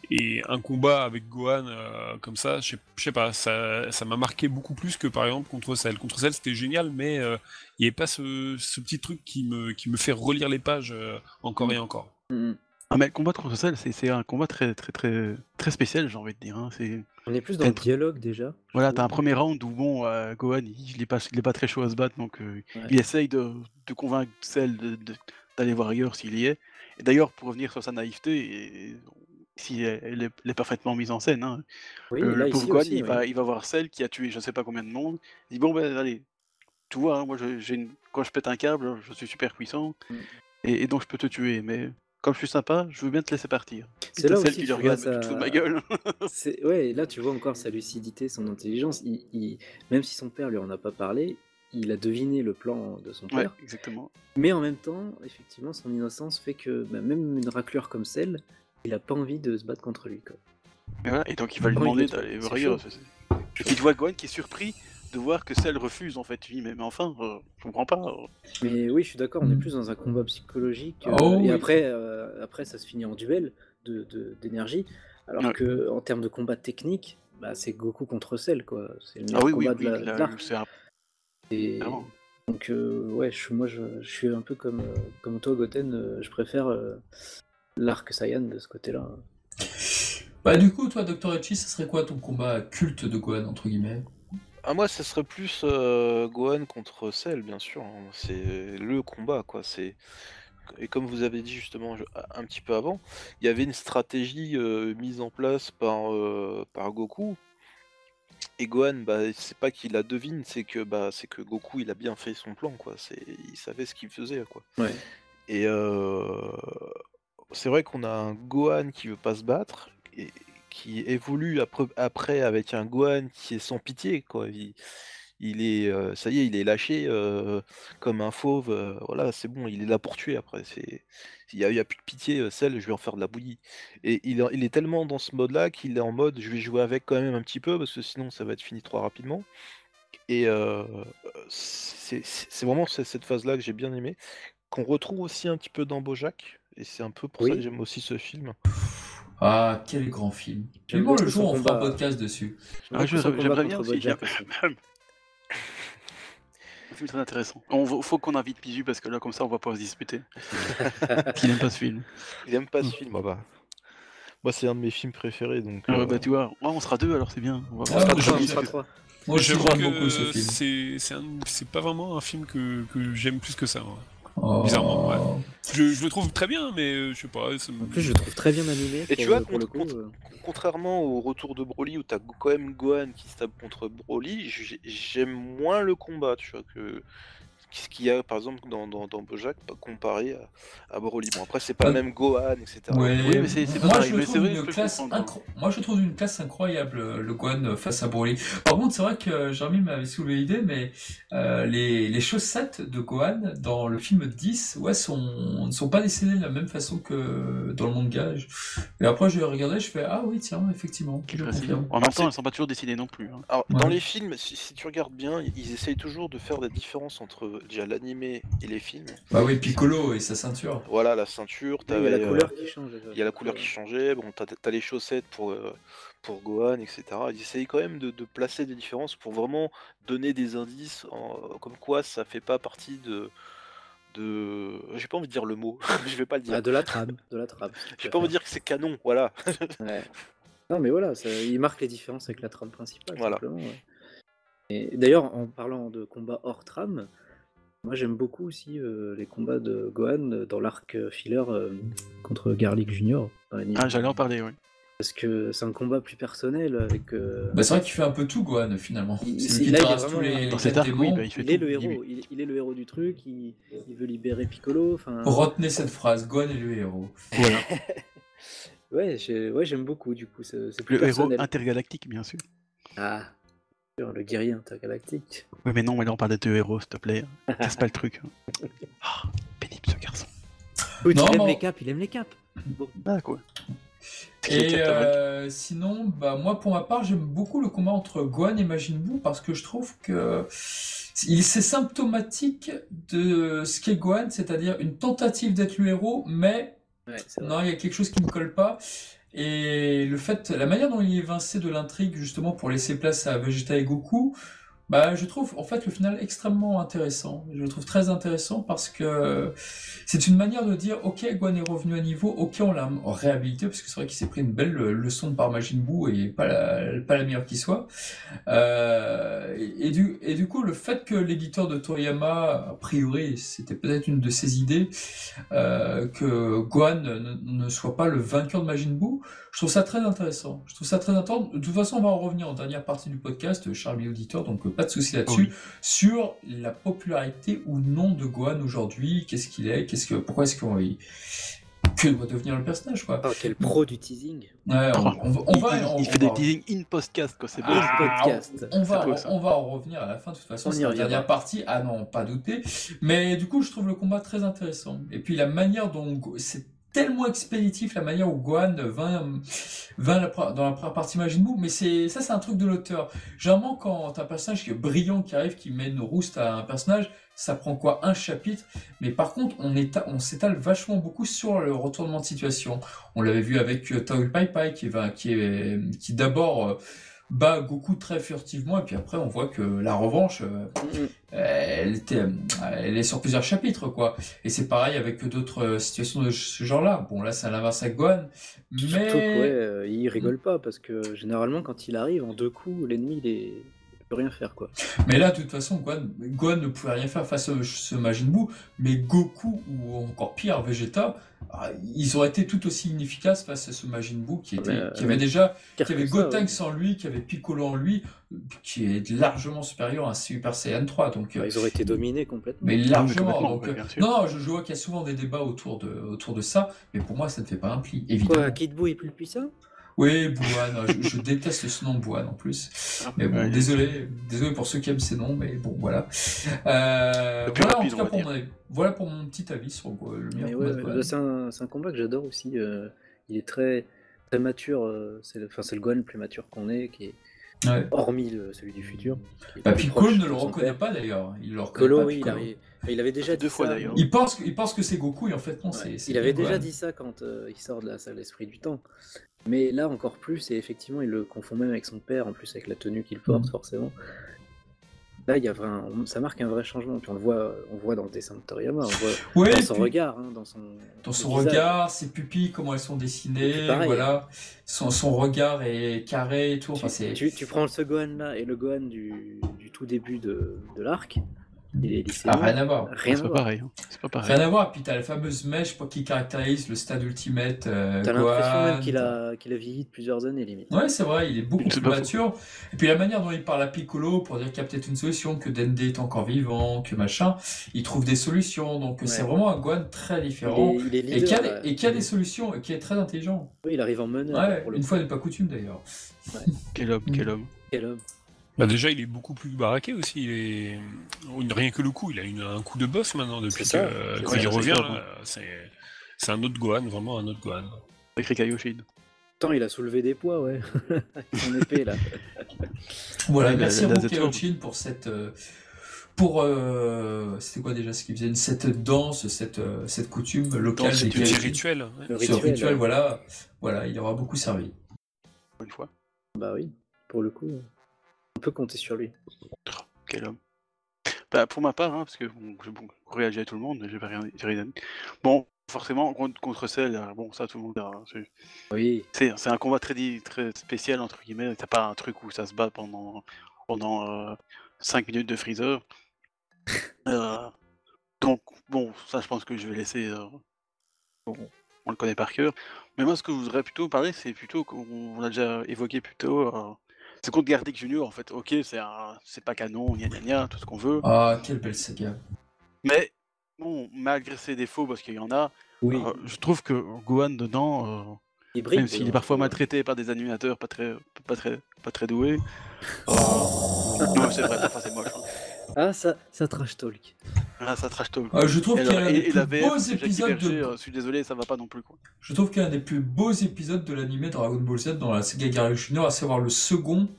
[SPEAKER 3] et un combat avec Gohan euh, comme ça, je sais- je sais pas, ça ça m'a marqué beaucoup plus que par exemple contre Cell. Contre Cell, c'était génial, mais euh, il n'y a pas ce, ce petit truc qui me, qui me fait relire les pages euh, encore et encore.
[SPEAKER 1] Mm, mm.
[SPEAKER 4] Ah, mais le combat contre ça, c'est c'est un combat très, très, très, très spécial, j'ai envie de dire. hein. C'est
[SPEAKER 1] On est plus dans le dialogue déjà. je
[SPEAKER 4] Voilà,
[SPEAKER 1] trouve.
[SPEAKER 4] t'as un premier round où bon, euh, Gohan, il n'est pas, il est pas très chaud à se battre, donc euh,
[SPEAKER 1] Ouais.
[SPEAKER 4] il essaye de, de convaincre Cell de- de- d'aller voir ailleurs s'il y est. Et d'ailleurs, pour revenir sur sa naïveté, et- si elle, elle est, elle est parfaitement mise en scène, hein,
[SPEAKER 1] Oui,
[SPEAKER 4] le, le
[SPEAKER 1] là,
[SPEAKER 4] pauvre
[SPEAKER 1] ici
[SPEAKER 4] Gohan,
[SPEAKER 1] aussi,
[SPEAKER 4] il,
[SPEAKER 1] ouais.
[SPEAKER 4] va, il va voir Cell qui a tué je sais pas combien de monde. Il dit bon ben allez, tu vois, hein, moi je- j'ai une- quand je pète un câble, je suis super puissant
[SPEAKER 1] Mm.
[SPEAKER 4] et, et donc je peux te tuer, mais comme je suis sympa, je veux bien te laisser partir.
[SPEAKER 1] C'est là
[SPEAKER 4] Cell
[SPEAKER 1] aussi que
[SPEAKER 4] qui lui
[SPEAKER 1] tu
[SPEAKER 4] regarde,
[SPEAKER 1] vois
[SPEAKER 4] mais tu te fous de ma
[SPEAKER 1] sa-
[SPEAKER 4] gueule.
[SPEAKER 1] C'est- Ouais, et là tu vois encore sa lucidité, son intelligence. Il, il- Même si son père lui en a pas parlé, il a deviné le plan de son
[SPEAKER 4] ouais,
[SPEAKER 1] père.
[SPEAKER 4] exactement.
[SPEAKER 1] Mais en même temps, effectivement, son innocence fait que bah, même une raclure comme celle, il a pas envie de se battre contre lui. Quoi.
[SPEAKER 4] Et, voilà, et donc il va lui
[SPEAKER 1] Oui,
[SPEAKER 4] demander
[SPEAKER 1] c'est-
[SPEAKER 4] d'aller voir
[SPEAKER 1] c'est
[SPEAKER 4] ailleurs.
[SPEAKER 1] chaud.
[SPEAKER 4] Ah c'est- c'est- Et puis tu vois Gohan qui est surpris de voir que Cell refuse en fait. Il dit mais, mais enfin, euh, je comprends pas. euh.
[SPEAKER 1] Mais oui, je suis d'accord, on est
[SPEAKER 4] Mm.
[SPEAKER 1] plus dans un combat psychologique. euh,
[SPEAKER 5] Oh,
[SPEAKER 1] et
[SPEAKER 5] oui.
[SPEAKER 1] après, euh, après, ça se finit en duel de- de- d'énergie. alors
[SPEAKER 4] Ouais.
[SPEAKER 1] que en termes de combat technique, bah, c'est Goku contre Cell. quoi. C'est le
[SPEAKER 4] Ah
[SPEAKER 1] meilleur
[SPEAKER 4] oui, oui,
[SPEAKER 1] combat
[SPEAKER 4] oui,
[SPEAKER 1] de la-
[SPEAKER 4] là,
[SPEAKER 1] de l'arc.
[SPEAKER 4] c'est un-
[SPEAKER 1] Et-
[SPEAKER 4] vraiment.
[SPEAKER 1] Donc euh, ouais, je, moi je, je suis un peu comme, euh, comme toi Goten, euh, je préfère euh, l'arc Saiyan de ce côté-là.
[SPEAKER 5] Bah, du coup, toi, Dr. Hachi, ce serait quoi ton combat culte de Gohan, entre guillemets
[SPEAKER 6] Ah, moi, ce serait plus euh, Gohan contre Cell, bien sûr. hein. C'est le combat, quoi. C'est et comme vous avez dit justement je- un petit peu avant, il y avait une stratégie euh, mise en place par euh, par Goku. Et Gohan, bah, c'est pas qu'il la devine, c'est que bah, c'est que Goku, il a bien fait son plan, quoi. C'est, il savait ce qu'il faisait, quoi.
[SPEAKER 1] Ouais.
[SPEAKER 6] Et euh, c'est vrai qu'on a un Gohan qui veut pas se battre et qui évolue après, après avec un Gohan qui est sans pitié, quoi. Il, il est, euh, ça y est, il est lâché euh, comme un fauve. euh, voilà, c'est bon, il est là pour tuer après. C'est, il y a, il y a plus de pitié. euh, Celle, je vais en faire de la bouillie. Et il, en- il est tellement dans ce mode-là qu'il est en mode, je vais jouer avec quand même un petit peu parce que sinon ça va être fini trop rapidement. Et euh, c'est c'est- c'est vraiment ce- cette phase-là que j'ai bien aimé, qu'on retrouve aussi un petit peu dans BoJack. Et c'est un peu pour ça
[SPEAKER 1] Oui.
[SPEAKER 6] que j'aime aussi ce film.
[SPEAKER 5] Ah, quel grand film.
[SPEAKER 1] J'aime
[SPEAKER 5] Mais bon, le
[SPEAKER 1] beaucoup
[SPEAKER 5] jour,
[SPEAKER 1] son
[SPEAKER 5] on fera un
[SPEAKER 1] combat.
[SPEAKER 5] podcast dessus.
[SPEAKER 4] Ah, je-
[SPEAKER 1] Son combat
[SPEAKER 4] j'aimerais bien
[SPEAKER 1] contre
[SPEAKER 4] aussi,
[SPEAKER 1] Bojack
[SPEAKER 4] Un film très intéressant. On va- faut qu'on invite Pizu parce que là comme ça on va pas se disputer. Qu'il aime pas ce film.
[SPEAKER 6] Il aime pas ce film, ah bah. Moi, c'est un de mes films préférés, donc.
[SPEAKER 4] Ah ouais,
[SPEAKER 6] euh,
[SPEAKER 4] bah tu vois, ouais, on sera deux alors c'est bien. On va-
[SPEAKER 5] Ah,
[SPEAKER 4] on
[SPEAKER 1] Pas trois,
[SPEAKER 4] sera trois.
[SPEAKER 5] ouais, je-
[SPEAKER 1] on sera trois.
[SPEAKER 5] Moi, je
[SPEAKER 3] J'avoue
[SPEAKER 5] j'aime beaucoup ce
[SPEAKER 3] que
[SPEAKER 5] film.
[SPEAKER 3] c'est c'est un- c'est pas vraiment un film que, que j'aime plus que ça. moi.
[SPEAKER 5] Oh.
[SPEAKER 3] bizarrement, ouais. Je, je le trouve très bien, mais euh, je sais pas. ça me-
[SPEAKER 1] En plus, je le trouve très bien animé. pour-
[SPEAKER 6] Et tu vois,
[SPEAKER 1] pour le coup,
[SPEAKER 6] contre-
[SPEAKER 1] euh,
[SPEAKER 6] contrairement au retour de Broly où t'as go- quand même Gohan qui se tape contre Broly, j'ai- j'aime moins le combat, tu vois, que ce qu'il y a par exemple dans, dans, dans Bojack p- comparé à, à Broly. Bon, après, c'est pas
[SPEAKER 5] Ah.
[SPEAKER 6] le même Gohan, etc.
[SPEAKER 5] Ouais,
[SPEAKER 6] Oui, mais c'est c'est pas
[SPEAKER 5] moi,
[SPEAKER 6] pareil.
[SPEAKER 5] je
[SPEAKER 6] Mais c'est
[SPEAKER 5] trouve
[SPEAKER 6] vrai, je
[SPEAKER 5] une
[SPEAKER 6] peux
[SPEAKER 5] classe
[SPEAKER 6] comprendre. hein.
[SPEAKER 5] incro- moi je trouve une classe incroyable euh, le Gohan euh, face à Broly. Par contre c'est vrai que euh, Jeremy m'avait soulevé l'idée mais euh, les, les chaussettes de Gohan dans le film 10 ouais, sont, ne sont pas dessinées de la même façon que euh, dans le manga. Je- Et après je regardais je fais ah oui tiens effectivement. je
[SPEAKER 4] Précis.
[SPEAKER 5] confirme.
[SPEAKER 4] En même temps,
[SPEAKER 6] c'est-
[SPEAKER 4] elles sont pas toujours décidées non plus. hein.
[SPEAKER 6] Alors, dans
[SPEAKER 5] Ouais.
[SPEAKER 6] les films, si, si tu regardes bien, ils essayent toujours de faire la différence entre déjà l'animé et les films.
[SPEAKER 5] Bah oui Piccolo et sa ceinture.
[SPEAKER 6] Voilà, la ceinture,
[SPEAKER 1] Il y a
[SPEAKER 6] t'avais,
[SPEAKER 1] la
[SPEAKER 6] euh,
[SPEAKER 1] couleur qui change. déjà. euh.
[SPEAKER 6] il y a la couleur qui changeait, bon, t'as as les chaussettes pour, euh, pour Gohan, etc. Ils essayent quand même de, de placer des différences pour vraiment donner des indices en- euh, comme quoi ça fait pas partie de. de... J'ai pas envie de dire le mot, je vais pas le
[SPEAKER 1] Ah,
[SPEAKER 6] dire.
[SPEAKER 1] de la trame, de la trame.
[SPEAKER 6] Je vais pas vous dire que c'est canon, voilà.
[SPEAKER 1] Ouais. Non, mais voilà, ça- il marque les différences avec la trame principale.
[SPEAKER 6] Voilà.
[SPEAKER 1] simplement, ouais. Et d'ailleurs, en parlant de combats hors trame, moi j'aime beaucoup aussi euh, les combats de Gohan euh, dans l'arc euh, filler euh, contre Garlic Junior. dans l'anime.
[SPEAKER 4] Ah, j'allais en parler, oui.
[SPEAKER 1] Parce que c'est un combat plus personnel avec. euh,
[SPEAKER 5] Bah, c'est vrai qu'il fait un peu tout Gohan finalement.
[SPEAKER 1] Il-
[SPEAKER 5] C'est
[SPEAKER 1] c'est-
[SPEAKER 5] lui qui
[SPEAKER 1] là, il est
[SPEAKER 5] terrasse tous
[SPEAKER 1] vraiment-
[SPEAKER 5] les, les
[SPEAKER 4] Dans
[SPEAKER 5] quatre
[SPEAKER 4] cet arc, oui,
[SPEAKER 5] démons.
[SPEAKER 4] bah, il fait
[SPEAKER 1] il est
[SPEAKER 4] tout.
[SPEAKER 1] le
[SPEAKER 4] Oui,
[SPEAKER 1] héros, il, il est le héros du truc, il, il veut libérer Piccolo. Enfin,
[SPEAKER 5] Retenez cette phrase Gohan est le héros.
[SPEAKER 4] oui. Voilà.
[SPEAKER 1] ouais, j'ai- ouais, j'aime beaucoup du coup. C'est c'est plus
[SPEAKER 4] Le héros
[SPEAKER 1] personnel.
[SPEAKER 4] intergalactique, bien sûr.
[SPEAKER 1] Ah, sûr, le guerrier intergalactique.
[SPEAKER 4] Oui, mais non, mais là, on parle des deux héros, s'il te plaît. Casse pas le truc. Ah, pénible ce garçon.
[SPEAKER 1] Oui,
[SPEAKER 5] Non,
[SPEAKER 1] il aime
[SPEAKER 5] mais-
[SPEAKER 1] les capes, il aime les capes. Bon.
[SPEAKER 4] Bah, quoi.
[SPEAKER 5] Et euh, sinon, bah, moi pour ma part, j'aime beaucoup le combat entre Gohan et Majin Buu parce que je trouve que il c'est symptomatique de ce qu'est Gohan, c'est-à-dire une tentative d'être le héros, mais
[SPEAKER 1] Ouais, c'est vrai.
[SPEAKER 5] non, il y a quelque chose qui ne colle pas. Et le fait, la manière dont il est évincé de l'intrigue justement pour laisser place à Vegeta et Goku, bah je trouve en fait le final extrêmement intéressant. Je le trouve très intéressant parce que c'est une manière de dire ok Gohan est revenu à niveau, ok on l'a réhabilité parce que c'est vrai qu'il s'est pris une belle euh, leçon par Majin Buu et pas la, pas la meilleure qui soit. Euh, et, et du, et du coup le fait que l'éditeur de Toriyama, a priori c'était peut-être une de ses idées, euh, que Gohan ne, ne soit pas le vainqueur de Majin Buu, je trouve ça très intéressant. Je trouve ça très intéressant. De toute façon, on va en revenir en dernière partie du podcast, Charlie Auditeur, donc euh, pas de souci là-dessus,
[SPEAKER 4] Ah
[SPEAKER 5] sur la popularité ou non de Gohan aujourd'hui, qu'est-ce qu'il est, qu'est-ce que, pourquoi est-ce qu'on que doit devenir le personnage, quoi.
[SPEAKER 1] Oh, quel pro du teasing.
[SPEAKER 5] Ouais, on, on va, on
[SPEAKER 4] il,
[SPEAKER 5] va,
[SPEAKER 4] il-
[SPEAKER 5] on-
[SPEAKER 4] il
[SPEAKER 5] on
[SPEAKER 4] fait des
[SPEAKER 5] va-
[SPEAKER 4] teasings in podcast, quoi. C'est beau.
[SPEAKER 5] Ah,
[SPEAKER 1] podcast.
[SPEAKER 5] on va,
[SPEAKER 4] C'est beau, ça.
[SPEAKER 5] on va en revenir à la fin, de toute façon,
[SPEAKER 1] On y
[SPEAKER 5] c'est la
[SPEAKER 1] reviendra.
[SPEAKER 5] dernière partie. Ah non, pas douter. Mais du coup, je trouve le combat très intéressant. Et puis, la manière dont Go- c'est tellement expéditif, la manière où Gohan vint, vint la pre- dans la première partie Majin Buu. Mais c'est, ça, c'est un truc de l'auteur. Généralement, quand t'as un personnage qui est brillant qui arrive, qui mène rouste à un personnage, ça prend quoi Un chapitre. Mais par contre, on, éta- on s'étale vachement beaucoup sur le retournement de situation. On l'avait vu avec euh, Tao Pai Pai qui, va, qui, est, qui d'abord euh, bat Goku très furtivement et puis après on voit que la revanche euh,
[SPEAKER 1] Mm,
[SPEAKER 5] elle était euh, elle est sur plusieurs chapitres quoi et c'est pareil avec d'autres euh, situations de ce genre là bon là c'est à l'inverse avec Gohan mais
[SPEAKER 1] Surtout que, ouais, euh, il rigole pas parce que généralement quand il arrive en deux coups, l'ennemi il, est... il peut rien faire quoi.
[SPEAKER 5] Mais là, de toute façon, Gohan, Gohan ne pouvait rien faire face à ce Majin Buu, mais Goku ou encore pire, Vegeta, ah, ils auraient été tout aussi inefficaces face à ce Majin Buu qui, était,
[SPEAKER 1] Mais, euh,
[SPEAKER 5] qui avait déjà
[SPEAKER 1] Car
[SPEAKER 5] qui avait
[SPEAKER 1] comme ça,
[SPEAKER 5] Gotenks
[SPEAKER 1] ouais.
[SPEAKER 5] en lui, qui avait Piccolo en lui, qui est largement supérieur à Super Saiyan 3. Donc, euh,
[SPEAKER 1] Bah, ils auraient été dominés complètement.
[SPEAKER 5] mais largement.
[SPEAKER 4] complètement,
[SPEAKER 5] donc,
[SPEAKER 4] ouais,
[SPEAKER 5] euh,
[SPEAKER 4] bien sûr.
[SPEAKER 5] non, je, je vois qu'il y a souvent des débats autour de, autour de ça, mais pour moi, ça ne fait pas un pli, évidemment.
[SPEAKER 1] Quoi, Kid Buu est plus puissant
[SPEAKER 5] Oui, Bouane, je, je déteste ce nom de Bouane en plus.
[SPEAKER 4] Ah,
[SPEAKER 5] Mais bon,
[SPEAKER 4] ouais.
[SPEAKER 5] désolé, désolé pour ceux qui aiment ces noms, mais bon, voilà. Euh,
[SPEAKER 4] Le plus
[SPEAKER 5] voilà,
[SPEAKER 4] rapide, on
[SPEAKER 5] en tout cas
[SPEAKER 4] va
[SPEAKER 5] pour
[SPEAKER 4] dire.
[SPEAKER 5] mon, voilà pour mon petit avis sur Go- le meilleur
[SPEAKER 1] Mais
[SPEAKER 5] combat
[SPEAKER 1] ouais,
[SPEAKER 5] de
[SPEAKER 1] ouais,
[SPEAKER 5] Gohan.
[SPEAKER 1] bah, c'est un, c'est un combat que j'adore aussi. euh, Il est très, très mature. euh, C'est le... Enfin, c'est le Gohan le plus mature qu'on ait, qui est...
[SPEAKER 5] Ouais.
[SPEAKER 1] hormis le- celui du futur. qui est
[SPEAKER 5] Bah,
[SPEAKER 1] plus
[SPEAKER 5] Piccolo
[SPEAKER 1] proche
[SPEAKER 5] ne
[SPEAKER 1] de
[SPEAKER 5] le
[SPEAKER 1] son
[SPEAKER 5] reconnaît
[SPEAKER 1] père.
[SPEAKER 5] pas d'ailleurs. Il le reconnaît
[SPEAKER 1] Piccolo,
[SPEAKER 5] pas,
[SPEAKER 1] oui, il,
[SPEAKER 5] Piccolo.
[SPEAKER 1] avait... enfin, il avait déjà
[SPEAKER 4] Deux
[SPEAKER 1] dit
[SPEAKER 4] fois,
[SPEAKER 1] ça,
[SPEAKER 4] d'ailleurs.
[SPEAKER 5] Il pense que, il pense que c'est Goku et en fait non,
[SPEAKER 1] Ouais,
[SPEAKER 5] c'est. c'est
[SPEAKER 1] Il avait
[SPEAKER 5] Gohan.
[SPEAKER 1] déjà dit ça quand euh, il sort de la salle d'esprit du temps. Mais là encore plus, et effectivement, il le confond même avec son père, en plus avec la tenue qu'il porte,
[SPEAKER 5] Mhm.
[SPEAKER 1] forcément. Là, il y a vrai- on- ça marque un vrai changement. Puis on le voit, on voit dans le dessin de Toriyama, on voit
[SPEAKER 5] Ouais,
[SPEAKER 1] dans
[SPEAKER 5] et
[SPEAKER 1] son
[SPEAKER 5] puis-
[SPEAKER 1] regard, hein, dans son,
[SPEAKER 5] dans son
[SPEAKER 1] le visage.
[SPEAKER 5] regard, ses pupilles, comment elles sont dessinées,
[SPEAKER 1] C'est pareil.
[SPEAKER 5] voilà. Son, son regard est carré et tout. Enfin, c'est.
[SPEAKER 1] Tu, tu prends ce Gohan là et le Gohan du, du tout début de, de l'arc, Il est lycéen.
[SPEAKER 5] Ah, rien à voir.
[SPEAKER 1] Rien à voir.
[SPEAKER 4] pareil. hein. C'est pas pareil.
[SPEAKER 5] Rien à voir. Puis t'as la fameuse mèche pour- qui caractérise le stade ultimate. euh,
[SPEAKER 1] T'as l'impression même
[SPEAKER 5] Gohan.
[SPEAKER 1] qu'il a, qu'il a vieilli de plusieurs années limite.
[SPEAKER 5] Ouais, c'est vrai, il est beaucoup
[SPEAKER 4] C'est
[SPEAKER 5] plus
[SPEAKER 4] pas faux.
[SPEAKER 5] mature. Et puis la manière dont il parle à Piccolo pour dire qu'il y a peut-être une solution, que Dende est encore vivant, que machin, il trouve des solutions. Donc
[SPEAKER 1] Ouais.
[SPEAKER 5] c'est vraiment un Gohan très
[SPEAKER 1] Il
[SPEAKER 5] différent.
[SPEAKER 1] est, il est
[SPEAKER 5] Et qui
[SPEAKER 1] leader.
[SPEAKER 5] a, des-
[SPEAKER 1] ouais.
[SPEAKER 5] et qui a des
[SPEAKER 1] Il-
[SPEAKER 5] solutions, et qui est très intelligent.
[SPEAKER 1] oui, il arrive en meneur.
[SPEAKER 5] Ouais,
[SPEAKER 1] pour le
[SPEAKER 5] une
[SPEAKER 1] coup.
[SPEAKER 5] fois n'est pas coutume d'ailleurs.
[SPEAKER 4] Quel homme, quel homme.
[SPEAKER 1] Quel homme.
[SPEAKER 3] Bah déjà, il est beaucoup plus baraqué aussi. Il est... euh, Rien que le coup, il a une- un coup de bœuf maintenant depuis
[SPEAKER 1] C'est ça,
[SPEAKER 3] que, euh,
[SPEAKER 1] c'est
[SPEAKER 3] quand
[SPEAKER 1] ça,
[SPEAKER 3] il
[SPEAKER 1] c'est
[SPEAKER 3] revient.
[SPEAKER 4] ça.
[SPEAKER 3] là, C'est c'est un autre Gohan, vraiment un autre Gohan.
[SPEAKER 4] Sacré Kaioshin.
[SPEAKER 1] Tant il a soulevé des poids, ouais. Avec son épée là.
[SPEAKER 5] Voilà,
[SPEAKER 4] Ouais, la-
[SPEAKER 5] merci
[SPEAKER 4] la-
[SPEAKER 5] à
[SPEAKER 4] la-
[SPEAKER 5] vous,
[SPEAKER 4] la-
[SPEAKER 5] Keochin, pour cette. euh, Pour. euh, C'était quoi déjà ce qu'il faisait Cette danse, cette, euh, cette coutume locale
[SPEAKER 3] C'est
[SPEAKER 5] des
[SPEAKER 3] du
[SPEAKER 5] Keochin.
[SPEAKER 3] rituel. ouais.
[SPEAKER 1] Le
[SPEAKER 5] Ce
[SPEAKER 1] rituel. euh,
[SPEAKER 5] rituel, voilà. Voilà, il aura beaucoup servi.
[SPEAKER 4] Une fois.
[SPEAKER 1] Bah oui, pour le coup. On peut compter sur lui.
[SPEAKER 4] Quel homme. Bah, pour ma part, hein, parce que bon, je bon, je réagis à tout le monde, je vais rien j'ai rien à dire. Bon, forcément, contre, contre celle, euh, bon, ça tout le monde verra, hein, c'est-
[SPEAKER 1] Oui.
[SPEAKER 4] C'est c'est un combat très, di- très spécial, entre guillemets. T'as pas un truc où ça se bat pendant, pendant 5 minutes de freezer. Euh, donc, bon, ça, je pense que je vais laisser. euh, on, on le connaît par cœur. Mais moi, ce que je voudrais plutôt parler, c'est plutôt qu'on on l'a déjà évoqué plus tôt. euh, c'est contre Gardic Junior, en fait. Ok, c'est un- c'est pas canon, gna gna gna, tout ce qu'on veut.
[SPEAKER 5] Ah, quelle belle saga.
[SPEAKER 4] Mais, bon, malgré ses défauts, parce qu'il y en a,
[SPEAKER 1] Oui.
[SPEAKER 4] euh, je trouve que Gohan dedans. euh,
[SPEAKER 1] il brille.
[SPEAKER 4] même s'il est
[SPEAKER 1] dedans.
[SPEAKER 4] parfois maltraité par des animateurs pas très, pas très, pas très doués.
[SPEAKER 5] Oh.
[SPEAKER 4] non, c'est vrai, parfois c'est moche. hein.
[SPEAKER 1] Ah, ça, ça trash talk.
[SPEAKER 4] Ah, ça trash talk.
[SPEAKER 5] Ah, je trouve
[SPEAKER 4] Et
[SPEAKER 5] qu'il y a
[SPEAKER 4] alors,
[SPEAKER 5] un
[SPEAKER 4] et-
[SPEAKER 5] des
[SPEAKER 4] et la
[SPEAKER 5] plus
[SPEAKER 4] VF,
[SPEAKER 5] beaux
[SPEAKER 4] c'est Jackie
[SPEAKER 5] épisodes
[SPEAKER 4] Berger,
[SPEAKER 5] de.
[SPEAKER 4] euh, je suis désolé, ça va pas non plus. Quoi.
[SPEAKER 5] Je trouve qu'il y a un des plus beaux épisodes de l'animé Dragon Ball Z dans la saga Garou Junior, à savoir le second,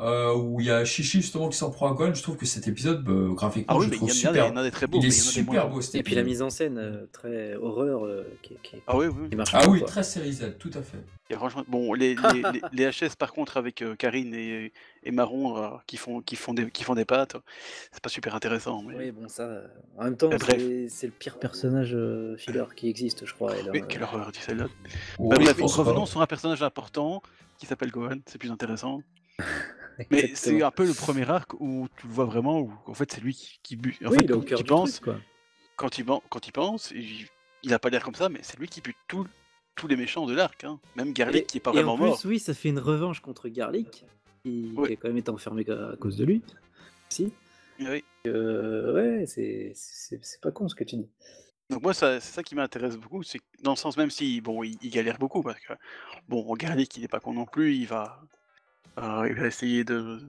[SPEAKER 5] euh, où il y a Shishi justement qui s'en prend à Gohan. Je trouve que cet épisode, bah, graphiquement,
[SPEAKER 4] Ah oui,
[SPEAKER 5] je
[SPEAKER 4] mais il y
[SPEAKER 5] le
[SPEAKER 4] en
[SPEAKER 5] trouve
[SPEAKER 4] a- il
[SPEAKER 5] super.
[SPEAKER 4] y en a des très beaux,
[SPEAKER 5] Il
[SPEAKER 4] mais
[SPEAKER 5] est
[SPEAKER 4] il y en a des moins.
[SPEAKER 5] super beau cet
[SPEAKER 1] Et puis la
[SPEAKER 5] épisode.
[SPEAKER 1] mise en scène euh, très horreur euh, qui, qui,
[SPEAKER 4] Ah oui, oui.
[SPEAKER 1] qui marche.
[SPEAKER 5] Ah
[SPEAKER 1] pas,
[SPEAKER 5] oui,
[SPEAKER 1] quoi.
[SPEAKER 5] très série Z, tout à fait.
[SPEAKER 4] Et franchement, bon, les, les, les, les HS par contre avec euh, Karine et, et Marron euh, qui, font, qui, font des, qui font des pattes, c'est pas super intéressant. Mais,
[SPEAKER 1] Oui, bon, ça. euh, En même temps,
[SPEAKER 4] Mais bref.
[SPEAKER 1] c'est c'est le pire personnage euh, filler qui existe, je crois. et là,
[SPEAKER 4] mais
[SPEAKER 1] euh,
[SPEAKER 4] quelle horreur, dit celle-là.
[SPEAKER 5] Oh,
[SPEAKER 4] Bah,
[SPEAKER 5] je
[SPEAKER 4] bref,
[SPEAKER 5] pense pas.
[SPEAKER 4] revenons sur un personnage important qui s'appelle Gohan, c'est plus intéressant. Mais c'est
[SPEAKER 1] exactement.
[SPEAKER 4] un peu le premier arc où tu le vois vraiment, où en fait c'est lui qui, qui bute. En
[SPEAKER 1] oui,
[SPEAKER 4] fait,
[SPEAKER 1] il est au
[SPEAKER 4] quand
[SPEAKER 1] cœur
[SPEAKER 4] il
[SPEAKER 1] du
[SPEAKER 4] pense,
[SPEAKER 1] truc, quoi.
[SPEAKER 4] quand il, ban- quand il pense, il, il a pas l'air comme ça, mais c'est lui qui bute tout- tous les méchants de l'arc. hein. Même Garlic qui est pas
[SPEAKER 1] et
[SPEAKER 4] vraiment
[SPEAKER 1] en plus,
[SPEAKER 4] mort.
[SPEAKER 1] oui, ça fait une revanche contre Garlic, qui,
[SPEAKER 4] Oui.
[SPEAKER 1] qui a quand même été enfermé à à cause de lui. Si.
[SPEAKER 4] Eh Oui.
[SPEAKER 1] Euh, ouais, c'est- c'est c'est pas con ce que tu dis.
[SPEAKER 4] Donc moi, ça- c'est ça qui m'intéresse beaucoup, c'est que dans le sens même si bon, il, il galère beaucoup parce que bon, Garlic il n'est pas con non plus, il va, euh, il va essayer de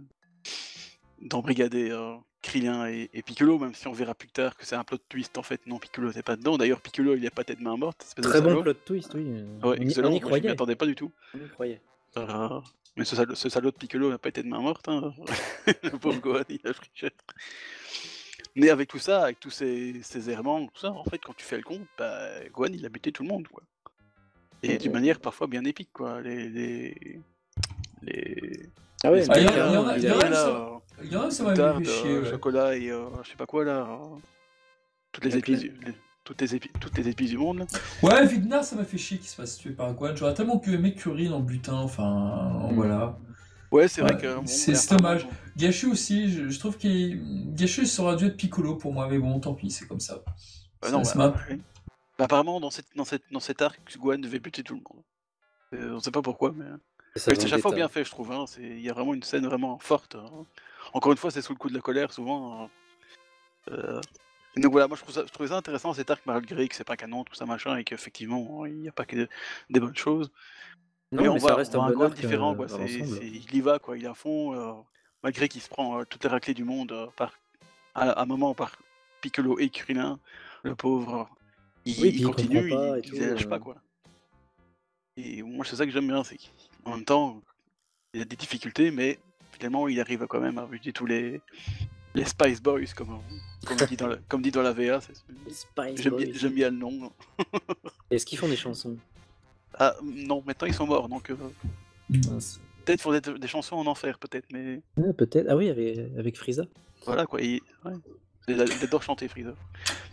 [SPEAKER 4] d'embrigader euh, Krillin et, et Piccolo, même si on verra plus tard que c'est un plot twist en fait. Non, Piccolo n'est pas dedans. D'ailleurs, Piccolo il est pas tête main morte. espèce de
[SPEAKER 1] Très bon
[SPEAKER 4] salaud.
[SPEAKER 1] plot twist, oui. euh,
[SPEAKER 4] Ouais,
[SPEAKER 1] on, y-
[SPEAKER 4] excellent,
[SPEAKER 1] on y
[SPEAKER 4] moi, je m'y
[SPEAKER 1] croyait. Ah,
[SPEAKER 4] attendais pas du tout.
[SPEAKER 1] On y croyait.
[SPEAKER 4] Euh, mais ce salaud, ce salaud de Piccolo n'a pas été de main morte. hein. le pauvre Gohan, il a pris cher. Mais avec tout ça, avec tous ces, ces errements, tout ça, en fait, quand tu fais le compte, bah, Gohan, il a buté tout le monde. Quoi. Et d'une manière parfois bien épique. Quoi. Les, les, les...
[SPEAKER 1] Ah ouais,
[SPEAKER 4] les
[SPEAKER 5] mais il y en
[SPEAKER 4] Spectres,
[SPEAKER 5] a- il y en a-
[SPEAKER 4] les
[SPEAKER 5] il y en a-
[SPEAKER 4] Spectres,
[SPEAKER 5] ça-
[SPEAKER 4] là,
[SPEAKER 5] Il y en a, Ah, ça m'a
[SPEAKER 4] Moutarde,
[SPEAKER 5] fait chier.
[SPEAKER 4] euh,
[SPEAKER 5] ouais.
[SPEAKER 4] Chocolat et euh, je sais pas quoi là. euh, Toutes les
[SPEAKER 1] Et puis-
[SPEAKER 4] épices du- les- toutes les épi- toutes les épices du monde. là.
[SPEAKER 5] Ouais, Vigna, ça m'a fait chier qu'il se fasse tuer par Gohan. J'aurais tellement pu aimer Curie dans le butin,
[SPEAKER 4] Hmm.
[SPEAKER 5] enfin,
[SPEAKER 1] Mm.
[SPEAKER 5] voilà.
[SPEAKER 4] Ouais, c'est vrai
[SPEAKER 5] Ouais,
[SPEAKER 4] que. bon,
[SPEAKER 5] c'est-
[SPEAKER 4] mais
[SPEAKER 5] c'est
[SPEAKER 4] apparemment,
[SPEAKER 5] dommage. Gachou aussi, je, je trouve qu'il. Gachou, ça aurait dû être Piccolo pour moi, mais bon, tant pis, c'est comme ça.
[SPEAKER 4] Bah
[SPEAKER 5] Ça
[SPEAKER 4] non,
[SPEAKER 5] se
[SPEAKER 4] bah,
[SPEAKER 5] mate.
[SPEAKER 4] oui. Bah, apparemment, dans, cette, dans, cette, dans cet arc, Gohan devait buter tout le monde. Euh, on sait pas pourquoi, mais.
[SPEAKER 1] ça
[SPEAKER 4] mais c'est chaque fois
[SPEAKER 1] vendetta.
[SPEAKER 4] bien fait, je trouve. hein. C'est- Il y a vraiment une scène vraiment forte. hein. Encore une fois, c'est sous le coup de la colère, souvent. hein. Euh, Donc voilà, moi je, trouve ça, je trouvais ça intéressant cet arc, malgré que c'est pas canon, tout ça machin, et qu'effectivement, il n'y a pas que de- des bonnes choses.
[SPEAKER 1] Non,
[SPEAKER 4] mais on
[SPEAKER 1] mais
[SPEAKER 4] voit,
[SPEAKER 1] ça reste
[SPEAKER 4] on voit
[SPEAKER 1] un
[SPEAKER 4] un
[SPEAKER 1] bon
[SPEAKER 4] Gohan
[SPEAKER 1] arc
[SPEAKER 4] différent,
[SPEAKER 1] euh,
[SPEAKER 4] quoi.
[SPEAKER 1] dans
[SPEAKER 4] c'est-
[SPEAKER 1] l'ensemble.
[SPEAKER 4] c'est- il y va, quoi. Il est à fond, euh, malgré qu'il se prend euh, toutes les raclées du monde euh, par, à, à un moment par Piccolo et Krillin, le pauvre. Il,
[SPEAKER 1] Oui,
[SPEAKER 4] il
[SPEAKER 1] puis il
[SPEAKER 4] continue,
[SPEAKER 1] comprend pas
[SPEAKER 4] il,
[SPEAKER 1] et
[SPEAKER 4] il
[SPEAKER 1] tout,
[SPEAKER 4] les lâche
[SPEAKER 1] euh.
[SPEAKER 4] pas, quoi. Et moi, c'est ça que j'aime bien, c'est qu'en même temps, il a des difficultés, mais finalement, il arrive quand même à buter tous les, les Spice Boys, comme, on- comme, dit, dans la, comme dit dans la VA. c'est-
[SPEAKER 1] Les Spice
[SPEAKER 4] J'aime bien,
[SPEAKER 1] Boys.
[SPEAKER 4] j'aime bien le nom.
[SPEAKER 1] Est-ce qu'ils font des chansons
[SPEAKER 4] Ah non, maintenant ils sont morts, donc euh,
[SPEAKER 5] Hmm.
[SPEAKER 4] peut-être faut des, des chansons en enfer, peut-être, mais.
[SPEAKER 1] Ah, Peut-être. Ah oui, avec, avec Frieza.
[SPEAKER 4] Voilà quoi, il... ouais. Il a- il adore chanter Freezer.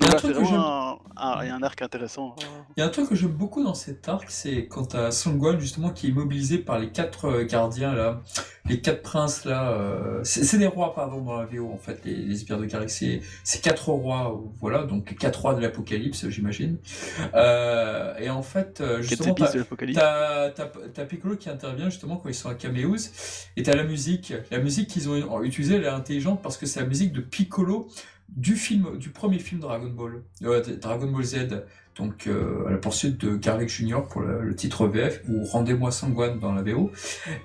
[SPEAKER 5] Il y en un
[SPEAKER 4] Là, c'est
[SPEAKER 5] truc que
[SPEAKER 4] vraiment un, un- il y a un arc intéressant. hein.
[SPEAKER 5] Il y a un truc que j'aime beaucoup dans cet arc, c'est quand à Songwan justement qui est mobilisé par les quatre euh, gardiens là, les quatre princes là, euh, c'est c'est des rois pardon dans la VO en fait, les, les sbires de Carrick, c'est c'est quatre rois, euh, voilà donc les quatre rois de l'Apocalypse j'imagine. Euh, et en fait euh,
[SPEAKER 4] Quatre
[SPEAKER 5] justement
[SPEAKER 4] épices
[SPEAKER 5] t'as-
[SPEAKER 4] de l'Apocalypse.
[SPEAKER 5] t'as t'as- t'as Piccolo qui intervient justement quand ils sont à Cameos et t'as la musique, la musique qu'ils ont utilisée elle est intelligente parce que c'est la musique de Piccolo du film, du premier film Dragon Ball, euh, de- Dragon Ball Z donc euh, à la poursuite de Garlic Junior pour le, le titre VF ou Rendez-moi Sangwan dans la VO.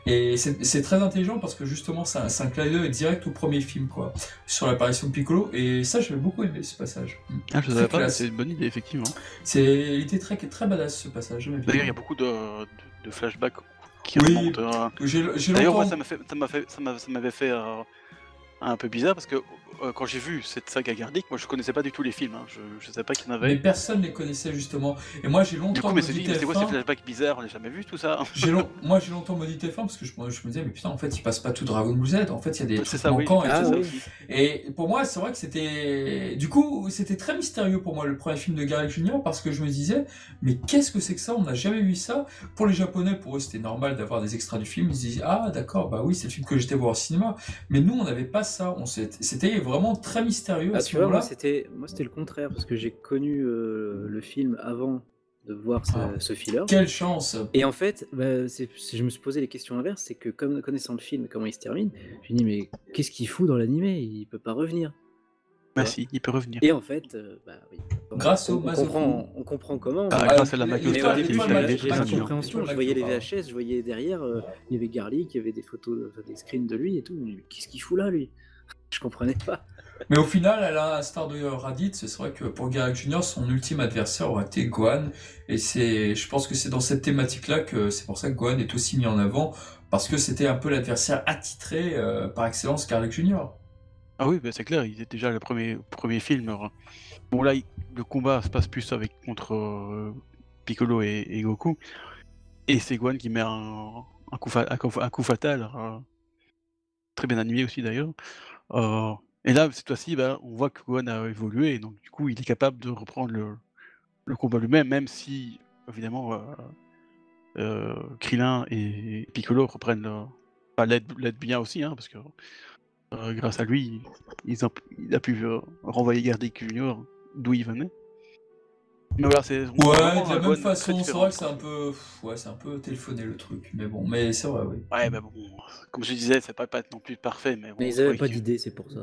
[SPEAKER 5] Et c'est c'est très intelligent parce que justement c'est un, c'est un clin d'œil direct au premier film quoi, sur l'apparition de Piccolo et ça j'avais beaucoup aimé ce passage. Mm.
[SPEAKER 4] Ah, je
[SPEAKER 5] c'est
[SPEAKER 4] savais pas, mais
[SPEAKER 5] classe.
[SPEAKER 4] c'est une bonne idée, effectivement.
[SPEAKER 5] C'est, il était très très badass ce passage. j'aimais bien.
[SPEAKER 4] D'ailleurs, il y a beaucoup de, de- de flashbacks qui
[SPEAKER 5] Oui.
[SPEAKER 4] remontent. euh.
[SPEAKER 5] J'ai, j'ai
[SPEAKER 4] D'ailleurs,
[SPEAKER 5] longtemps-
[SPEAKER 4] moi, ça m'a fait, ça m'a fait, ça m'a- ça m'avait fait euh, un peu bizarre parce que euh, quand j'ai vu cette saga Gardic, moi, je connaissais pas du tout les films. hein. Je, je savais pas qu'il y en
[SPEAKER 5] mais
[SPEAKER 4] avait.
[SPEAKER 5] personne les connaissait justement et moi j'ai
[SPEAKER 4] Du
[SPEAKER 5] longtemps
[SPEAKER 4] coup, mais c'est
[SPEAKER 5] maudit
[SPEAKER 4] dit, mais c'est quoi ces
[SPEAKER 5] TF1.
[SPEAKER 4] flashbacks bizarres On les a jamais vu tout ça.
[SPEAKER 5] J'ai long- moi j'ai longtemps maudit TF1 parce que je, je me disais mais putain en fait il passe pas tout Dragon Ball Z en fait il y a des
[SPEAKER 4] C'est
[SPEAKER 5] trucs
[SPEAKER 4] ça, oui.
[SPEAKER 5] manquants et
[SPEAKER 1] Ah
[SPEAKER 5] tout
[SPEAKER 4] c'est
[SPEAKER 5] ça.
[SPEAKER 1] oui.
[SPEAKER 4] ça aussi.
[SPEAKER 5] Et pour moi, c'est vrai que c'était. Du coup, c'était très mystérieux pour moi le premier film de Garrick Junior parce que je me disais, mais qu'est-ce que c'est que ça On n'a jamais vu ça. Pour les Japonais, pour eux, c'était normal d'avoir des extraits du film. Ils se disaient, ah d'accord, bah oui, c'est le film que j'étais voir au cinéma. Mais nous, on n'avait pas ça. On s'est- c'était vraiment très mystérieux à
[SPEAKER 1] Ah,
[SPEAKER 5] ce
[SPEAKER 1] tu vois, moi
[SPEAKER 5] moment-là.
[SPEAKER 1] c'était, moi c'était le contraire parce que j'ai connu euh, le film avant de voir ce,
[SPEAKER 5] Ah.
[SPEAKER 1] ce filler.
[SPEAKER 5] Quelle chance
[SPEAKER 1] Et en fait, bah, c'est- c'est- je me suis posé les questions inverses, c'est que comme connaissant le film, comment il se termine, je me dis mais qu'est-ce qu'il fout dans l'animé Il peut pas revenir.
[SPEAKER 4] Bah si, il peut revenir.
[SPEAKER 1] Et en fait, euh, bah oui.
[SPEAKER 5] Grâce
[SPEAKER 1] on,
[SPEAKER 5] au
[SPEAKER 1] on
[SPEAKER 5] Mazoku.
[SPEAKER 1] comprend, on comprend comment.
[SPEAKER 4] Ah,
[SPEAKER 1] mais-
[SPEAKER 4] grâce à la
[SPEAKER 5] Mais-
[SPEAKER 4] maquille
[SPEAKER 1] mais
[SPEAKER 5] L'étoile-
[SPEAKER 1] au
[SPEAKER 4] Star qui
[SPEAKER 1] début,
[SPEAKER 5] l'étoile
[SPEAKER 4] lui
[SPEAKER 1] j'avais
[SPEAKER 4] fait des
[SPEAKER 5] magique,
[SPEAKER 1] j'ai pas de
[SPEAKER 5] l'étoile magique,
[SPEAKER 4] génies, hein.
[SPEAKER 1] compréhension. Je
[SPEAKER 5] l'étoile
[SPEAKER 1] voyais les
[SPEAKER 5] magique, pardon.
[SPEAKER 1] VHS, je voyais derrière, euh, il y avait Garlic, il y avait des photos, enfin, des screens de lui et tout. Mais Qu'est-ce qu'il fout là, lui Je comprenais pas.
[SPEAKER 5] Mais au final, à la star de Raditz, c'est vrai que pour Garrick Junior, son ultime adversaire aurait été Gohan. Et c'est, je pense que c'est dans cette thématique-là que c'est pour ça que Gohan est aussi mis en avant, parce que c'était un peu l'adversaire attitré euh, par excellence Garlic Junior.
[SPEAKER 4] Ah oui, bah c'est clair, il est déjà le premier, premier film. alors. hein. Bon là, il- le combat se passe plus avec contre euh, Piccolo et, et Goku. Et c'est Gohan qui met un, un coup, fa- un coup- un coup fatal. alors, euh, très bien animé aussi d'ailleurs. Euh, et là, cette fois-ci, bah, on voit que Gohan a évolué, et donc du coup, il est capable de reprendre le, le combat lui-même, même si, évidemment, euh, euh, Krillin et, et Piccolo reprennent le... enfin, l'aident l'aident bien aussi, hein, parce que euh, grâce à lui, ils ont- il a pu euh, renvoyer Gardic Junior d'où il venait. Mais voilà, c'est on voit
[SPEAKER 5] Ouais,
[SPEAKER 4] vraiment
[SPEAKER 5] de
[SPEAKER 4] un
[SPEAKER 5] la
[SPEAKER 4] euh, Gohan
[SPEAKER 5] même
[SPEAKER 4] très
[SPEAKER 5] façon, c'est
[SPEAKER 4] différent.
[SPEAKER 5] vrai que c'est un peu, pff, ouais, c'est un peu téléphoné le truc. Mais bon, mais c'est vrai, oui.
[SPEAKER 4] Ouais, bah bon, comme je disais, ça peut pas être non plus parfait, mais bon,
[SPEAKER 1] Mais ils
[SPEAKER 4] c'est
[SPEAKER 1] avaient
[SPEAKER 4] vrai
[SPEAKER 1] pas
[SPEAKER 4] que-
[SPEAKER 1] d'idée, c'est pour ça.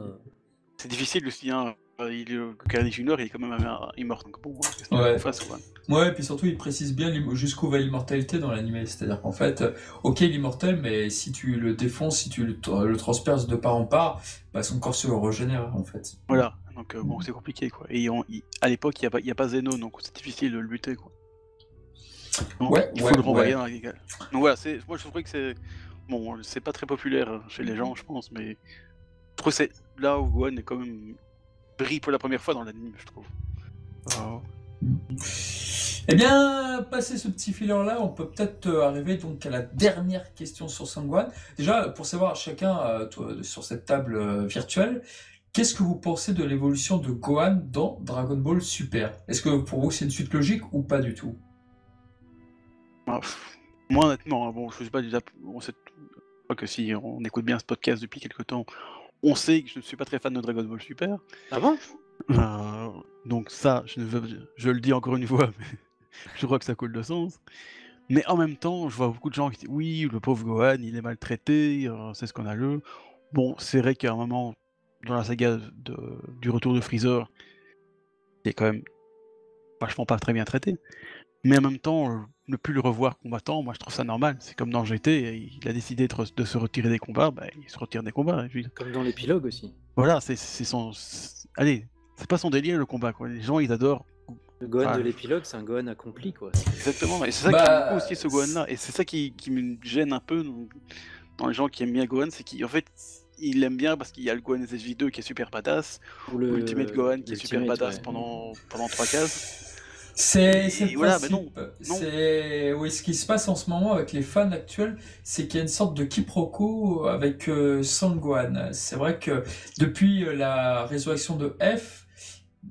[SPEAKER 4] C'est difficile aussi, hein. Euh, Il, le Gardic Junior, il est quand même un- immortel, donc bon, hein, qu'est-ce qu'on
[SPEAKER 5] Ouais.
[SPEAKER 4] fasse, quoi.
[SPEAKER 5] Ouais, et puis surtout, il précise bien l'im- jusqu'où va l'immortalité dans l'animé. C'est-à-dire qu'en fait, euh, ok, il est immortel, mais si tu le défonces, si tu le, tra- le transperces de part en part, bah, son corps se régénère, en fait.
[SPEAKER 4] Voilà, donc euh, bon, c'est compliqué quoi. Et on- il- à l'époque, il n'y a, pas- il y a pas Zeno, donc c'est difficile de le lutter quoi. Donc,
[SPEAKER 5] Ouais,
[SPEAKER 4] il faut
[SPEAKER 5] ouais,
[SPEAKER 4] le renvoyer dans la gueule. Donc voilà, c'est- moi je trouve que c'est. Bon, c'est pas très populaire euh, chez les gens, je pense, mais. Je trouve que c'est là où Gohan est quand même. brille pour la première fois dans l'anime, je trouve.
[SPEAKER 5] Ah. Eh bien, passé ce petit filon là, on peut peut-être euh, arriver donc à la dernière question sur Sangwan. Déjà, pour savoir chacun euh, toi, de- sur cette table euh, virtuelle, qu'est-ce que vous pensez de l'évolution de Gohan dans Dragon Ball Super Est-ce que pour vous c'est une suite logique ou pas du tout
[SPEAKER 4] Ah, pff. Moi, honnêtement, hein, bon, je sais pas déjà. On sait je crois que si on écoute bien ce podcast depuis quelques temps, on sait que je ne suis pas très fan de Dragon Ball Super.
[SPEAKER 6] Ah bon
[SPEAKER 4] Euh, donc ça, je, ne veux- je le dis encore une fois, mais je crois que ça coule de sens. Mais en même temps, je vois beaucoup de gens qui disent oui, le pauvre Gohan, il est maltraité, euh, c'est scandaleux. Bon, c'est vrai qu'à un moment, dans la saga de, du retour de Freezer, il est quand même vachement pas très bien traité. Mais en même temps, euh, ne plus le revoir combattant, moi je trouve ça normal. C'est comme dans GT, il a décidé de, re- de se retirer des combats, bah, il se retire des combats. et puis-
[SPEAKER 1] Comme dans l'épilogue aussi.
[SPEAKER 4] voilà, c'est c'est son. c'est- Allez, c'est pas son délire le combat, quoi. Les gens, ils adorent.
[SPEAKER 1] Le Gohan
[SPEAKER 4] Ah.
[SPEAKER 1] de l'épilogue, c'est un Gohan accompli, quoi.
[SPEAKER 4] Exactement, et c'est ça
[SPEAKER 5] Bah,
[SPEAKER 4] qui aime beaucoup aussi ce Gohan-là. Et c'est ça qui, qui me gêne un peu dans- dans les gens qui aiment bien Gohan, c'est qu'en fait, ils l'aiment bien parce qu'il y a le Gohan SSJ2 qui est super badass,
[SPEAKER 1] Ou le
[SPEAKER 4] ou Euh, Ultimate Gohan qui est super
[SPEAKER 1] l'Ultimate,
[SPEAKER 4] badass
[SPEAKER 1] ouais.
[SPEAKER 4] pendant, pendant 3 cases.
[SPEAKER 5] C'est c'est
[SPEAKER 4] Et
[SPEAKER 5] le
[SPEAKER 4] voilà, mais non,
[SPEAKER 5] principe.
[SPEAKER 4] non.
[SPEAKER 5] C'est oui, ce qui se passe en ce moment avec les fans actuels, c'est qu'il y a une sorte de quiproquo avec euh, Sangwan. C'est vrai que depuis euh, la résurrection de F,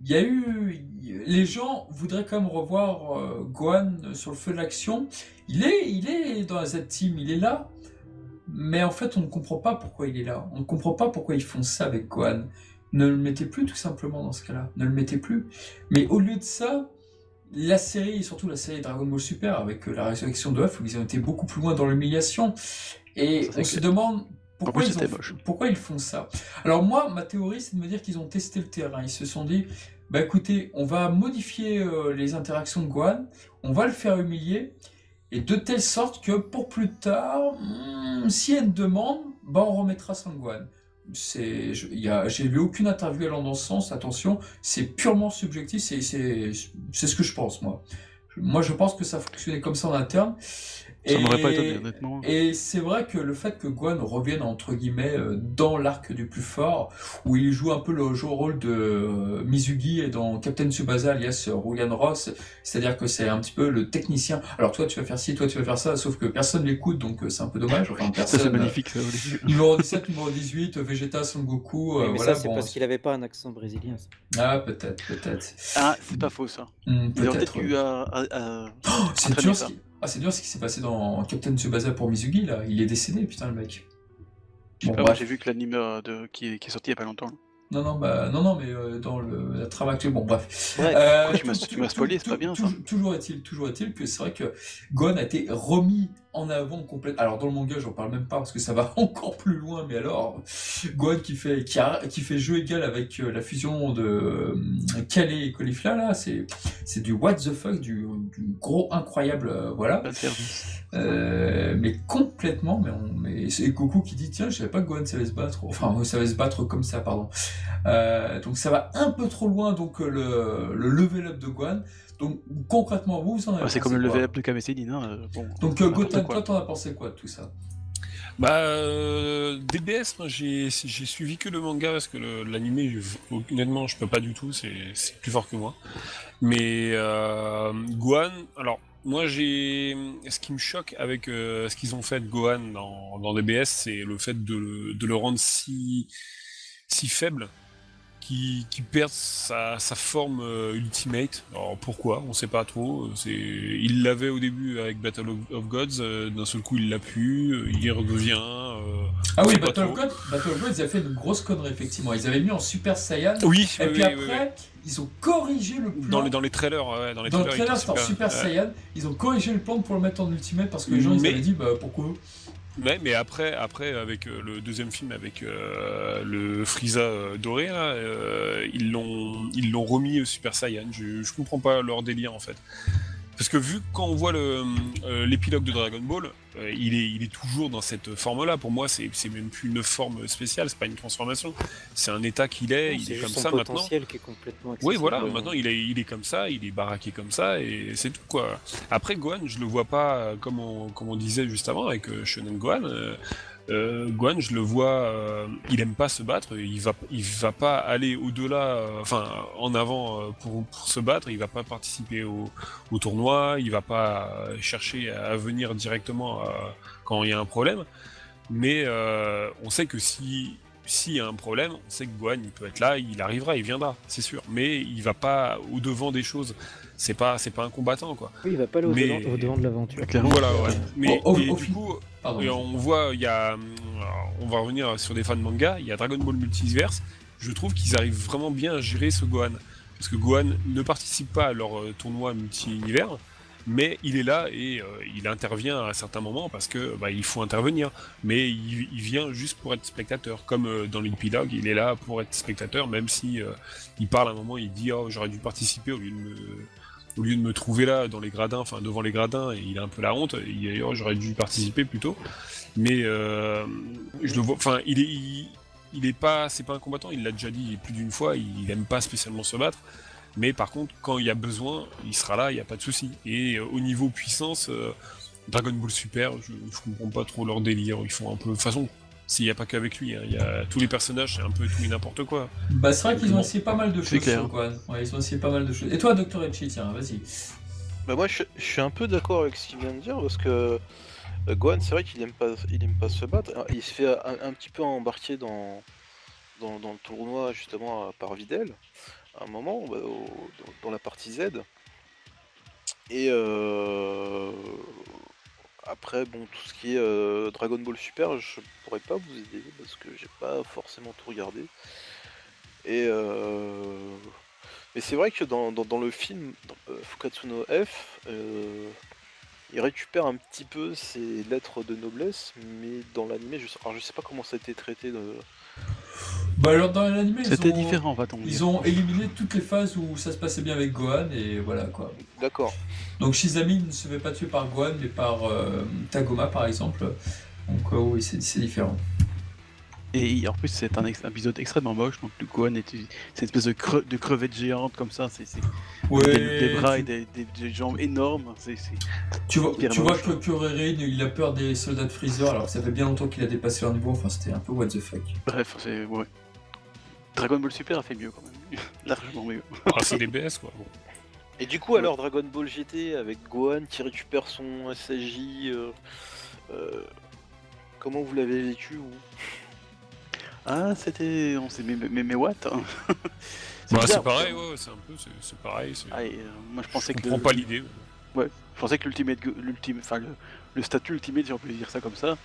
[SPEAKER 5] il y a eu. Les gens voudraient quand même revoir euh, Gohan sur le feu de l'action. Il est, il est dans la Z-Team, il est là. Mais en fait, on ne comprend pas pourquoi il est là. On ne comprend pas pourquoi ils font ça avec Gohan. Ne le mettez plus, tout simplement, dans ce cas-là. Ne le mettez plus. Mais au lieu de ça, la série, surtout la série Dragon Ball Super, avec euh, la résurrection de F, où ils ont été beaucoup plus loin dans l'humiliation. Et
[SPEAKER 4] C'est vrai
[SPEAKER 5] on
[SPEAKER 4] que-
[SPEAKER 5] se demande pourquoi,
[SPEAKER 4] En plus,
[SPEAKER 5] ils ont-
[SPEAKER 4] c'était moche.
[SPEAKER 5] pourquoi ils font ça. Alors moi, ma théorie, c'est de me dire qu'ils ont testé le terrain. Ils se sont dit, bah écoutez, on va modifier euh, les interactions de Gohan, on va le faire humilier, et de telle sorte que pour plus tard, hmm, s'il y a une demande, bah on remettra sans Gohan. C'est, je- il y a- j'ai lu aucune interview allant dans ce sens. Attention, c'est purement subjectif. C'est, c'est, c'est ce que je pense moi. Je- Moi, je pense que ça fonctionnait comme ça en interne.
[SPEAKER 4] Ça m'aurait pas
[SPEAKER 5] Et-
[SPEAKER 4] étonné, honnêtement.
[SPEAKER 5] et c'est vrai que le fait que Guan revienne entre guillemets euh, dans l'arc du plus fort, où il joue un peu le jeu rôle de euh, Mizugi et dans Captain Tsubasa alias euh, Rulian Ross, c'est-à-dire que c'est un petit peu le technicien. Alors toi tu vas faire ci, toi tu vas faire ça, sauf que personne l'écoute donc euh, c'est un peu dommage. Enfin,
[SPEAKER 4] Ça, c'est
[SPEAKER 5] personne,
[SPEAKER 4] magnifique, ça, Olivier.
[SPEAKER 5] euh, Numéro 17, numéro 18, euh, Vegeta, Son Goku, euh,
[SPEAKER 1] mais
[SPEAKER 5] voilà
[SPEAKER 1] ça, c'est
[SPEAKER 5] bon.
[SPEAKER 1] parce qu'il n'avait pas un accent brésilien. ça.
[SPEAKER 5] Ah peut-être, peut-être.
[SPEAKER 4] Ah, c'est pas faux, ça.
[SPEAKER 5] Hmm,
[SPEAKER 4] Ils auraient
[SPEAKER 5] peut-être.
[SPEAKER 4] peut-être eu à- à- à-
[SPEAKER 5] Oh, c'est
[SPEAKER 4] entraîné
[SPEAKER 5] dur, ce
[SPEAKER 4] ça.
[SPEAKER 5] qui- ah, c'est dur ce qui s'est passé dans Captain Tsubasa pour Mizugi là. Il est décédé putain le mec.
[SPEAKER 4] Je sais pas,
[SPEAKER 5] Bon,
[SPEAKER 4] ah, moi,
[SPEAKER 5] bref.
[SPEAKER 4] j'ai vu que l'anime euh, de... qui, est- qui est sorti il y a pas longtemps.
[SPEAKER 5] Non, non, bah, non, non, mais euh, dans le, la trame actuelle, bon, bref.
[SPEAKER 1] Bref,
[SPEAKER 5] Euh,
[SPEAKER 4] pourquoi tu m'as-
[SPEAKER 5] tout-
[SPEAKER 4] tu m'as
[SPEAKER 5] tout-
[SPEAKER 4] spoilé, c'est
[SPEAKER 5] tout-
[SPEAKER 4] pas bien, ça.
[SPEAKER 5] tout- Toujours est-il, toujours est-il que c'est vrai que Gon a été remis en avant complètement. Alors dans le manga, j'en parle même pas parce que ça va encore plus loin, mais alors Gon qui fait qui, a- qui fait jeu égal avec euh, la fusion de euh, Calais et Caulifla là, c'est c'est du what the fuck, du, du gros incroyable, euh, voilà.
[SPEAKER 4] Pas de service.
[SPEAKER 5] Euh, mais complètement, mais, on, mais c'est Goku qui dit tiens, je savais pas que Gohan savait se battre, enfin euh, savait se battre comme ça, pardon. Euh, donc ça va un peu trop loin, donc euh, le, le level up de Gohan. Donc concrètement, vous, vous en avez
[SPEAKER 4] Bah, c'est
[SPEAKER 5] pensé
[SPEAKER 4] comme le
[SPEAKER 5] quoi
[SPEAKER 4] level up de Kamesenin. Hein. euh, Bon,
[SPEAKER 5] Donc euh,
[SPEAKER 4] n'importe
[SPEAKER 5] Goten,
[SPEAKER 4] quoi.
[SPEAKER 5] toi, t'en as pensé quoi de tout ça
[SPEAKER 3] Bah, euh, DBS, moi j'ai j'ai suivi que le manga parce que le- l'animé, je- honnêtement, je peux pas du tout, c'est c'est plus fort que moi. Mais euh, Gohan, alors moi j'ai. Ce qui me choque avec euh, ce qu'ils ont fait de Gohan dans, dans DBS, c'est le fait de, le- de le rendre si, si faible qu'il qu'il perde sa, sa forme euh, ultimate. Alors pourquoi On sait pas trop. C'est- Il l'avait au début avec Battle of, of Gods, euh, d'un seul coup il l'a pu, euh, il y redevient. euh,
[SPEAKER 5] Ah oui,
[SPEAKER 3] C'est pas
[SPEAKER 5] Battle of
[SPEAKER 3] trop.
[SPEAKER 5] God, Battle of God, ils avaient fait une grosse connerie, effectivement. Ils avaient mis en Super Saiyan,
[SPEAKER 3] Oui,
[SPEAKER 5] et
[SPEAKER 3] oui, oui,
[SPEAKER 5] puis après,
[SPEAKER 3] oui,
[SPEAKER 5] ils ont corrigé le
[SPEAKER 3] oui.
[SPEAKER 5] plan.
[SPEAKER 3] Dans, les, dans les trailers, ouais, dans les
[SPEAKER 5] Dans le
[SPEAKER 3] trailers,
[SPEAKER 5] trailer,
[SPEAKER 3] il
[SPEAKER 5] c'était en
[SPEAKER 3] était
[SPEAKER 5] Super Saiyan. Ils ont corrigé le plan pour le mettre en Ultimate parce que les gens, ils
[SPEAKER 3] Mais-
[SPEAKER 5] avaient dit, bah pourquoi
[SPEAKER 3] Ouais, mais après, après avec euh, le deuxième film, avec euh, le Frieza euh, doré, là, euh, ils l'ont, ils l'ont remis au Super Saiyan. Je, je comprends pas leur délire en fait. Parce que vu que quand on voit le, euh, l'épilogue de Dragon Ball, euh, il, est, il est toujours dans cette forme-là. Pour moi, c'est, c'est même plus une forme spéciale, c'est pas une transformation. C'est un état qu'il est, il
[SPEAKER 1] C'est
[SPEAKER 3] est
[SPEAKER 1] juste
[SPEAKER 3] comme
[SPEAKER 1] son
[SPEAKER 3] ça maintenant.
[SPEAKER 1] potentiel qui est complètement
[SPEAKER 3] Oui, voilà,
[SPEAKER 1] accessible. euh.
[SPEAKER 3] maintenant il est, il est comme ça, il est baraqué comme ça, et c'est tout quoi. Après, Gohan, je le vois pas, euh, comme on, comme on disait juste avant avec euh, Shonen Gohan. euh, euh, Gohan, je le vois, euh, il aime pas se battre, il va, il va pas aller au-delà, euh, enfin, en avant euh, pour, pour se battre, il va pas participer au, au tournoi, il va pas euh, chercher à venir directement euh, quand il y a un problème. Mais euh, on sait que si s'il y a un problème, on sait que Gohan il peut être là, il arrivera, il viendra, c'est sûr. Mais il va pas au devant des choses. C'est pas c'est pas un combattant quoi.
[SPEAKER 1] Oui, il va pas aller au-devant
[SPEAKER 3] Mais-
[SPEAKER 1] au-devant de l'aventure.
[SPEAKER 4] Clairement.
[SPEAKER 3] Voilà ouais. Mais
[SPEAKER 5] Au- au-
[SPEAKER 3] et
[SPEAKER 5] au
[SPEAKER 3] du
[SPEAKER 5] fil-
[SPEAKER 3] coup,
[SPEAKER 5] Pardon.
[SPEAKER 3] et on voit il y a hum, alors, on va revenir sur des fans de manga, il y a Dragon Ball Multiverse. Je trouve qu'ils arrivent vraiment bien à gérer ce Gohan parce que Gohan ne participe pas à leur euh, tournoi multi-univers. Mais il est là et euh, il intervient à certains moments parce que bah, il faut intervenir. Mais il, il vient juste pour être spectateur, comme euh, dans l'épilogue, il est là pour être spectateur, même si euh, il parle à un moment, il dit oh, j'aurais dû participer au lieu de me au lieu de me trouver là dans les gradins, enfin devant les gradins, et il a un peu la honte. Il dit, Oh, j'aurais dû participer plutôt, mais euh, je le vois. Enfin, il est il, il est pas c'est pas un combattant. Il l'a déjà dit plus d'une fois. Il, il aime pas spécialement se battre. Mais par contre, quand il y a besoin, il sera là, il n'y a pas de souci. Et euh, au niveau puissance, euh, Dragon Ball Super, je ne comprends pas trop leur délire. Ils font un peu. De toute façon, s'il n'y a pas qu'avec lui, hein, il y a tous les personnages, c'est un peu tout et n'importe quoi.
[SPEAKER 5] Bah, c'est vrai qu'ils ont
[SPEAKER 3] Bon.
[SPEAKER 5] essayé pas mal de
[SPEAKER 4] C'est
[SPEAKER 5] choses
[SPEAKER 4] clair.
[SPEAKER 5] sur Gohan. Ouais, ils ont essayé pas mal de choses. Et toi, Docteur Etchi, tiens, vas-y.
[SPEAKER 6] Bah moi je, je suis un peu d'accord avec ce qu'il vient de dire parce que euh, Gohan c'est vrai qu'il aime pas il aime pas se battre. Alors, Il se fait un, un petit peu embarquer dans, dans, dans le tournoi justement euh, par Videl. à un moment bah, au- dans- dans la partie Z. Et euh, après, bon, tout ce qui est euh, Dragon Ball Super, je pourrais pas vous aider parce que j'ai pas forcément tout regardé. Et euh, mais c'est vrai que dans, dans- dans le film dans, euh, Fukatsu no F, euh, il récupère un petit peu ses lettres de noblesse, mais dans l'animé, je, sais- alors je sais pas comment ça a été traité. euh, De...
[SPEAKER 5] Bah alors dans l'anime, ils
[SPEAKER 4] C'était
[SPEAKER 5] ont-
[SPEAKER 4] différent, va-t-on dire.
[SPEAKER 5] Ils ont éliminé toutes les phases où ça se passait bien avec Gohan et voilà quoi.
[SPEAKER 6] D'accord.
[SPEAKER 5] Donc Shizami ne se fait pas tuer par Gohan mais par euh, Tagoma par exemple. Donc euh, oui, c'est c'est différent.
[SPEAKER 4] Et en plus, c'est un ex- un épisode extrêmement moche. Donc, le Gohan est une c'est une espèce de, cre- de crevette géante comme ça. C'est c'est-
[SPEAKER 5] Ouais,
[SPEAKER 4] des, des bras et
[SPEAKER 5] tu,
[SPEAKER 4] des, des- des jambes énormes. C'est c'est-
[SPEAKER 5] tu vois,
[SPEAKER 4] hyper
[SPEAKER 5] tu vois
[SPEAKER 4] moche.
[SPEAKER 5] que Kuririn il a peur des soldats de Freezer alors ça fait bien longtemps qu'il a dépassé leur niveau, enfin c'était un peu what the fuck.
[SPEAKER 4] Bref, c'est. Ouais. Dragon Ball Super a fait mieux quand même. Largement mieux.
[SPEAKER 3] Ah, c'est des BS, quoi. Bon.
[SPEAKER 6] Et du coup, alors Dragon Ball GT avec Gohan qui récupère son SAJ, euh, euh, comment vous l'avez vécu vous
[SPEAKER 4] Ah, c'était. On s'est. Mais, mais, mais what hein
[SPEAKER 3] Bah,
[SPEAKER 4] bizarre,
[SPEAKER 3] c'est pareil, ouais, c'est un peu, c'est- c'est pareil. c'est-
[SPEAKER 4] Ah, et, euh, moi, je
[SPEAKER 3] Je
[SPEAKER 4] pensais que.
[SPEAKER 3] comprends
[SPEAKER 4] le-
[SPEAKER 3] pas l'idée. ouais.
[SPEAKER 4] Je pensais que l'ultimate, Go- l'ultime, enfin le, le statut ultimate, si on peut dire ça comme ça,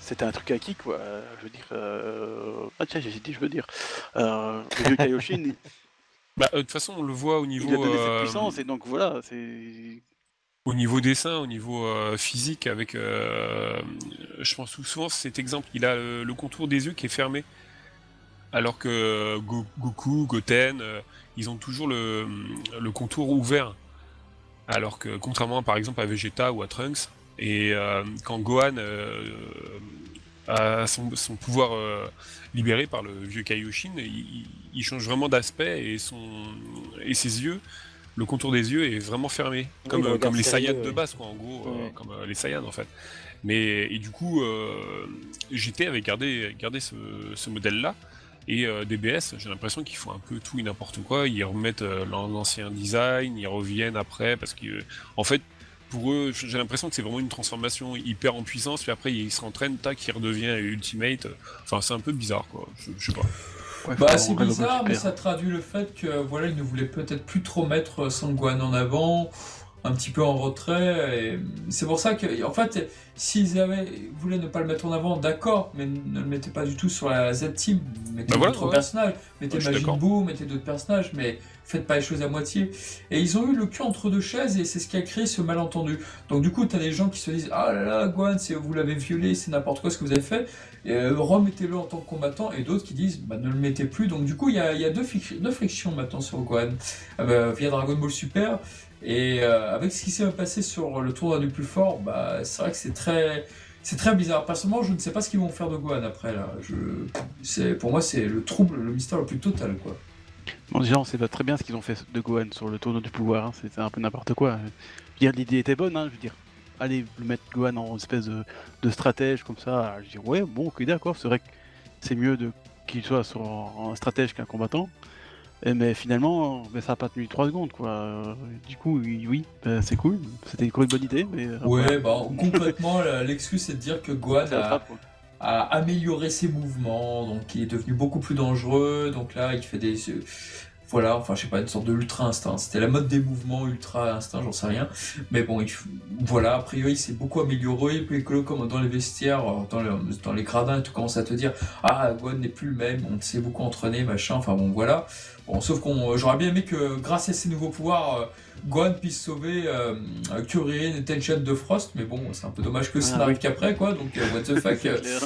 [SPEAKER 4] c'était un truc acquis quoi. Euh, Je veux dire, euh... ah tiens, j'ai dit, je veux dire, euh, le vieux Kaioshin, il-
[SPEAKER 3] Bah, euh, de toute façon, on le voit au
[SPEAKER 4] il a
[SPEAKER 3] niveau,
[SPEAKER 4] donné
[SPEAKER 3] euh,
[SPEAKER 4] cette puissance et donc voilà, c'est
[SPEAKER 3] au niveau dessin, au niveau euh, physique, avec, euh, je pense tout souvent cet exemple, il a euh, le contour des yeux qui est fermé, alors que euh, Go- Goku, Goten, euh, ils ont toujours le, euh, le contour ouvert, alors que contrairement par exemple à Vegeta ou à Trunks, et euh, quand Gohan euh, a son, son pouvoir euh, libéré par le vieux Kaioshin, il- il, il change vraiment d'aspect et son et ses yeux, le contour des yeux est vraiment fermé,
[SPEAKER 1] il
[SPEAKER 3] comme, euh,
[SPEAKER 1] regarde
[SPEAKER 3] comme les
[SPEAKER 1] sérieux,
[SPEAKER 3] Saiyans de
[SPEAKER 1] ouais.
[SPEAKER 3] base quoi, en gros, euh,
[SPEAKER 6] Ouais.
[SPEAKER 3] comme euh, les Saiyans en fait. Mais et du coup, euh, j'étais avec gardé gardé ce, ce modèle là. Et euh, DBS, j'ai l'impression qu'ils font un peu tout et n'importe quoi. Ils remettent euh, l'an- l'ancien design, ils reviennent après parce que, en fait, pour eux, j- j'ai l'impression que c'est vraiment une transformation hyper en puissance. Puis après, ils se rentraînent, tac, il redevient Ultimate. Enfin, c'est un peu bizarre, quoi. Je, je sais pas.
[SPEAKER 5] Bah c'est bizarre mais ça traduit le fait que voilà, ils ne voulaient peut-être plus trop mettre Son Gohan en avant, un petit peu en retrait. et C'est pour ça que en fait, s'ils avaient voulaient ne pas le mettre en avant, d'accord, mais ne le mettez pas du tout sur la Z Team, mettez
[SPEAKER 3] Bah voilà,
[SPEAKER 5] d'autres
[SPEAKER 3] ouais.
[SPEAKER 5] personnages, mettez
[SPEAKER 3] Ouais, je suis
[SPEAKER 5] Majin
[SPEAKER 3] d'accord.
[SPEAKER 5] Buu, mettez d'autres personnages, mais faites pas les choses à moitié. Et ils ont eu le cul entre deux chaises et c'est ce qui a créé ce malentendu. Donc du coup, t'as des gens qui se disent ah là là, Gohan, c'est vous l'avez violé, c'est n'importe quoi ce que vous avez fait. Euh, remettez-le en tant que combattant, et d'autres qui disent bah, ne le mettez plus. Donc, du coup, il y a, il y a deux, fric- deux frictions maintenant sur Gohan Euh, via Dragon Ball Super. Et euh, avec ce qui s'est passé sur le tournoi du plus fort, bah, c'est vrai que c'est très. C'est très bizarre. Personnellement, je ne sais pas ce qu'ils vont faire de Gohan après. Là. Je... c'est- Pour moi, c'est le trouble, le mystère le plus total. Quoi.
[SPEAKER 4] Bon, déjà, on sait pas très bien ce qu'ils ont fait de Gohan sur le tournoi du pouvoir, hein. c'est c'est un peu n'importe quoi. Je veux dire, l'idée était bonne, hein, je veux dire. Allez, mettre Gohan en espèce de, de stratège comme ça, je dis ouais, bon, ok, d'accord, c'est vrai que c'est mieux de qu'il soit sur un stratège qu'un combattant. Et- mais finalement, ben, ça a pas tenu 3 secondes, quoi. Euh, Du coup, oui, oui, ben, c'est cool, c'était une bonne idée, mais. euh,
[SPEAKER 5] Ouais, bah, complètement, la- l'excuse, c'est de dire que Gohan
[SPEAKER 4] ça
[SPEAKER 5] a,
[SPEAKER 4] attrape, quoi.
[SPEAKER 5] à améliorer ses mouvements, donc il est devenu beaucoup plus dangereux, donc là il fait des... euh, voilà, enfin je sais pas, une sorte de ultra instinct. C'était la mode des mouvements ultra instinct, j'en sais rien. Mais bon, il f- voilà, a priori il s'est beaucoup amélioré, puis que comme dans les vestiaires, euh, dans, le- dans les gradins, tu commences à te dire, ah, One n'est plus le même, on s'est beaucoup entraîné, machin, enfin bon voilà. Bon, sauf qu'on euh, j'aurais bien aimé que grâce à ses nouveaux pouvoirs, euh, Gohan puisse sauver euh, Kuririn et Tenchen de Frost, mais bon, c'est un peu dommage que ça
[SPEAKER 4] Ah,
[SPEAKER 5] n'arrive qu'après, quoi, donc euh, what the fuck. euh,
[SPEAKER 4] C'est clair.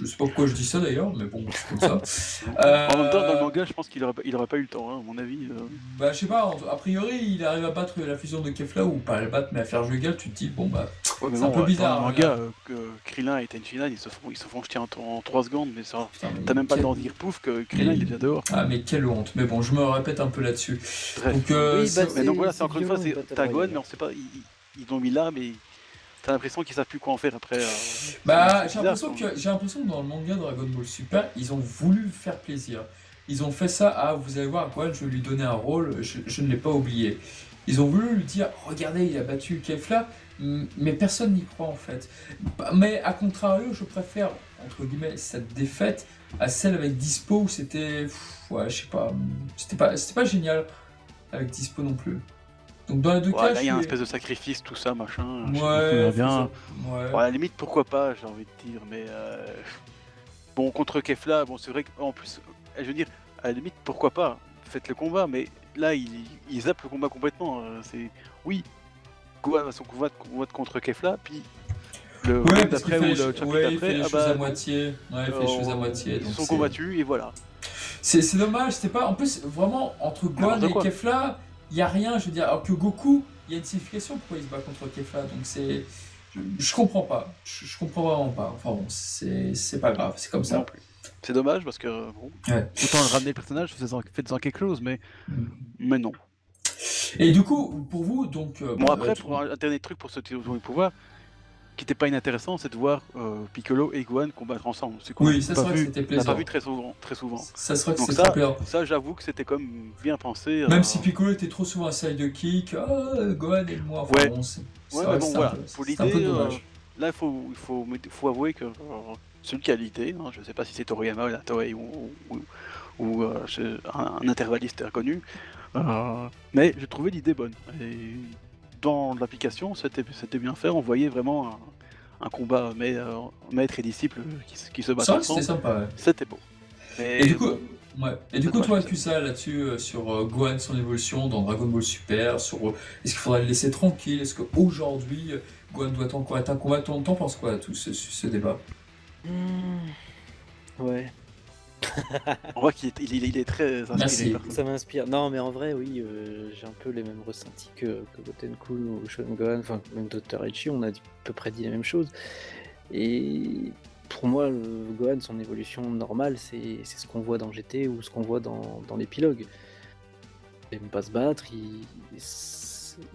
[SPEAKER 5] je sais pas pourquoi je dis ça d'ailleurs, mais bon, c'est comme ça. Euh,
[SPEAKER 4] En même temps, dans le manga, je pense qu'il aurait, pas- il aurait pas eu le temps, hein, à mon avis. euh.
[SPEAKER 5] Bah, je sais pas, en- a priori, il arrive à battre la fusion de Kefla ou pas à la battre, mais à faire Jugal, tu te dis, bon bah.
[SPEAKER 4] Ouais, mais
[SPEAKER 5] C'est un
[SPEAKER 4] bon,
[SPEAKER 5] peu
[SPEAKER 4] euh,
[SPEAKER 5] bizarre,
[SPEAKER 4] Dans le
[SPEAKER 5] hein,
[SPEAKER 4] manga, euh, que Krillin et Tenshinhan, ils se font, ils se font jeter en, en 3 secondes, mais ça,
[SPEAKER 5] putain, mais
[SPEAKER 4] t'as même pas le
[SPEAKER 5] quel-
[SPEAKER 4] temps de dire pouf que Krillin il est déjà dehors.
[SPEAKER 5] Ah, mais quelle honte. Mais bon, je me répète un peu là-dessus.
[SPEAKER 4] Bref.
[SPEAKER 5] Donc, euh,
[SPEAKER 1] Oui,
[SPEAKER 5] c'est-
[SPEAKER 1] bah,
[SPEAKER 4] mais donc voilà, c'est
[SPEAKER 1] c'est
[SPEAKER 4] encore une fois,
[SPEAKER 1] violent,
[SPEAKER 4] c'est
[SPEAKER 1] une Battle
[SPEAKER 4] t'as Gohan,
[SPEAKER 1] Royale.
[SPEAKER 4] mais on sait pas, ils- ils ils l'ont mis là, mais t'as l'impression qu'ils savent plus quoi en faire après. euh. C'est
[SPEAKER 5] Bah, j'ai
[SPEAKER 4] bizarre, hein.
[SPEAKER 5] l'impression
[SPEAKER 4] quoi.
[SPEAKER 5] que j'ai l'impression que dans le manga Dragon Ball Super, ils ont voulu faire plaisir. Ils ont fait ça à vous allez voir, Gohan, je vais lui donner un rôle, je, je ne l'ai pas oublié. Ils ont voulu lui dire Regardez, il a battu Kefla, m- mais personne n'y croit en fait. Bah, Mais à contrario, je préfère, entre guillemets, cette défaite à celle avec Dispo où c'était. pff, Ouais, je sais pas. C'était pas, c'était pas génial avec Dispo non plus. Donc dans les deux
[SPEAKER 4] Ouais,
[SPEAKER 5] cas,
[SPEAKER 4] là, il y a un
[SPEAKER 5] je
[SPEAKER 4] espèce de sacrifice, tout ça, machin.
[SPEAKER 5] suis-
[SPEAKER 4] je-
[SPEAKER 5] Ouais,
[SPEAKER 2] On revient.
[SPEAKER 5] faut- ouais.
[SPEAKER 4] Bon, à la limite, pourquoi pas, j'ai envie de dire, mais. euh, Bon, contre Kefla, bon, c'est vrai qu'en plus, je veux dire, à la limite, pourquoi pas, faites le combat, mais là, il, il zappe le combat complètement. euh, C'est. Oui, Gohan va son combat combat contre Kefla, puis. Le
[SPEAKER 5] Ouais,
[SPEAKER 4] round
[SPEAKER 5] parce qu'il
[SPEAKER 4] d'après ou
[SPEAKER 5] fait,
[SPEAKER 4] le
[SPEAKER 5] les-
[SPEAKER 4] chapitre
[SPEAKER 5] ouais, il fait
[SPEAKER 4] d'après,
[SPEAKER 5] les
[SPEAKER 4] ah
[SPEAKER 5] choses
[SPEAKER 4] bah,
[SPEAKER 5] à moitié. Ouais, il fait les choses à
[SPEAKER 4] on-
[SPEAKER 5] moitié.
[SPEAKER 4] Ils
[SPEAKER 5] donc
[SPEAKER 4] sont
[SPEAKER 5] c'est-
[SPEAKER 4] combattus, et voilà.
[SPEAKER 5] C'est c'est dommage, c'était pas. En plus, vraiment, entre Gohan
[SPEAKER 4] N'importe
[SPEAKER 5] et
[SPEAKER 4] quoi.
[SPEAKER 5] Kefla, il n'y a rien, je veux dire. Alors que Goku, il y a une signification pourquoi il se bat contre Kefla, donc c'est. Je, je comprends pas. Je, je comprends vraiment pas. Enfin bon, c'est c'est pas grave, c'est comme ça.
[SPEAKER 4] Non C'est dommage, parce que. Bon,
[SPEAKER 2] Autant ramener le personnage, faites-en faites-en quelque chose, mais
[SPEAKER 5] Mm.
[SPEAKER 4] mais non.
[SPEAKER 5] Et du coup, pour vous, donc. euh,
[SPEAKER 4] Bon,
[SPEAKER 5] bah,
[SPEAKER 4] après,
[SPEAKER 5] tu-
[SPEAKER 4] pour un un dernier truc pour ce tour du pouvoir, qui n'était pas inintéressant, c'est de voir euh, Piccolo et Gohan combattre ensemble. C'est qu'on
[SPEAKER 5] Oui,
[SPEAKER 4] n'a
[SPEAKER 5] ça c'est
[SPEAKER 4] pas
[SPEAKER 5] vrai que
[SPEAKER 4] vu.
[SPEAKER 5] c'était
[SPEAKER 4] On n'a
[SPEAKER 5] plaisant.
[SPEAKER 4] pas vu très souvent. Très souvent.
[SPEAKER 5] Ça serait que
[SPEAKER 4] Donc
[SPEAKER 5] c'était
[SPEAKER 4] ça-
[SPEAKER 5] très plaisant.
[SPEAKER 4] Ça, j'avoue que c'était comme bien pensé. euh,
[SPEAKER 5] Même si Piccolo était trop souvent un sidekick, ah, Gohan et moi, enfin
[SPEAKER 4] Ouais.
[SPEAKER 5] bon, c'est. c'est
[SPEAKER 4] Ouais,
[SPEAKER 5] vrai
[SPEAKER 4] mais
[SPEAKER 5] que
[SPEAKER 4] bon,
[SPEAKER 5] c'est un
[SPEAKER 4] voilà.
[SPEAKER 5] peu-
[SPEAKER 4] Pour
[SPEAKER 5] c'est un peu
[SPEAKER 4] l'idée,
[SPEAKER 5] dommage.
[SPEAKER 4] euh, Là, il faut, il faut, il faut avouer que euh, celui qui a l'idée, hein, je ne sais pas si c'est Toriyama ou la Toei ou, ou- ou, euh, je- un, un intervalliste reconnu, euh, mais j'ai trouvé l'idée bonne. Et dans l'application, c'était c'était bien fait. On voyait vraiment un, un combat mais, euh, maître et disciple qui, se- qui se battent
[SPEAKER 5] C'est vrai que c'était
[SPEAKER 4] ensemble.
[SPEAKER 5] sympa. ouais.
[SPEAKER 4] C'était beau. Mais
[SPEAKER 5] Et du coup,
[SPEAKER 4] bon,
[SPEAKER 5] ouais. et du
[SPEAKER 4] Ça
[SPEAKER 5] coup
[SPEAKER 4] doit
[SPEAKER 5] toi,
[SPEAKER 4] être ça.
[SPEAKER 5] Kusa, là-dessus, euh, sur euh, Gohan, son évolution dans Dragon Ball Super, sur euh, est-ce qu'il faudrait le laisser tranquille, est-ce qu'aujourd'hui, euh, Gohan doit encore être un combattant T'en penses quoi à tout ce, ce- ce débat
[SPEAKER 6] Ouais.
[SPEAKER 4] on voit qu'il est, il, est- il est très inspiré.
[SPEAKER 5] Merci.
[SPEAKER 4] par contre.
[SPEAKER 1] Ça m'inspire. Non, mais en vrai, oui, euh, j'ai un peu les mêmes ressentis que, que Gotenkun ou Shogun, enfin, même Dr. Ichi, on a dit- à peu près dit la même chose. Et pour moi, le Gohan, son évolution normale, c'est c'est ce qu'on voit dans GT ou ce qu'on voit dans, dans l'épilogue. Il aime pas se battre, il, il-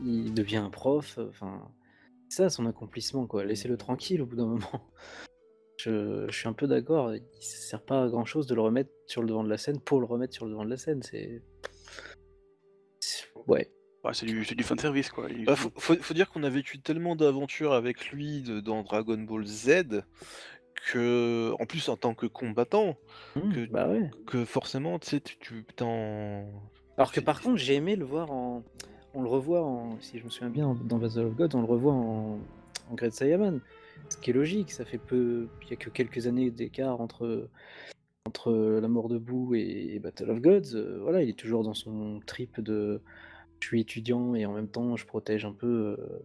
[SPEAKER 1] il devient un prof, enfin, c'est ça son accomplissement, quoi. Laissez-le tranquille au bout d'un moment. Je, je suis un peu d'accord, il sert pas à grand chose de le remettre sur le devant de la scène pour le remettre sur le devant de la scène, c'est. c'est- Ouais.
[SPEAKER 4] Ouais, c'est du, c'est du fanservice, quoi. Il-
[SPEAKER 6] Bah, faut, faut- faut dire qu'on a vécu tellement d'aventures avec lui de- dans Dragon Ball Z que, en plus en tant que combattant,
[SPEAKER 4] Mmh.
[SPEAKER 6] Que-
[SPEAKER 1] Bah ouais.
[SPEAKER 6] que forcément, tu sais, tu- tu t'en.
[SPEAKER 1] Alors que par contre, j'ai aimé le voir en. On le revoit en. Si je me souviens bien, en- dans Vessel of God, on le revoit en, en Great Saiyaman. Ce qui est logique, ça fait peu. Il n'y a que quelques années d'écart entre. Entre la mort de Boo et, et Battle of Gods. Euh, voilà, il est toujours dans son trip de. Je suis étudiant et en même temps, je protège un peu. euh,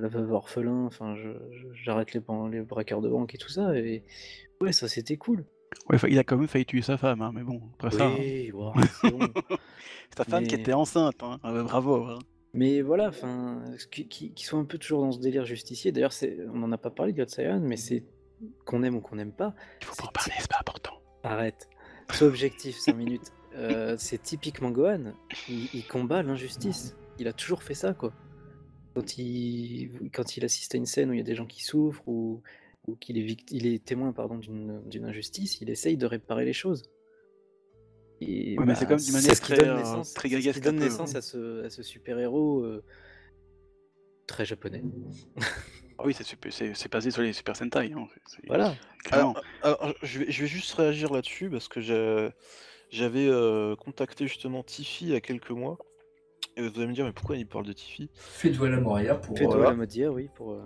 [SPEAKER 1] la veuve orphelin, enfin, je- je- j'arrête les, ban- les braqueurs de banque et tout ça, et ouais, ça c'était cool.
[SPEAKER 4] Ouais, il a quand même failli tuer sa femme, hein, mais bon, après ça. hein.
[SPEAKER 1] Oui, ouah, c'est bon.
[SPEAKER 4] C'est ta femme qui
[SPEAKER 1] Mais-
[SPEAKER 4] était enceinte, hein. Ah bah, bravo. hein.
[SPEAKER 1] Mais voilà, enfin, qui, qui, qui sont un peu toujours dans ce délire justicier. D'ailleurs, c'est, on n'en a pas parlé de God Saiyan, mais c'est qu'on aime ou qu'on n'aime pas.
[SPEAKER 4] Il faut pas en parler, c'est pas important.
[SPEAKER 1] Arrête. Sois objectif, 5 minutes. Euh, c'est typiquement Gohan. Il, il combat l'injustice. Il a toujours fait ça, quoi. Quand il, quand il assiste à une scène où il y a des gens qui souffrent ou, ou qu'il est, vict- il est témoin pardon, d'une, d'une injustice, il essaye de réparer les choses. Et
[SPEAKER 4] Ouais, mais c'est quand même d'une manière
[SPEAKER 1] ce qui
[SPEAKER 4] très,
[SPEAKER 1] donne
[SPEAKER 4] euh,
[SPEAKER 1] naissance,
[SPEAKER 4] très
[SPEAKER 1] c'est ce
[SPEAKER 4] gagasque
[SPEAKER 1] qui
[SPEAKER 4] un
[SPEAKER 1] donne
[SPEAKER 4] peu,
[SPEAKER 1] naissance à ce, à ce super-héros euh, très japonais.
[SPEAKER 4] Ah oui, c'est super- c'est c'est basé sur les Super Sentai. hein, c'est- c'est-
[SPEAKER 1] Voilà.
[SPEAKER 4] clairement.
[SPEAKER 6] Alors, alors, je, vais, je vais juste réagir là-dessus parce que j'ai- j'avais euh, contacté justement Tiffy il y a quelques mois. Et vous allez me dire, mais pourquoi il parle de Tiffy
[SPEAKER 5] Fais de la Moria pour...
[SPEAKER 1] Fais-toi
[SPEAKER 5] euh,
[SPEAKER 6] Voilà.
[SPEAKER 1] la modière, oui, pour. euh,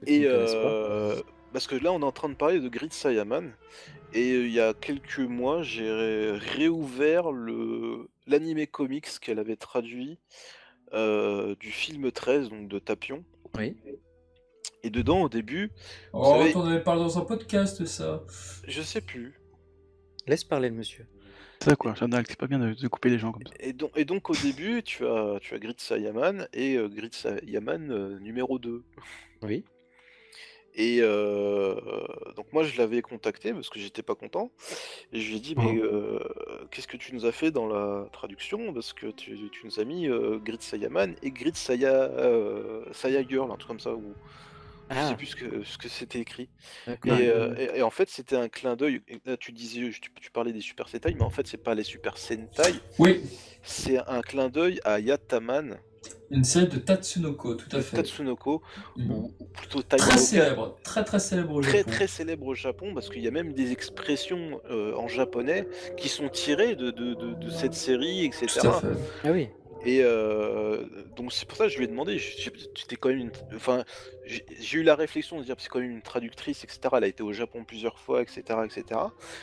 [SPEAKER 1] ceux qui
[SPEAKER 6] Et
[SPEAKER 1] ne connaissent pas.
[SPEAKER 6] euh, parce que là, on est en train de parler de Grid Saiyaman. Et euh, il y a quelques mois, j'ai ré- réouvert le l'anime comics qu'elle avait traduit euh, du film 13, donc de Tapion.
[SPEAKER 1] Oui.
[SPEAKER 6] Et dedans, au début,
[SPEAKER 5] Oh,
[SPEAKER 6] savez-
[SPEAKER 5] t'en avais parlé dans un podcast, ça.
[SPEAKER 6] je sais plus.
[SPEAKER 1] Laisse parler le monsieur.
[SPEAKER 4] C'est ça quoi, Chanel, c'est pas bien de, de couper les gens comme ça.
[SPEAKER 6] Et donc, et donc au début, tu as, tu as Grid Saiyaman et euh, Grid Saiyaman euh, numéro 2.
[SPEAKER 1] Oui.
[SPEAKER 6] Et euh, donc moi je l'avais contacté parce que j'étais pas content. Et je lui ai dit mais euh, qu'est-ce que tu nous as fait dans la traduction Parce que tu, tu nous as mis euh, Grid Saiyaman et Grid Saya, euh, Saya Girl, un truc comme ça, ou
[SPEAKER 1] Ah.
[SPEAKER 6] je sais plus ce que, ce que c'était écrit. Et,
[SPEAKER 1] d'accord.
[SPEAKER 6] euh, et- et en fait c'était un clin d'œil. Et Là tu disais tu, tu parlais des Super Sentai, mais en fait c'est pas les Super Sentai,
[SPEAKER 5] Oui,
[SPEAKER 6] c'est un clin d'œil à Yataman
[SPEAKER 5] Une série de Tatsunoko, tout à fait.
[SPEAKER 6] Tatsunoko,
[SPEAKER 5] Mm.
[SPEAKER 6] ou, ou plutôt
[SPEAKER 5] Très
[SPEAKER 6] Tainaoka,
[SPEAKER 5] célèbre, très très célèbre au
[SPEAKER 6] très
[SPEAKER 5] Japon.
[SPEAKER 6] très célèbre au Japon parce qu'il y a même des expressions euh, en japonais qui sont tirées de, de- de- de cette série, etc.
[SPEAKER 5] Tout à fait.
[SPEAKER 1] Ah oui.
[SPEAKER 6] Et euh, donc c'est pour ça que je lui ai demandé, je- je- tu t'es quand même une... Enfin, j'ai j'ai eu la réflexion de dire, c'est quand même une traductrice, etc. Elle a été au Japon plusieurs fois, etc. etc.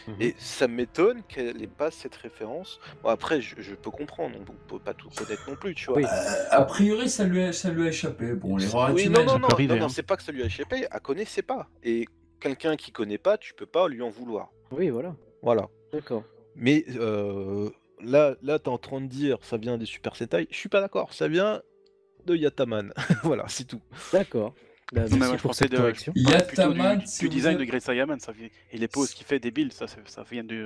[SPEAKER 1] Mhm.
[SPEAKER 6] Et ça m'étonne qu'elle n'ait pas cette référence. Bon, après, je, je peux comprendre, on peut pas tout connaître non plus, tu
[SPEAKER 4] bah,
[SPEAKER 6] vois.
[SPEAKER 1] Oui.
[SPEAKER 5] Euh, a priori, ça lui a, ça lui a échappé. Bon, les rares
[SPEAKER 6] Oui,
[SPEAKER 5] humaines,
[SPEAKER 6] non, non,
[SPEAKER 2] ça
[SPEAKER 6] non,
[SPEAKER 2] peut arriver,
[SPEAKER 6] non, non,
[SPEAKER 2] hein.
[SPEAKER 6] c'est pas que ça lui a échappé, elle connaissait pas. Et quelqu'un qui connaît pas, tu peux pas lui en vouloir.
[SPEAKER 1] Oui, voilà.
[SPEAKER 6] Voilà.
[SPEAKER 1] D'accord.
[SPEAKER 6] Mais euh, là, là t'es en train de dire ça vient des Super Sentai. Je suis pas d'accord, ça vient de Yataman. voilà, c'est tout.
[SPEAKER 1] D'accord. Bah,
[SPEAKER 4] Non,
[SPEAKER 1] merci
[SPEAKER 4] moi, je
[SPEAKER 1] pour
[SPEAKER 4] pensais
[SPEAKER 1] cette
[SPEAKER 4] de-
[SPEAKER 1] correction.
[SPEAKER 5] Il y a
[SPEAKER 4] plutôt du,
[SPEAKER 5] Taman,
[SPEAKER 4] du
[SPEAKER 5] si vous
[SPEAKER 4] design de
[SPEAKER 5] êtes-
[SPEAKER 4] Great Saiyaman, ça vient- et les poses qu'il fait des builds, ça, c'est- ça vient du,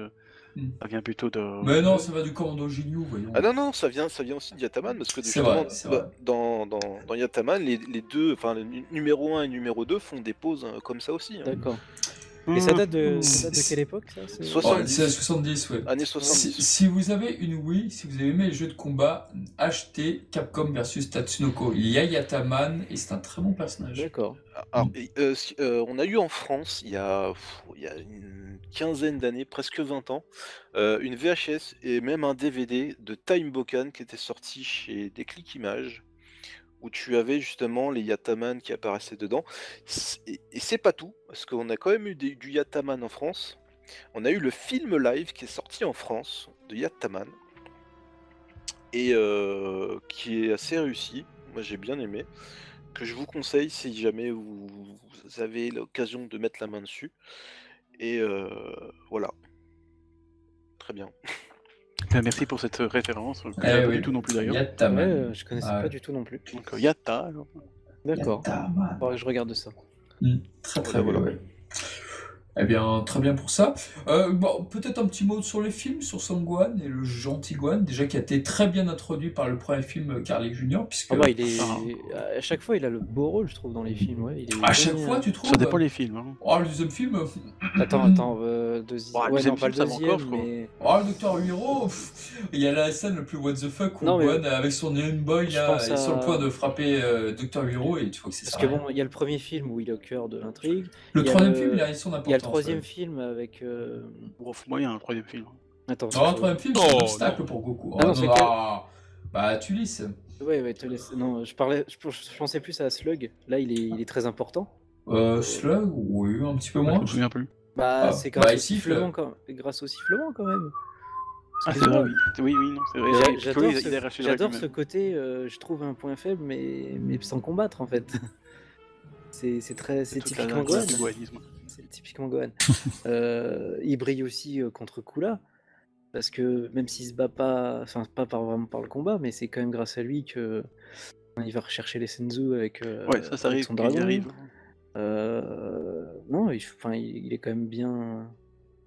[SPEAKER 5] Hmm.
[SPEAKER 4] ça vient plutôt de.
[SPEAKER 5] Mais non, ça va du commando Ginyu, voyons.
[SPEAKER 6] Ah non, non, ça vient, ça vient aussi de Yataman parce que
[SPEAKER 5] C'est
[SPEAKER 6] justement,
[SPEAKER 5] vrai, c'est
[SPEAKER 6] bah,
[SPEAKER 5] vrai.
[SPEAKER 6] Dans, dans, dans Yataman, les, les deux, enfin, le nu- numéro 1 et numéro 2 font des pauses hein, comme ça aussi. hein.
[SPEAKER 1] D'accord.
[SPEAKER 4] Hmm.
[SPEAKER 1] Et ça date
[SPEAKER 5] Mm.
[SPEAKER 1] de, ça date de
[SPEAKER 5] C'est-
[SPEAKER 1] quelle époque ça c'est-
[SPEAKER 6] Soixante-
[SPEAKER 5] Oh, c'est la 70, ouais.
[SPEAKER 6] Années
[SPEAKER 5] Si,
[SPEAKER 6] 70.
[SPEAKER 5] si vous avez une Wii, si vous avez aimé les jeux de combat, achetez Capcom versus Tatsunoko. Il y a Yataman et c'est un très bon personnage.
[SPEAKER 1] D'accord.
[SPEAKER 6] Alors, et, euh, si- euh, on a eu en France, il y a, pff, il y a une quinzaine d'années, presque 20 ans, euh, une VHS et même un DVD de Time Bokan qui était sorti chez Déclic Images, où tu avais justement les Yataman qui apparaissaient dedans. C- Et, et c'est pas tout, parce qu'on a quand même eu des- du Yataman en France. On a eu le film live qui est sorti en France de Yataman, et euh, qui est assez réussi. Moi j'ai bien aimé que je vous conseille si jamais vous, vous avez l'occasion de mettre la main dessus. Et euh, voilà. Très bien.
[SPEAKER 4] Ben, merci pour cette référence, que
[SPEAKER 5] Eh
[SPEAKER 4] j'ai pas
[SPEAKER 5] oui.
[SPEAKER 4] du tout non plus d'ailleurs.
[SPEAKER 1] Ouais,
[SPEAKER 5] Yataman.
[SPEAKER 1] euh, je connaissais
[SPEAKER 5] Ah ouais.
[SPEAKER 1] pas du tout non plus.
[SPEAKER 4] Donc euh, Yatta, alors.
[SPEAKER 1] D'accord.
[SPEAKER 5] Yataman.
[SPEAKER 1] Faudrait que je regarde ça.
[SPEAKER 5] Hmm, Très très
[SPEAKER 6] Voilà,
[SPEAKER 5] bien,
[SPEAKER 6] voilà.
[SPEAKER 5] ouais. Eh bien, très bien pour ça. Euh, bon, peut-être un petit mot sur les films, sur Sangwan et le gentil Guan, déjà qui a été très bien introduit par le premier film euh, Carly Junior, puisque
[SPEAKER 1] Ah bah, il est...
[SPEAKER 4] Ah.
[SPEAKER 1] À chaque fois, il a le beau rôle, je trouve, dans les films. Ouais. Il est
[SPEAKER 5] à chaque
[SPEAKER 1] bien,
[SPEAKER 5] fois
[SPEAKER 1] hein.
[SPEAKER 5] tu trouves.
[SPEAKER 4] Ça dépend les films. hein.
[SPEAKER 5] Oh, le deuxième film. euh,
[SPEAKER 1] Attends, attends, euh, deuxi-
[SPEAKER 4] Bon, le
[SPEAKER 1] ouais, non,
[SPEAKER 4] deuxième
[SPEAKER 1] pas le
[SPEAKER 4] film, ça va
[SPEAKER 1] deuxième,
[SPEAKER 4] encore, je crois.
[SPEAKER 1] mais
[SPEAKER 5] Oh, le Docteur Hero. pff, Il y a la scène le plus what the fuck où
[SPEAKER 1] Non, mais-
[SPEAKER 5] Guan, avec son Iron Boy,
[SPEAKER 1] Je
[SPEAKER 5] là,
[SPEAKER 1] pense
[SPEAKER 5] est
[SPEAKER 1] à-
[SPEAKER 5] sur le point de frapper euh, Docteur Hero et tu vois que c'est
[SPEAKER 1] parce
[SPEAKER 5] ça.
[SPEAKER 1] que bon, il y a le premier film où il est au cœur de l'intrigue,
[SPEAKER 5] le
[SPEAKER 1] il y a
[SPEAKER 5] troisième
[SPEAKER 1] le-
[SPEAKER 5] film, il a son importance.
[SPEAKER 1] il y a le troisième
[SPEAKER 5] ouais.
[SPEAKER 1] film avec. euh,
[SPEAKER 4] Bon, faut moyen, le troisième film.
[SPEAKER 1] Attends.
[SPEAKER 5] Non, Ah, le troisième film,
[SPEAKER 3] Oh,
[SPEAKER 5] c'est un
[SPEAKER 3] non.
[SPEAKER 5] obstacle pour Goku. Oh,
[SPEAKER 1] Ah non,
[SPEAKER 5] non,
[SPEAKER 1] c'est
[SPEAKER 5] non,
[SPEAKER 1] quel-
[SPEAKER 5] ah, Bah, tu lis.
[SPEAKER 1] Ouais, ouais, te laisse. Non, je parlais, je, pens- je pensais plus à Slug. Là, il est, il est très important.
[SPEAKER 5] Euh, Slug, oui, un petit peu
[SPEAKER 4] Je
[SPEAKER 5] moins.
[SPEAKER 4] me souviens plus.
[SPEAKER 1] Bah,
[SPEAKER 5] Ah,
[SPEAKER 1] c'est
[SPEAKER 5] bah,
[SPEAKER 1] grâce au
[SPEAKER 5] il siffle.
[SPEAKER 1] sifflement quand, grâce au sifflement quand même.
[SPEAKER 4] Ah, c'est vrai, oui. Oui, oui, non, c'est vrai.
[SPEAKER 1] J'a-
[SPEAKER 4] Oui,
[SPEAKER 1] J'adore
[SPEAKER 4] oui, il a
[SPEAKER 1] ce,
[SPEAKER 4] arraché la
[SPEAKER 1] j'adore
[SPEAKER 4] rue,
[SPEAKER 1] ce côté, euh, je trouve un point faible, mais, mais sans combattre en fait. C'est c'est très, c'est
[SPEAKER 4] mais toute la-
[SPEAKER 1] typiquement
[SPEAKER 4] la-
[SPEAKER 1] Gohan.
[SPEAKER 4] le gohanisme.
[SPEAKER 1] C'est typiquement Gohan. Euh, il brille aussi euh, contre Kula, parce que même s'il se bat pas, enfin pas par, vraiment par le combat, mais c'est quand même grâce à lui que euh, il va rechercher les Senzu avec, euh,
[SPEAKER 4] Ouais, ça, ça
[SPEAKER 1] avec
[SPEAKER 4] arrive.
[SPEAKER 1] son
[SPEAKER 4] Il y
[SPEAKER 1] dragon.
[SPEAKER 4] arrive.
[SPEAKER 1] Euh, non, il, enfin, il, il est quand même bien.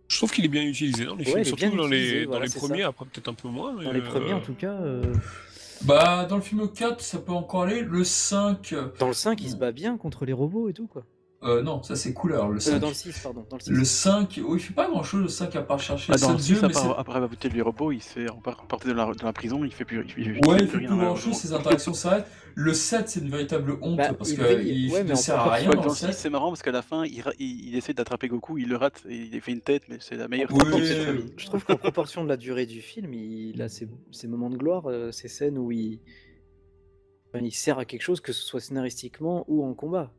[SPEAKER 3] Je trouve qu'il est bien utilisé dans les
[SPEAKER 1] Ouais, il est
[SPEAKER 3] films,
[SPEAKER 1] bien
[SPEAKER 3] surtout dans
[SPEAKER 1] utilisé,
[SPEAKER 3] les,
[SPEAKER 1] voilà,
[SPEAKER 3] dans les
[SPEAKER 1] c'est
[SPEAKER 3] premiers,
[SPEAKER 1] ça.
[SPEAKER 3] après peut-être un peu moins. mais,
[SPEAKER 1] Dans les premiers, en
[SPEAKER 3] euh,
[SPEAKER 1] tout cas. euh,
[SPEAKER 5] Bah, dans le film 4, ça peut encore aller. Le 5, euh,
[SPEAKER 1] Dans le 5, il se bat bien contre les robots et tout, quoi.
[SPEAKER 5] euh, non, ça c'est couleur. Le
[SPEAKER 1] Euh,
[SPEAKER 5] 5,
[SPEAKER 1] dans le 6, pardon. Dans le 6.
[SPEAKER 5] le 5 oh, il fait pas grand chose le 5 à part chercher
[SPEAKER 4] Ah,
[SPEAKER 5] les
[SPEAKER 4] dans le
[SPEAKER 5] sept yeux,
[SPEAKER 4] six, à
[SPEAKER 5] mais c'est-
[SPEAKER 4] part- après avoir buté le robot, il s'est reparti de la, de la prison, il fait plus, il fait,
[SPEAKER 5] Ouais,
[SPEAKER 4] fait
[SPEAKER 5] il fait plus grand chose,
[SPEAKER 4] malheureusement.
[SPEAKER 5] ses interactions s'arrêtent. Le 7, c'est une véritable honte
[SPEAKER 1] Bah,
[SPEAKER 5] parce
[SPEAKER 1] il
[SPEAKER 5] qu'il
[SPEAKER 1] brille. Ouais, mais
[SPEAKER 5] ne
[SPEAKER 1] on
[SPEAKER 5] sert
[SPEAKER 1] peut
[SPEAKER 5] à
[SPEAKER 1] pas
[SPEAKER 5] rien
[SPEAKER 4] Ouais,
[SPEAKER 5] dans le
[SPEAKER 4] dans le six,
[SPEAKER 5] 7.
[SPEAKER 4] c'est marrant parce qu'à la fin, il, ra- il, il essaie d'attraper Goku, il le rate, et il fait une tête, mais c'est la meilleure
[SPEAKER 5] Oui.
[SPEAKER 4] tête de cette famille.
[SPEAKER 1] Je trouve qu'en proportion de la durée du film, il a ses, ses moments de gloire, euh, ces scènes où il, enfin, il sert à quelque chose, que ce soit scénaristiquement ou en combat.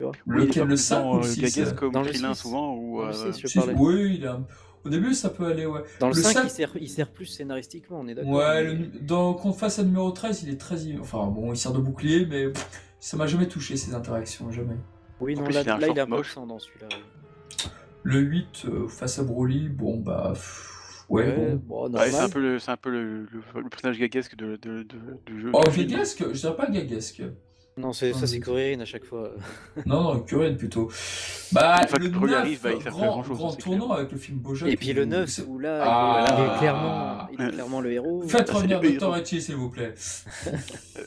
[SPEAKER 1] Tu vois
[SPEAKER 5] Lequel,
[SPEAKER 4] Oui,
[SPEAKER 5] le cinq
[SPEAKER 4] dans,
[SPEAKER 5] ou le
[SPEAKER 4] euh,
[SPEAKER 5] six,
[SPEAKER 4] Gaguez
[SPEAKER 5] euh,
[SPEAKER 4] comme
[SPEAKER 1] dans le
[SPEAKER 4] Krillin,
[SPEAKER 1] six.
[SPEAKER 4] souvent, ou...
[SPEAKER 1] Dans le
[SPEAKER 4] euh,
[SPEAKER 1] six, je
[SPEAKER 5] Si,
[SPEAKER 1] parlais.
[SPEAKER 5] Oui, il a- au début, ça peut aller, ouais.
[SPEAKER 1] Dans le,
[SPEAKER 5] le
[SPEAKER 1] 5,
[SPEAKER 5] cinq-
[SPEAKER 1] il, sert, il sert plus scénaristiquement, on est d'accord.
[SPEAKER 5] Ouais,
[SPEAKER 1] mais-
[SPEAKER 5] le- dans qu'on fasse à numéro 13, il est très. Enfin, bon, il sert de bouclier, mais pff, ça m'a jamais touché, ces interactions, jamais.
[SPEAKER 1] Oui,
[SPEAKER 4] en
[SPEAKER 1] non,
[SPEAKER 4] plus,
[SPEAKER 1] là,
[SPEAKER 4] il a un
[SPEAKER 1] là, il
[SPEAKER 4] short
[SPEAKER 1] est un peu
[SPEAKER 4] moche.
[SPEAKER 1] absent dans celui-là.
[SPEAKER 5] Le 8, euh, face à Broly, bon, bah. pff, ouais,
[SPEAKER 1] Ouais,
[SPEAKER 5] bon.
[SPEAKER 1] bon,
[SPEAKER 4] ouais, Ah, c'est un
[SPEAKER 1] normal.
[SPEAKER 4] peu le, c'est un peu le, le- le personnage gaguesque de, de- de- du jeu.
[SPEAKER 5] Oh, gaguesque Je dirais pas gaguesque.
[SPEAKER 1] Non, c'est- ça
[SPEAKER 5] Mhm.
[SPEAKER 1] c'est Kuririn à chaque fois.
[SPEAKER 5] Non, non, Curien plutôt. Bah,
[SPEAKER 4] Une fois que
[SPEAKER 5] le
[SPEAKER 4] Brûlé
[SPEAKER 5] 9,
[SPEAKER 4] arrive, bah, il sert plus à
[SPEAKER 5] grand,
[SPEAKER 4] grand-chose,
[SPEAKER 5] grand
[SPEAKER 4] hein, c'est
[SPEAKER 5] tournant avec le film Bojack.
[SPEAKER 1] Et puis le
[SPEAKER 5] où-
[SPEAKER 1] 9, où là,
[SPEAKER 5] Ah.
[SPEAKER 1] il, est clairement, il est clairement le héros.
[SPEAKER 5] Faites
[SPEAKER 4] Ah, c'est
[SPEAKER 5] revenir
[SPEAKER 4] les
[SPEAKER 5] Dr.
[SPEAKER 4] paysans.
[SPEAKER 5] Hatchie, s'il vous plaît.
[SPEAKER 6] Euh,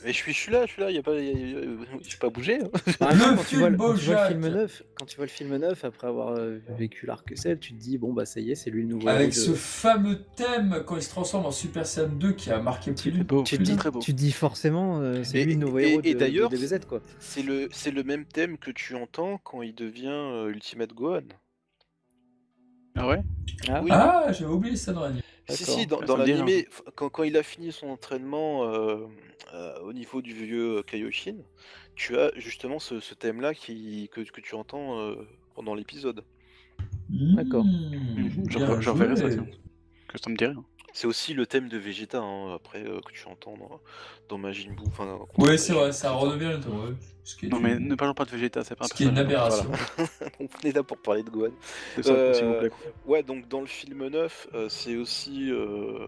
[SPEAKER 6] Mais je suis, je suis là, je suis là, y a pas, y a- euh, y a- je suis pas bougé. hein.
[SPEAKER 1] Par exemple,
[SPEAKER 5] Le
[SPEAKER 1] quand tu, vois, le-
[SPEAKER 5] film
[SPEAKER 1] quand tu vois le
[SPEAKER 5] Bojack.
[SPEAKER 1] film neuf, quand tu vois le film neuf, après avoir euh, vécu l'arc Cell, tu te dis bon bah ça y est, c'est lui le nouveau.
[SPEAKER 5] Avec
[SPEAKER 1] héros de-
[SPEAKER 5] ce fameux thème quand il se transforme en Super Saiyan 2 qui a marqué plus
[SPEAKER 4] C'est
[SPEAKER 5] d'une.
[SPEAKER 4] beau.
[SPEAKER 1] tu te
[SPEAKER 4] c'est
[SPEAKER 1] dis,
[SPEAKER 4] très beau.
[SPEAKER 1] tu te dis forcément euh, c'est
[SPEAKER 6] Et-
[SPEAKER 1] lui le nouveau
[SPEAKER 6] et-
[SPEAKER 1] héros
[SPEAKER 6] et
[SPEAKER 1] de,
[SPEAKER 6] d'ailleurs,
[SPEAKER 1] de DBZ quoi.
[SPEAKER 6] C'est le, c'est le même thème que tu entends quand il devient euh, Ultimate Gohan.
[SPEAKER 4] Ah ouais
[SPEAKER 6] Oui,
[SPEAKER 5] Ah, j'avais oublié ça dans l'anime.
[SPEAKER 6] si,
[SPEAKER 1] d'accord.
[SPEAKER 6] si, dans,
[SPEAKER 4] Ça
[SPEAKER 6] dans
[SPEAKER 4] me dit
[SPEAKER 6] l'animé, f- quand, quand il a fini son entraînement euh, euh, au niveau du vieux euh, Kaioshin, tu as justement ce, ce thème-là qui, que, que tu entends euh, pendant l'épisode.
[SPEAKER 1] D'accord.
[SPEAKER 5] Mmh,
[SPEAKER 4] Je
[SPEAKER 5] bien
[SPEAKER 4] re- je reverrai ça,
[SPEAKER 5] joué.
[SPEAKER 4] tiens. Que ça me dit rien.
[SPEAKER 6] C'est aussi le thème de Vegeta, hein, après, euh, que tu entends dans, dans Majin Buu. enfin, dans-
[SPEAKER 5] Ouais, c'est vrai, ça
[SPEAKER 6] Etc.
[SPEAKER 5] redevient une ouais. Ce qui est
[SPEAKER 4] Non,
[SPEAKER 5] une-
[SPEAKER 4] mais ne Ah, parlons pas de Vegeta, c'est pas un
[SPEAKER 5] ce qui est une
[SPEAKER 4] personnage.
[SPEAKER 5] aberration.
[SPEAKER 6] Donc, on est là pour parler de Gohan.
[SPEAKER 4] C'est ça, s'il vous
[SPEAKER 6] Euh,
[SPEAKER 4] plaît.
[SPEAKER 6] Ouais, donc dans le film neuf, euh, c'est aussi. euh,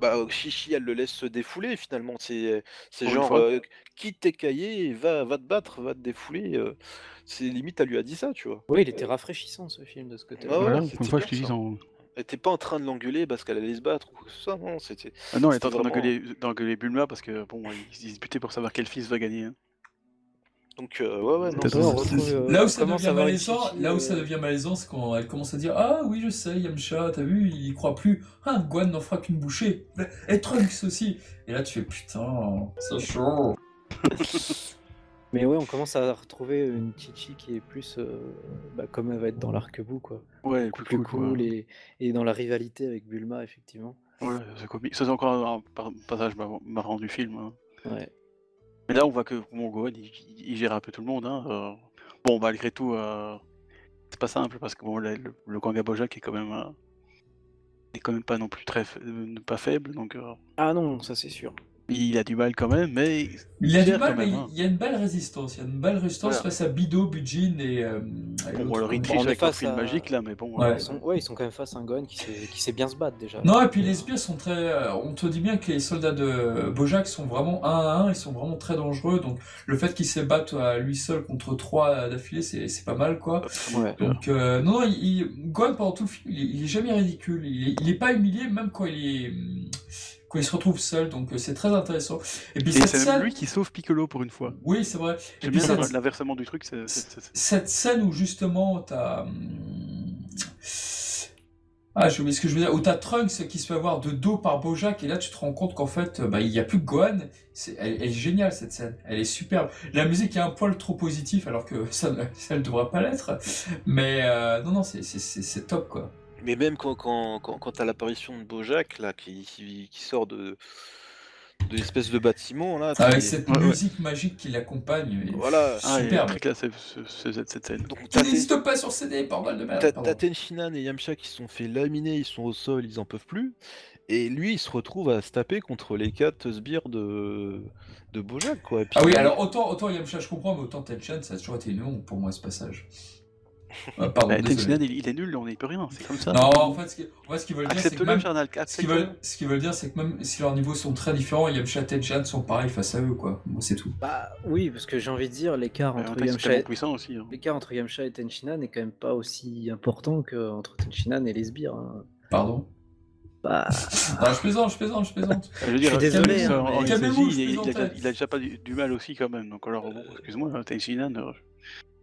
[SPEAKER 6] Bah, Chichi, elle le laisse se défouler finalement. C'est c'est
[SPEAKER 4] Pour une
[SPEAKER 6] genre,
[SPEAKER 4] fois.
[SPEAKER 6] euh, quitte tes cahiers, va, va te battre, va te défouler. euh. C'est limite, elle lui a dit ça, tu vois.
[SPEAKER 1] Oui, il était rafraîchissant ce film de ce côté-là.
[SPEAKER 6] Ah ouais,
[SPEAKER 2] Voilà,
[SPEAKER 6] c'était
[SPEAKER 2] comme quoi je
[SPEAKER 6] bien,
[SPEAKER 2] te dis,
[SPEAKER 6] ça.
[SPEAKER 2] ils ont-
[SPEAKER 6] Elle était pas en train de l'engueuler parce qu'elle allait se battre ou quoi que ce soit, non. C'était.
[SPEAKER 4] Ah non, elle est en
[SPEAKER 6] C'était
[SPEAKER 4] train
[SPEAKER 6] vraiment-
[SPEAKER 4] d'engueuler d'engueuler Bulma parce que bon, ils se disputaient pour savoir quel fils va gagner. hein.
[SPEAKER 6] Donc, euh, ouais, ouais, non,
[SPEAKER 4] T'as
[SPEAKER 6] ça,
[SPEAKER 4] raison.
[SPEAKER 6] on retrouve-
[SPEAKER 1] euh,
[SPEAKER 5] Là où ça
[SPEAKER 1] comment
[SPEAKER 5] devient
[SPEAKER 1] va une
[SPEAKER 5] malaisant,
[SPEAKER 1] Chichi,
[SPEAKER 5] là
[SPEAKER 1] euh,
[SPEAKER 5] où ça devient malaisant, c'est quand elle commence à dire Ah oui, je sais, Yamcha, t'as vu, il y croit plus. Ah, Guan n'en fera qu'une bouchée. Et Trunks aussi. Et là, tu fais Putain, c'est chaud.
[SPEAKER 1] Mais ouais, on commence à retrouver une Chichi qui est plus euh, bah, comme elle va être dans l'arc-bout quoi.
[SPEAKER 4] Ouais,
[SPEAKER 1] Beaucoup
[SPEAKER 4] plus
[SPEAKER 1] plus
[SPEAKER 4] cool. quoi.
[SPEAKER 1] cool et, et dans la rivalité avec Bulma effectivement.
[SPEAKER 4] Ouais, c'est comique. Ça, c'est encore un par- passage mar- marrant du film. hein.
[SPEAKER 1] Ouais.
[SPEAKER 4] Mais là, on voit que bon, Gohan, il, il- il gère un peu tout le monde. hein, euh. Bon, malgré tout, euh, c'est pas simple parce que bon, là, le, le Kanga Bojack est quand même. euh, est quand même pas non plus très fa- euh, pas faible, donc euh,
[SPEAKER 1] Ah non, ça c'est sûr.
[SPEAKER 4] il a du mal quand même, mais
[SPEAKER 5] Il a du
[SPEAKER 4] Fier
[SPEAKER 5] mal,
[SPEAKER 4] quand
[SPEAKER 5] mais
[SPEAKER 4] même,
[SPEAKER 5] il
[SPEAKER 4] hein.
[SPEAKER 5] il y a une belle résistance. Il y a une belle résistance
[SPEAKER 4] Voilà.
[SPEAKER 5] face à Bido, Bujin et. euh, et
[SPEAKER 4] bon,
[SPEAKER 5] l'autre.
[SPEAKER 4] alors il
[SPEAKER 1] on
[SPEAKER 4] triche
[SPEAKER 1] est
[SPEAKER 4] avec leur
[SPEAKER 1] face
[SPEAKER 4] fil
[SPEAKER 1] à-
[SPEAKER 4] magique là, mais bon.
[SPEAKER 5] Ouais.
[SPEAKER 4] euh,
[SPEAKER 1] Ils sont, ouais, ils sont quand même face à un Gohan qui sait, qui sait bien se battre déjà.
[SPEAKER 5] Non, et puis les sbires sont très. euh, On te dit bien que les soldats de Bojack sont vraiment un à un, ils sont vraiment très dangereux. Donc le fait qu'ils se battent à lui seul contre trois d'affilée, c'est c'est pas mal quoi.
[SPEAKER 1] Ouais.
[SPEAKER 5] Donc, euh, non, non, il, il- Gohan, pendant tout le film, il, est- il est jamais ridicule. Il est, il est pas humilié, même quand il est, hum, quand il se retrouve seul. Donc, euh, c'est très intéressant. Et puis,
[SPEAKER 4] Et
[SPEAKER 5] cette
[SPEAKER 4] c'est même
[SPEAKER 5] scène.
[SPEAKER 4] lui qui sauve Piccolo pour une fois.
[SPEAKER 5] Oui, c'est vrai. Et
[SPEAKER 4] J'aime
[SPEAKER 5] puis,
[SPEAKER 4] bien
[SPEAKER 5] cette,
[SPEAKER 4] l'inver- l'inversement du truc, c'est- c'est- c'est-
[SPEAKER 5] cette scène où justement, t'as. hum, Ah, j'ai oublié ce que je veux dire. Où t'as Trunks qui se fait avoir de dos par Bojack. Et là, tu te rends compte qu'en fait, euh, bah, il n'y a plus que Gohan. C'est- Elle, elle est géniale, cette scène. Elle est superbe. La musique est un poil trop positif, alors que ça ne ça ne devrait pas l'être. Mais euh, non, non, c'est- c'est- c'est c'est top, quoi.
[SPEAKER 6] Mais même quand, quand, quand, quand t'as l'apparition de Bojack, là, qui, qui, qui sort de, de l'espèce de bâtiment, là. t'as-
[SPEAKER 5] Avec cette
[SPEAKER 4] Ouais, ouais.
[SPEAKER 5] musique magique qui l'accompagne. et-
[SPEAKER 6] Voilà.
[SPEAKER 4] Ah, il est
[SPEAKER 5] Superbe.
[SPEAKER 4] très classe ce- ce- cette cette scène.
[SPEAKER 6] Donc,
[SPEAKER 5] Qui
[SPEAKER 6] t'as tes-
[SPEAKER 5] n'existe pas sur CD, bordel de
[SPEAKER 6] T'as
[SPEAKER 5] merde.
[SPEAKER 6] t'as
[SPEAKER 5] pardon.
[SPEAKER 6] Tenshinhan et Yamcha qui se sont fait laminer, ils sont au sol, ils en peuvent plus. Et lui, il se retrouve à se taper contre les quatre sbires de, de Bojack, quoi. Et puis-
[SPEAKER 5] Ah oui, alors autant, autant Yamcha, je comprends, mais autant Tenchan, ça a toujours été une honte pour moi ce passage. Ah, pardon,
[SPEAKER 4] Bah, Tenshinhan,
[SPEAKER 5] désolé.
[SPEAKER 4] il, il est nul, on n'y peut rien, c'est comme ça.
[SPEAKER 5] Non, en fait, ce qui- en fait, ce qu'ils veulent dire, c'est que
[SPEAKER 4] Accepte-le,
[SPEAKER 5] même.
[SPEAKER 4] Charnal.
[SPEAKER 5] Ce qu'ils
[SPEAKER 4] Accepte
[SPEAKER 5] veulent, ce qu'ils veulent dire, c'est que même si leurs niveaux sont très différents, Yamcha et Tenchan sont pareils face à eux, quoi. Bon, c'est tout.
[SPEAKER 1] Bah oui, parce que j'ai envie de dire l'écart
[SPEAKER 4] En
[SPEAKER 1] entre
[SPEAKER 4] fait, c'est
[SPEAKER 1] Yamcha
[SPEAKER 4] tellement
[SPEAKER 1] et...
[SPEAKER 4] puissant aussi. hein.
[SPEAKER 1] l'écart entre Yamcha et Tenshinhan n'est quand même pas aussi important qu'entre Tenshinhan et les sbires. hein.
[SPEAKER 5] Pardon.
[SPEAKER 1] Bah,
[SPEAKER 5] Ah, je plaisante, je plaisante, je plaisante.
[SPEAKER 4] Je veux dire,
[SPEAKER 1] suis désolé,
[SPEAKER 4] Tenshinhan,
[SPEAKER 1] hein,
[SPEAKER 4] en- en
[SPEAKER 1] mais-
[SPEAKER 4] Isaji,
[SPEAKER 5] Calmez-vous, je
[SPEAKER 4] il, il a- il a,
[SPEAKER 5] plaisantais.
[SPEAKER 4] il a déjà pas du, du mal aussi quand même. Donc alors, bon, excuse-moi, hein, Tenshinhan, euh,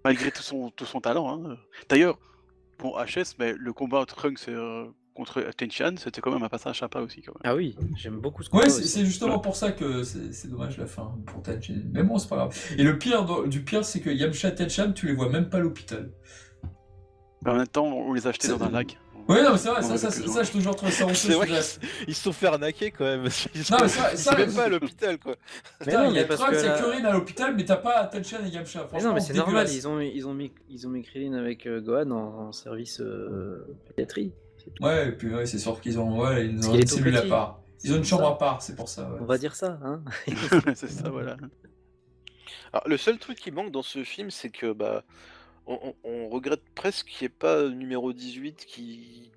[SPEAKER 4] malgré tout son, tout son talent. hein. D'ailleurs, bon, HS, mais le combat Trunks euh, contre Tenshinhan, c'était quand même un passage sympa aussi quand même.
[SPEAKER 1] ah oui, j'aime beaucoup ce combat
[SPEAKER 5] Ouais, c'est
[SPEAKER 1] aussi.
[SPEAKER 5] c'est justement pour ça que c'est c'est dommage la fin pour Tenchan. Mais bon, c'est pas grave. Et le pire dans- du pire, c'est que Yamcha et Tenchan, tu les vois même pas à l'hôpital.
[SPEAKER 4] Mais en même temps, on les a achetés
[SPEAKER 5] C'est-
[SPEAKER 4] dans un lac.
[SPEAKER 5] Ouais, non, mais c'est vrai,
[SPEAKER 4] On
[SPEAKER 5] ça,
[SPEAKER 4] avait
[SPEAKER 5] ça,
[SPEAKER 4] plus
[SPEAKER 5] ça,
[SPEAKER 4] besoin.
[SPEAKER 5] ça, je toujours trouve ça honteux.
[SPEAKER 6] C'est vrai
[SPEAKER 5] celui-là.
[SPEAKER 6] Ils se sont fait arnaquer quand même. Ils sont,
[SPEAKER 5] Non, mais ça,
[SPEAKER 6] ils
[SPEAKER 5] ça,
[SPEAKER 6] sont même pas à l'hôpital, quoi.
[SPEAKER 1] Mais
[SPEAKER 5] putain,
[SPEAKER 1] non,
[SPEAKER 5] il y
[SPEAKER 1] mais
[SPEAKER 5] a
[SPEAKER 1] parce
[SPEAKER 5] Trunks
[SPEAKER 1] que
[SPEAKER 5] et
[SPEAKER 1] là-
[SPEAKER 5] Kurin à l'hôpital, mais t'as pas Tenchan et Yamcha.
[SPEAKER 1] Mais
[SPEAKER 5] Franchement,
[SPEAKER 1] non, mais c'est normal,
[SPEAKER 5] dégueulasse.
[SPEAKER 1] ils ont, ils ont mis, ils ont mis Krillin avec euh, Gohan en, en service euh, pédiatrie. c'est tout.
[SPEAKER 5] Ouais, et puis ouais, c'est sûr qu'ils ont, ouais, ils
[SPEAKER 1] Parce
[SPEAKER 5] ont
[SPEAKER 1] qu'il est
[SPEAKER 5] une
[SPEAKER 1] tout
[SPEAKER 5] cellule à
[SPEAKER 1] petit.
[SPEAKER 5] part. Ils ont une
[SPEAKER 1] C'est
[SPEAKER 5] chambre
[SPEAKER 1] ça.
[SPEAKER 5] à part, c'est pour ça. ouais.
[SPEAKER 1] On va dire ça, hein.
[SPEAKER 4] c'est ça, voilà.
[SPEAKER 6] Alors, le seul truc qui manque dans ce film, c'est que bah, on, on- on regrette presque qu'il n'y ait pas le numéro 18 qui.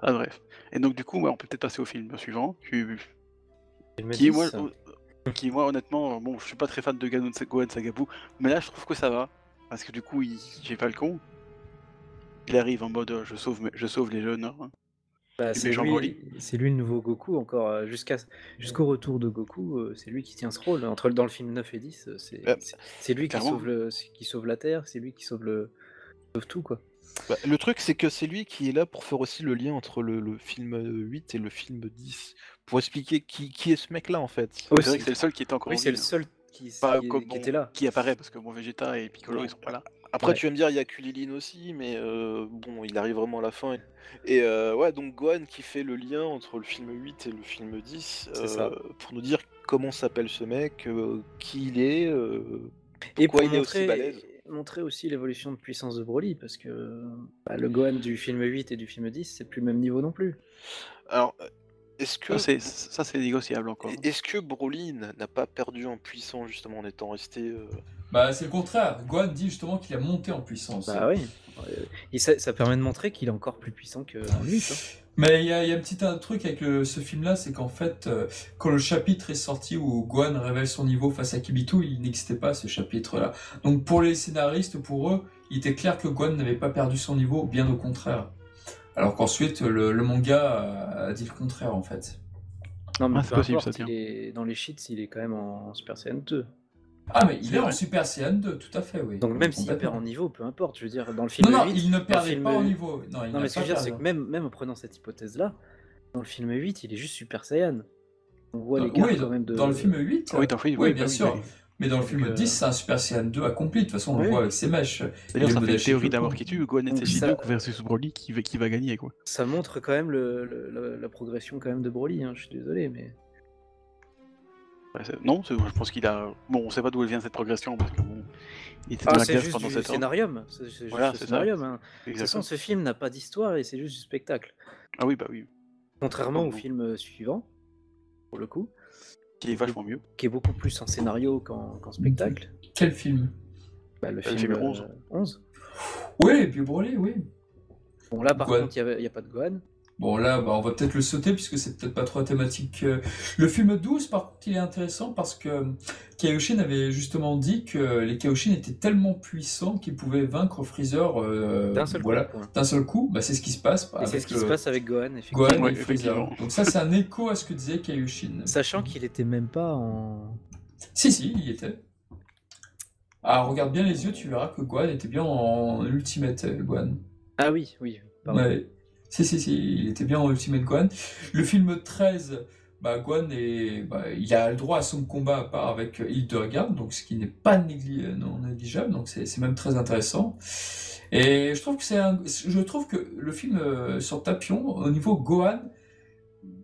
[SPEAKER 4] Ah, bref. Et donc, du coup, ouais, on peut peut-être passer au film suivant. qui-
[SPEAKER 1] Ils me
[SPEAKER 4] Qui est
[SPEAKER 1] disent, hein.
[SPEAKER 4] moi, euh,
[SPEAKER 1] ça.
[SPEAKER 4] Qui, moi, honnêtement, bon, je suis pas très fan de Ganon Gohan Sagabou, mais là, je trouve que ça va. Parce que du coup, il... j'ai pas le con. Il arrive en mode euh, je sauve, mes- je sauve les jeunes. hein.
[SPEAKER 1] Bah, c'est
[SPEAKER 4] gens
[SPEAKER 1] lui,
[SPEAKER 4] brûlés.
[SPEAKER 1] c'est lui le nouveau Goku, encore euh, jusqu'à jusqu'au retour de Goku, euh, c'est lui qui tient ce rôle. Entre dans le film 9 et 10, euh, c'est
[SPEAKER 6] Ouais.
[SPEAKER 1] c'est- c'est lui qui
[SPEAKER 4] Clairement.
[SPEAKER 1] sauve, le, c'est- qui sauve la Terre, c'est lui qui sauve, le, sauve tout. quoi.
[SPEAKER 6] Bah, le truc, c'est que c'est lui qui est là pour faire aussi le lien entre le, le film euh, 8 et le film 10, pour expliquer qui, qui est ce mec-là en fait.
[SPEAKER 4] c'est vrai que c'est le seul qui était encore en
[SPEAKER 1] Oui, c'est
[SPEAKER 4] vie,
[SPEAKER 1] le seul qui,
[SPEAKER 4] Pas
[SPEAKER 1] qui-
[SPEAKER 4] comme
[SPEAKER 1] qui
[SPEAKER 4] bon.
[SPEAKER 1] était là.
[SPEAKER 4] hein, qui apparaît parce que bon, Vegeta et Piccolo,
[SPEAKER 6] Ouais.
[SPEAKER 4] ils sont pas là.
[SPEAKER 6] Après,
[SPEAKER 1] Ouais.
[SPEAKER 6] tu vas me dire, il y a Kulilin aussi, mais euh, bon, il arrive vraiment à la fin. Et, et, euh, ouais, donc Gohan qui fait le lien entre le film 8 et le film 10,
[SPEAKER 1] C'est ça.
[SPEAKER 6] pour nous dire comment s'appelle ce mec, euh, qui il est, euh,
[SPEAKER 1] Et
[SPEAKER 6] pourquoi
[SPEAKER 1] pour
[SPEAKER 6] il est aussi
[SPEAKER 1] montrer,
[SPEAKER 6] balèze.
[SPEAKER 1] montrer aussi l'évolution de puissance de Broly, parce que bah, le Gohan du film 8 et du film 10, c'est plus le même niveau non plus.
[SPEAKER 6] Alors, euh, est-ce que
[SPEAKER 4] Ça, Ah, c'est- Ça, c'est négociable encore.
[SPEAKER 6] Est-ce que Broly n- n'a pas perdu en puissance justement en étant resté euh,
[SPEAKER 5] Bah, c'est le contraire. Gohan dit justement qu'il a monté en puissance.
[SPEAKER 1] Bah oui. Euh, Et ça, ça permet de montrer qu'il est encore plus puissant que hein. lui. quoi.
[SPEAKER 5] Mais il y, a- il y a un petit un truc avec le- ce film-là, c'est qu'en fait, euh, quand le chapitre est sorti où Gohan révèle son niveau face à Kibito, il n'existait pas ce chapitre-là. Donc pour les scénaristes, pour eux, il était clair que Gohan n'avait pas perdu son niveau, bien au contraire. Alors qu'ensuite, le, le manga euh, a, a dit le contraire en fait.
[SPEAKER 1] Non, mais
[SPEAKER 2] Ah, c'est
[SPEAKER 1] peu
[SPEAKER 2] possible,
[SPEAKER 1] importe,
[SPEAKER 2] ça,
[SPEAKER 1] il est- dans les cheats, il est quand même en Super Saiyan 2.
[SPEAKER 5] Ah, mais il
[SPEAKER 4] C'est
[SPEAKER 5] est, en
[SPEAKER 4] vrai.
[SPEAKER 5] Super Saiyan 2, tout à fait, oui.
[SPEAKER 1] Donc même s'il
[SPEAKER 5] Complètement.
[SPEAKER 1] perd en niveau, peu importe, je veux dire, dans le film
[SPEAKER 5] Non, non,
[SPEAKER 1] 8...
[SPEAKER 5] il ne perdait
[SPEAKER 1] film
[SPEAKER 5] pas au
[SPEAKER 1] 8.
[SPEAKER 5] niveau. Non, il
[SPEAKER 1] Non,
[SPEAKER 5] n'a
[SPEAKER 1] mais ce que
[SPEAKER 5] pas hein.
[SPEAKER 1] je veux dire, c'est
[SPEAKER 5] perdu.
[SPEAKER 1] que même, même en prenant cette hypothèse-là, dans le film 8, il est juste Super Saiyan. On voit
[SPEAKER 5] Euh,
[SPEAKER 1] les gars
[SPEAKER 5] oui,
[SPEAKER 1] quand même de...
[SPEAKER 5] Dans le film 8,
[SPEAKER 4] Ah oui, t'en fais,
[SPEAKER 5] Oui,
[SPEAKER 4] oui,
[SPEAKER 5] bien
[SPEAKER 4] bah oui,
[SPEAKER 5] sûr.
[SPEAKER 4] oui.
[SPEAKER 5] mais dans le
[SPEAKER 1] donc,
[SPEAKER 5] film
[SPEAKER 1] euh,
[SPEAKER 5] 10, c'est un Super Saiyan 2 accompli. De toute façon, on le
[SPEAKER 1] Oui.
[SPEAKER 5] voit avec ses mèches.
[SPEAKER 2] D'ailleurs,
[SPEAKER 5] Il
[SPEAKER 2] ça fait
[SPEAKER 5] me
[SPEAKER 2] une
[SPEAKER 5] lâche
[SPEAKER 2] théorie
[SPEAKER 5] le
[SPEAKER 2] d'avoir
[SPEAKER 5] coup.
[SPEAKER 2] qui tue, Gohan et
[SPEAKER 1] Donc,
[SPEAKER 2] Seishi
[SPEAKER 1] ça-
[SPEAKER 2] donc versus Broly, qui va, qui va gagner, quoi.
[SPEAKER 1] Ça montre quand même le- le- la, la progression quand même de Broly, hein, je suis désolé, mais...
[SPEAKER 4] Ouais, c'est- non, c'est- je pense qu'il a. Bon, on sait pas d'où elle vient cette progression parce que bon, il était dans
[SPEAKER 1] Ah,
[SPEAKER 4] la
[SPEAKER 1] c'est
[SPEAKER 4] classe
[SPEAKER 1] juste
[SPEAKER 4] pendant
[SPEAKER 1] du
[SPEAKER 4] 7 ans.
[SPEAKER 1] scénarium, c'est c'est juste
[SPEAKER 4] Voilà,
[SPEAKER 1] le
[SPEAKER 4] c'est ça.
[SPEAKER 1] scénarium. hein. De toute façon,
[SPEAKER 4] Exactement.
[SPEAKER 1] ce film n'a pas d'histoire et c'est juste du spectacle.
[SPEAKER 4] Ah oui, bah oui,
[SPEAKER 1] Contrairement au
[SPEAKER 4] Pardon.
[SPEAKER 1] film euh, suivant, pour le coup,
[SPEAKER 4] qui est vachement mieux.
[SPEAKER 1] qui est beaucoup plus en scénario qu'en qu'en spectacle.
[SPEAKER 5] Quel film
[SPEAKER 1] Bah, le
[SPEAKER 4] Ah,
[SPEAKER 1] film
[SPEAKER 4] le film 11.
[SPEAKER 1] euh, 11.
[SPEAKER 5] Oui, et puis Broly, oui.
[SPEAKER 1] Bon, là, par
[SPEAKER 5] Gohan.
[SPEAKER 1] contre, il n'y a pas de Gohan.
[SPEAKER 5] Bon, là, bah, on va peut-être le sauter puisque c'est peut-être pas trop la thématique. euh. Le film 12, par contre, il est intéressant parce que euh, Kaioshin avait justement dit que les Kaioshin étaient tellement puissants qu'ils pouvaient vaincre Freezer euh,
[SPEAKER 1] D'un seul
[SPEAKER 5] voilà, euh,
[SPEAKER 1] coup. point.
[SPEAKER 5] D'un seul coup, bah, c'est ce qui se passe.
[SPEAKER 1] Et c'est ce qui se passe avec Gohan, effectivement.
[SPEAKER 5] Gohan
[SPEAKER 4] Ouais,
[SPEAKER 5] et Freezer.
[SPEAKER 4] effectivement.
[SPEAKER 5] Donc, ça, c'est un écho à ce que disait Kaioshin.
[SPEAKER 1] Sachant qu'il était même pas en.
[SPEAKER 5] Si, si, il y était. Ah, regarde bien les yeux, tu verras que Gohan était bien en Ultimate euh, Gohan.
[SPEAKER 1] Ah oui, oui. pardon.
[SPEAKER 5] Ouais. Si, si, si, il était bien en Ultimate Gohan. Le film 13, bah, Gohan est, bah, il a le droit à son combat à part avec euh, Hildegard, donc ce qui n'est pas négli- euh, non négligeable, donc c'est c'est même très intéressant. Et je trouve que c'est un- je trouve que le film euh, sur Tapion, au niveau Gohan,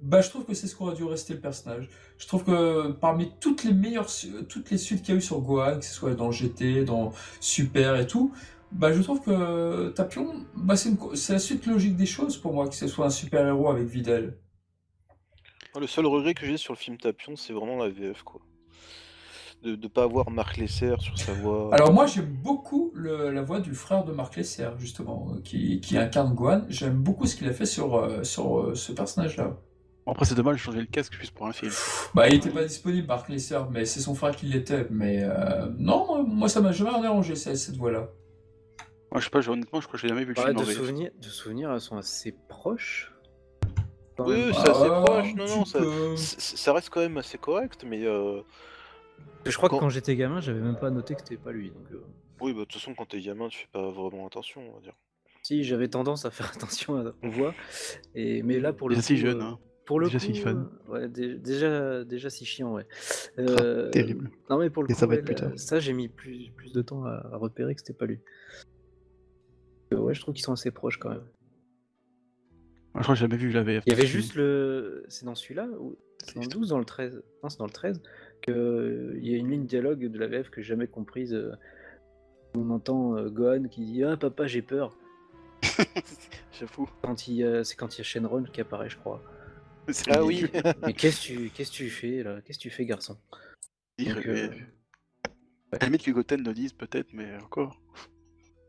[SPEAKER 5] bah, je trouve que c'est ce qu'aurait dû rester le personnage. Je trouve que parmi toutes les meilleures, su- toutes les suites qu'il y a eu sur Gohan, que ce soit dans GT, dans Super et tout, bah, je trouve que Tapion, bah, c'est une co- c'est la suite logique des choses pour moi, que ce soit un super-héros avec Videl.
[SPEAKER 6] Moi, Le seul regret que j'ai sur le film Tapion, c'est vraiment la VF quoi. De ne pas avoir Marc Lesser sur sa voix.
[SPEAKER 5] Alors moi, j'aime beaucoup le- la voix du frère de Marc Lesser, justement, euh, qui, qui incarne Gohan. J'aime beaucoup ce qu'il a fait sur, euh, sur euh, ce personnage-là.
[SPEAKER 4] Bon, après, c'est dommage de changer le casque juste pour un film.
[SPEAKER 5] Bah, il n'était pas disponible, Marc Lesser, mais c'est son frère qui l'était. Mais euh, non, moi, moi, ça m'a jamais dérangé, cette, cette voix-là.
[SPEAKER 4] Moi, je sais pas, j'ai- honnêtement, je crois que j'ai jamais vu le
[SPEAKER 1] Ouais,
[SPEAKER 4] film en
[SPEAKER 1] de,
[SPEAKER 4] VF.
[SPEAKER 1] souvenirs, de souvenirs, elles sont assez proches. Quand
[SPEAKER 6] Oui,
[SPEAKER 1] même.
[SPEAKER 6] oui,
[SPEAKER 5] Ah,
[SPEAKER 6] c'est assez
[SPEAKER 5] un
[SPEAKER 6] proche, non, non,
[SPEAKER 5] petit
[SPEAKER 6] ça,
[SPEAKER 5] peu.
[SPEAKER 6] c- c- ça reste quand même assez correct, mais euh,
[SPEAKER 1] Je crois que
[SPEAKER 6] quand-
[SPEAKER 1] quand j'étais gamin, j'avais même pas noté que c'était pas lui. Donc, euh,
[SPEAKER 6] oui, bah, de toute façon, quand t'es gamin, tu fais pas vraiment attention, on va dire.
[SPEAKER 1] Si, j'avais tendance à faire attention à on voit. Et... Mais là, pour le
[SPEAKER 2] Il est si
[SPEAKER 1] coup,
[SPEAKER 2] jeune,
[SPEAKER 1] euh,
[SPEAKER 2] hein.
[SPEAKER 1] Pour le
[SPEAKER 2] Déjà
[SPEAKER 1] coup,
[SPEAKER 2] si fun.
[SPEAKER 1] euh, ouais, dé- déjà, déjà si chiant, ouais. Euh,
[SPEAKER 2] terrible.
[SPEAKER 1] Non mais pour le
[SPEAKER 2] Et
[SPEAKER 1] coup,
[SPEAKER 2] ça va
[SPEAKER 1] ouais,
[SPEAKER 2] être plus
[SPEAKER 1] là,
[SPEAKER 2] tard.
[SPEAKER 1] ça, j'ai mis plus, plus de temps à, à repérer que c'était pas lui. Euh, ouais, je trouve qu'ils sont assez proches quand même.
[SPEAKER 2] Moi, je crois que j'ai jamais vu la VF.
[SPEAKER 1] Il y avait juste le, c'est dans celui-là ou c'est dans le
[SPEAKER 2] C'est-
[SPEAKER 1] 12, dans le 13, non c'est dans le 13 que euh, il y a une ligne de dialogue de la VF que j'ai jamais comprise. euh, On entend euh, Gohan qui dit ah papa j'ai peur
[SPEAKER 4] J'avoue.
[SPEAKER 1] quand il, euh, c'est quand il y a Shenron qui apparaît je crois.
[SPEAKER 4] C'est
[SPEAKER 6] Ah oui
[SPEAKER 4] ridicule.
[SPEAKER 1] Mais qu'est-ce que tu qu'est-ce que tu fais là Qu'est-ce que tu fais garçon
[SPEAKER 4] Dire,
[SPEAKER 1] Donc,
[SPEAKER 4] mais-
[SPEAKER 1] euh,
[SPEAKER 4] À la limite que Goten le dise peut-être, mais encore.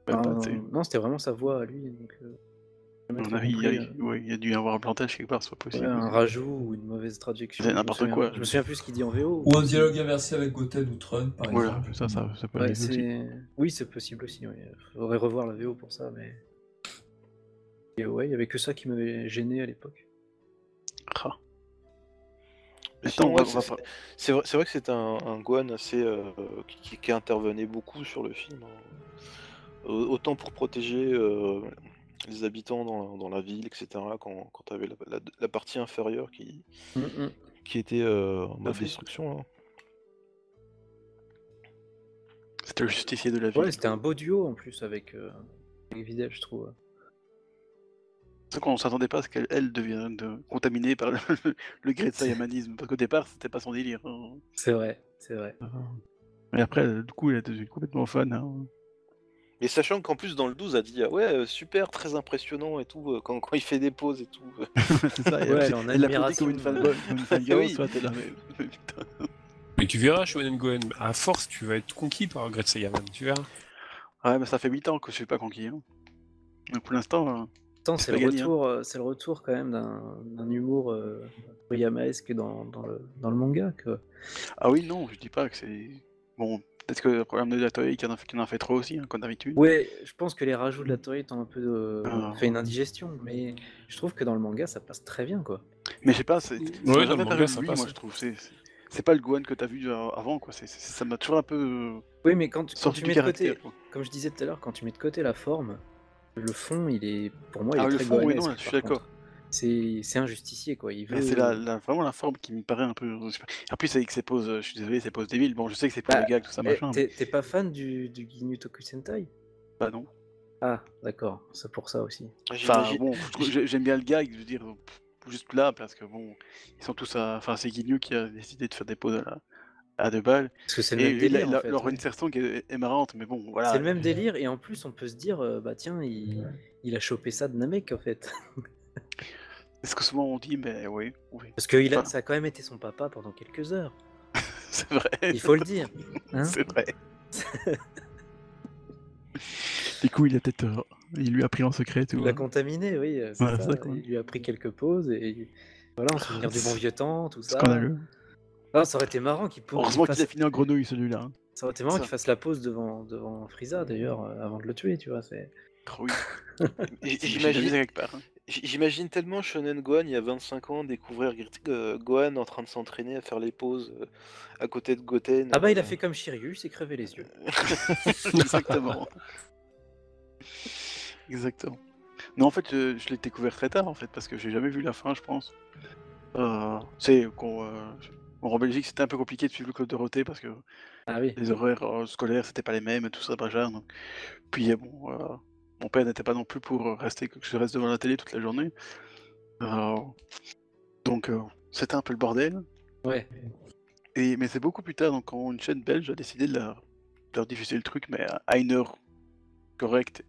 [SPEAKER 4] Même
[SPEAKER 1] Enfin,
[SPEAKER 4] pas, tu sais.
[SPEAKER 1] non, c'était vraiment sa voix à lui. donc, euh, jamais
[SPEAKER 4] mon
[SPEAKER 1] trop
[SPEAKER 4] avis, il y, a,
[SPEAKER 1] compris, euh,
[SPEAKER 4] ouais, il y a dû y avoir un plantage quelque part, c'est pas
[SPEAKER 1] ouais,
[SPEAKER 4] possible.
[SPEAKER 1] un rajout ou une mauvaise traduction.
[SPEAKER 4] C'est
[SPEAKER 1] je me
[SPEAKER 4] n'importe
[SPEAKER 1] souviens-
[SPEAKER 4] quoi.
[SPEAKER 1] Je me souviens plus ce qu'il dit en VO.
[SPEAKER 5] Ou un dialogue inversé avec Goten ou Tron, par
[SPEAKER 4] Voilà,
[SPEAKER 5] exemple.
[SPEAKER 2] Ça, ça, ça peut
[SPEAKER 1] Ouais,
[SPEAKER 2] aller
[SPEAKER 1] c'est-
[SPEAKER 2] aussi.
[SPEAKER 1] Oui, c'est possible aussi. oui. Faudrait revoir la VO pour ça, mais. Et ouais, il y avait que ça qui m'avait gêné à l'époque.
[SPEAKER 4] Ah. Attends,
[SPEAKER 6] Mais sinon,
[SPEAKER 4] on va-
[SPEAKER 6] ouais,
[SPEAKER 4] on va
[SPEAKER 6] c'est-
[SPEAKER 4] pas-
[SPEAKER 6] C'est vrai, c'est vrai que c'est un, un Gohan assez euh, qui, qui intervenait beaucoup sur le film, hein. Au- autant pour protéger euh, les habitants dans la, dans la ville, etc. Quand, quand tu avais la, la- la partie inférieure qui,
[SPEAKER 4] Mm,
[SPEAKER 6] qui était euh, en mode
[SPEAKER 4] fait.
[SPEAKER 6] destruction. hein.
[SPEAKER 4] C'était le justicier de la ville.
[SPEAKER 1] Ouais, c'était un beau duo en plus avec, euh, avec Videl, je trouve.
[SPEAKER 4] C'est qu'on s'attendait pas à ce qu'elle elle devienne de- contaminée par le, le gré de sayamanisme. Parce qu'au départ, c'était pas son délire. hein.
[SPEAKER 1] C'est vrai, c'est vrai.
[SPEAKER 2] Mais après, euh, du coup, il est devenu complètement fan. hein.
[SPEAKER 6] Et sachant qu'en plus dans le 12 a dit ah ouais euh, super très impressionnant et tout euh, quand, quand il fait des pauses et tout.
[SPEAKER 2] c'est ça, et
[SPEAKER 1] Ouais,
[SPEAKER 2] après,
[SPEAKER 1] elle est en
[SPEAKER 2] il l'applaudit
[SPEAKER 1] admiration.
[SPEAKER 2] comme une fanboy, comme une fangirl,
[SPEAKER 6] Oui.
[SPEAKER 2] soit t'es là, mais-
[SPEAKER 4] Ah Mais putain.
[SPEAKER 3] Mais tu verras, Shonen Gohan, à force, tu vas être conquis par Great Saiyaman, tu verras.
[SPEAKER 4] Ouais, mais ça fait 8 ans que je suis pas conquis. hein. Donc pour l'instant, euh,
[SPEAKER 1] Attends, c'est
[SPEAKER 4] pas
[SPEAKER 1] le
[SPEAKER 4] gagné, hein.
[SPEAKER 1] retour, euh, c'est le retour quand même d'un d'un humour euh, Toriyamaesque dans, dans, le, dans le manga. Quoi.
[SPEAKER 4] ah oui, non, je dis pas que c'est. Bon, peut-être que le problème de la Toei qui en a fait, qui en a fait trop aussi, hein, comme d'habitude.
[SPEAKER 1] Ouais, je pense que les rajouts de la Toei t'ont un peu euh,
[SPEAKER 4] Ah.
[SPEAKER 1] fait une indigestion, mais je trouve que dans le manga ça passe très bien quoi.
[SPEAKER 4] Mais je sais pas, c'est. ça m'a
[SPEAKER 3] dans le
[SPEAKER 4] jamais
[SPEAKER 3] manga,
[SPEAKER 4] paru
[SPEAKER 3] ça
[SPEAKER 4] lui,
[SPEAKER 3] passe,
[SPEAKER 4] moi,
[SPEAKER 3] hein.
[SPEAKER 4] je trouve. C'est- c'est- C'est pas le Gohan que t'as vu euh, avant, quoi. c'est c'est- ça m'a toujours un peu euh,
[SPEAKER 1] Oui, mais quand, quand
[SPEAKER 4] sorti
[SPEAKER 1] tu
[SPEAKER 4] du
[SPEAKER 1] mets de côté,
[SPEAKER 4] caractère. quoi.
[SPEAKER 1] comme je disais tout à l'heure, quand tu mets de côté la forme, le fond, il est, pour moi, il
[SPEAKER 4] Ah,
[SPEAKER 1] est
[SPEAKER 4] le
[SPEAKER 1] très
[SPEAKER 4] fond, oui, non,
[SPEAKER 1] gohanesque,
[SPEAKER 4] là, je suis
[SPEAKER 1] par
[SPEAKER 4] d'accord.
[SPEAKER 1] contre. C'est, c'est un justicier, quoi. Il veut.
[SPEAKER 4] Mais c'est la, la- vraiment la forme qui me paraît un peu. je sais pas. En plus, avec ses poses, euh, je suis désolé, ses poses débiles. Bon, je sais que c'est pour
[SPEAKER 1] Bah,
[SPEAKER 4] le gag, tout ça,
[SPEAKER 1] Eh,
[SPEAKER 4] machin. Mais...
[SPEAKER 1] t'es, t'es pas fan du, du Ginyu Tokusentai
[SPEAKER 4] Bah non.
[SPEAKER 1] Ah, d'accord. C'est pour ça aussi.
[SPEAKER 4] Enfin,
[SPEAKER 6] J'imagine-
[SPEAKER 4] bon, je trouve- j'ai- j'aime bien le gag, je veux dire, pff, juste là, parce que bon, ils sont tous à. Enfin, c'est Guignou qui a décidé de faire des poses à, la- à deux balles.
[SPEAKER 1] Parce que c'est le
[SPEAKER 4] Et
[SPEAKER 1] même délire.
[SPEAKER 4] la- la-
[SPEAKER 1] en fait,
[SPEAKER 4] leur
[SPEAKER 1] ouais.
[SPEAKER 4] insertion qui est, est marrante, mais bon, voilà.
[SPEAKER 1] C'est le même délire, et en plus, on peut se dire, euh, bah tiens, il, il a chopé ça de Namek, en fait.
[SPEAKER 4] C'est ce que souvent on dit, mais oui, oui.
[SPEAKER 1] Parce que il a,
[SPEAKER 4] Voilà.
[SPEAKER 1] ça a quand même été son papa pendant quelques heures.
[SPEAKER 4] c'est vrai.
[SPEAKER 1] Il faut le dire. hein.
[SPEAKER 4] c'est vrai.
[SPEAKER 2] Du coup, il a peut-être. euh, il lui a pris en secret tout.
[SPEAKER 1] Il l'a
[SPEAKER 2] hein.
[SPEAKER 1] contaminé, oui. euh, c'est
[SPEAKER 2] Voilà,
[SPEAKER 1] ça.
[SPEAKER 2] c'est ça, quoi.
[SPEAKER 1] il lui a pris quelques pauses, et voilà, en souvenir du bon vieux temps, tout ça.
[SPEAKER 2] Scandaleux.
[SPEAKER 1] Ah, ça aurait été marrant qu'il pour-
[SPEAKER 4] Heureusement
[SPEAKER 1] qu'il
[SPEAKER 4] qu'il
[SPEAKER 1] fasse...
[SPEAKER 4] a
[SPEAKER 2] Fini en grenouille celui-là. hein.
[SPEAKER 1] ça aurait été marrant
[SPEAKER 4] ça.
[SPEAKER 1] qu'il fasse la pause devant, devant Frieza d'ailleurs euh, avant de le tuer, tu vois. C'est...
[SPEAKER 4] Oui.
[SPEAKER 6] j-
[SPEAKER 4] J'ai- j'ai vu ça
[SPEAKER 6] J'imagine
[SPEAKER 4] quelque part, hein.
[SPEAKER 6] j- j'imagine tellement Shonen Gohan il y a 25 ans découvrir Grit- euh, Gohan en train de s'entraîner à faire les pauses euh, à côté de Goten.
[SPEAKER 1] Ah bah il a
[SPEAKER 6] euh,
[SPEAKER 1] fait comme Shiryu, il s'est crevé les yeux.
[SPEAKER 4] Exactement. Exactement. Non, en fait, je, je l'ai découvert très tard, en fait, parce que j'ai jamais vu la fin, je pense. Euh, c'est qu'on. euh, bon, en Belgique, c'était un peu compliqué de suivre le Club Dorothée parce que
[SPEAKER 1] Ah oui.
[SPEAKER 4] les horaires euh, scolaires, c'était pas les mêmes, tout ça, bajar. Donc... Puis, euh, bon, euh, mon père n'était pas non plus pour euh, rester que je reste devant la télé toute la journée. Euh, donc, euh, c'était un peu le bordel.
[SPEAKER 1] Ouais.
[SPEAKER 4] Et, mais c'est beaucoup plus tard, donc quand une chaîne belge a décidé de leur, de leur diffuser le truc, mais à- à une heure correcte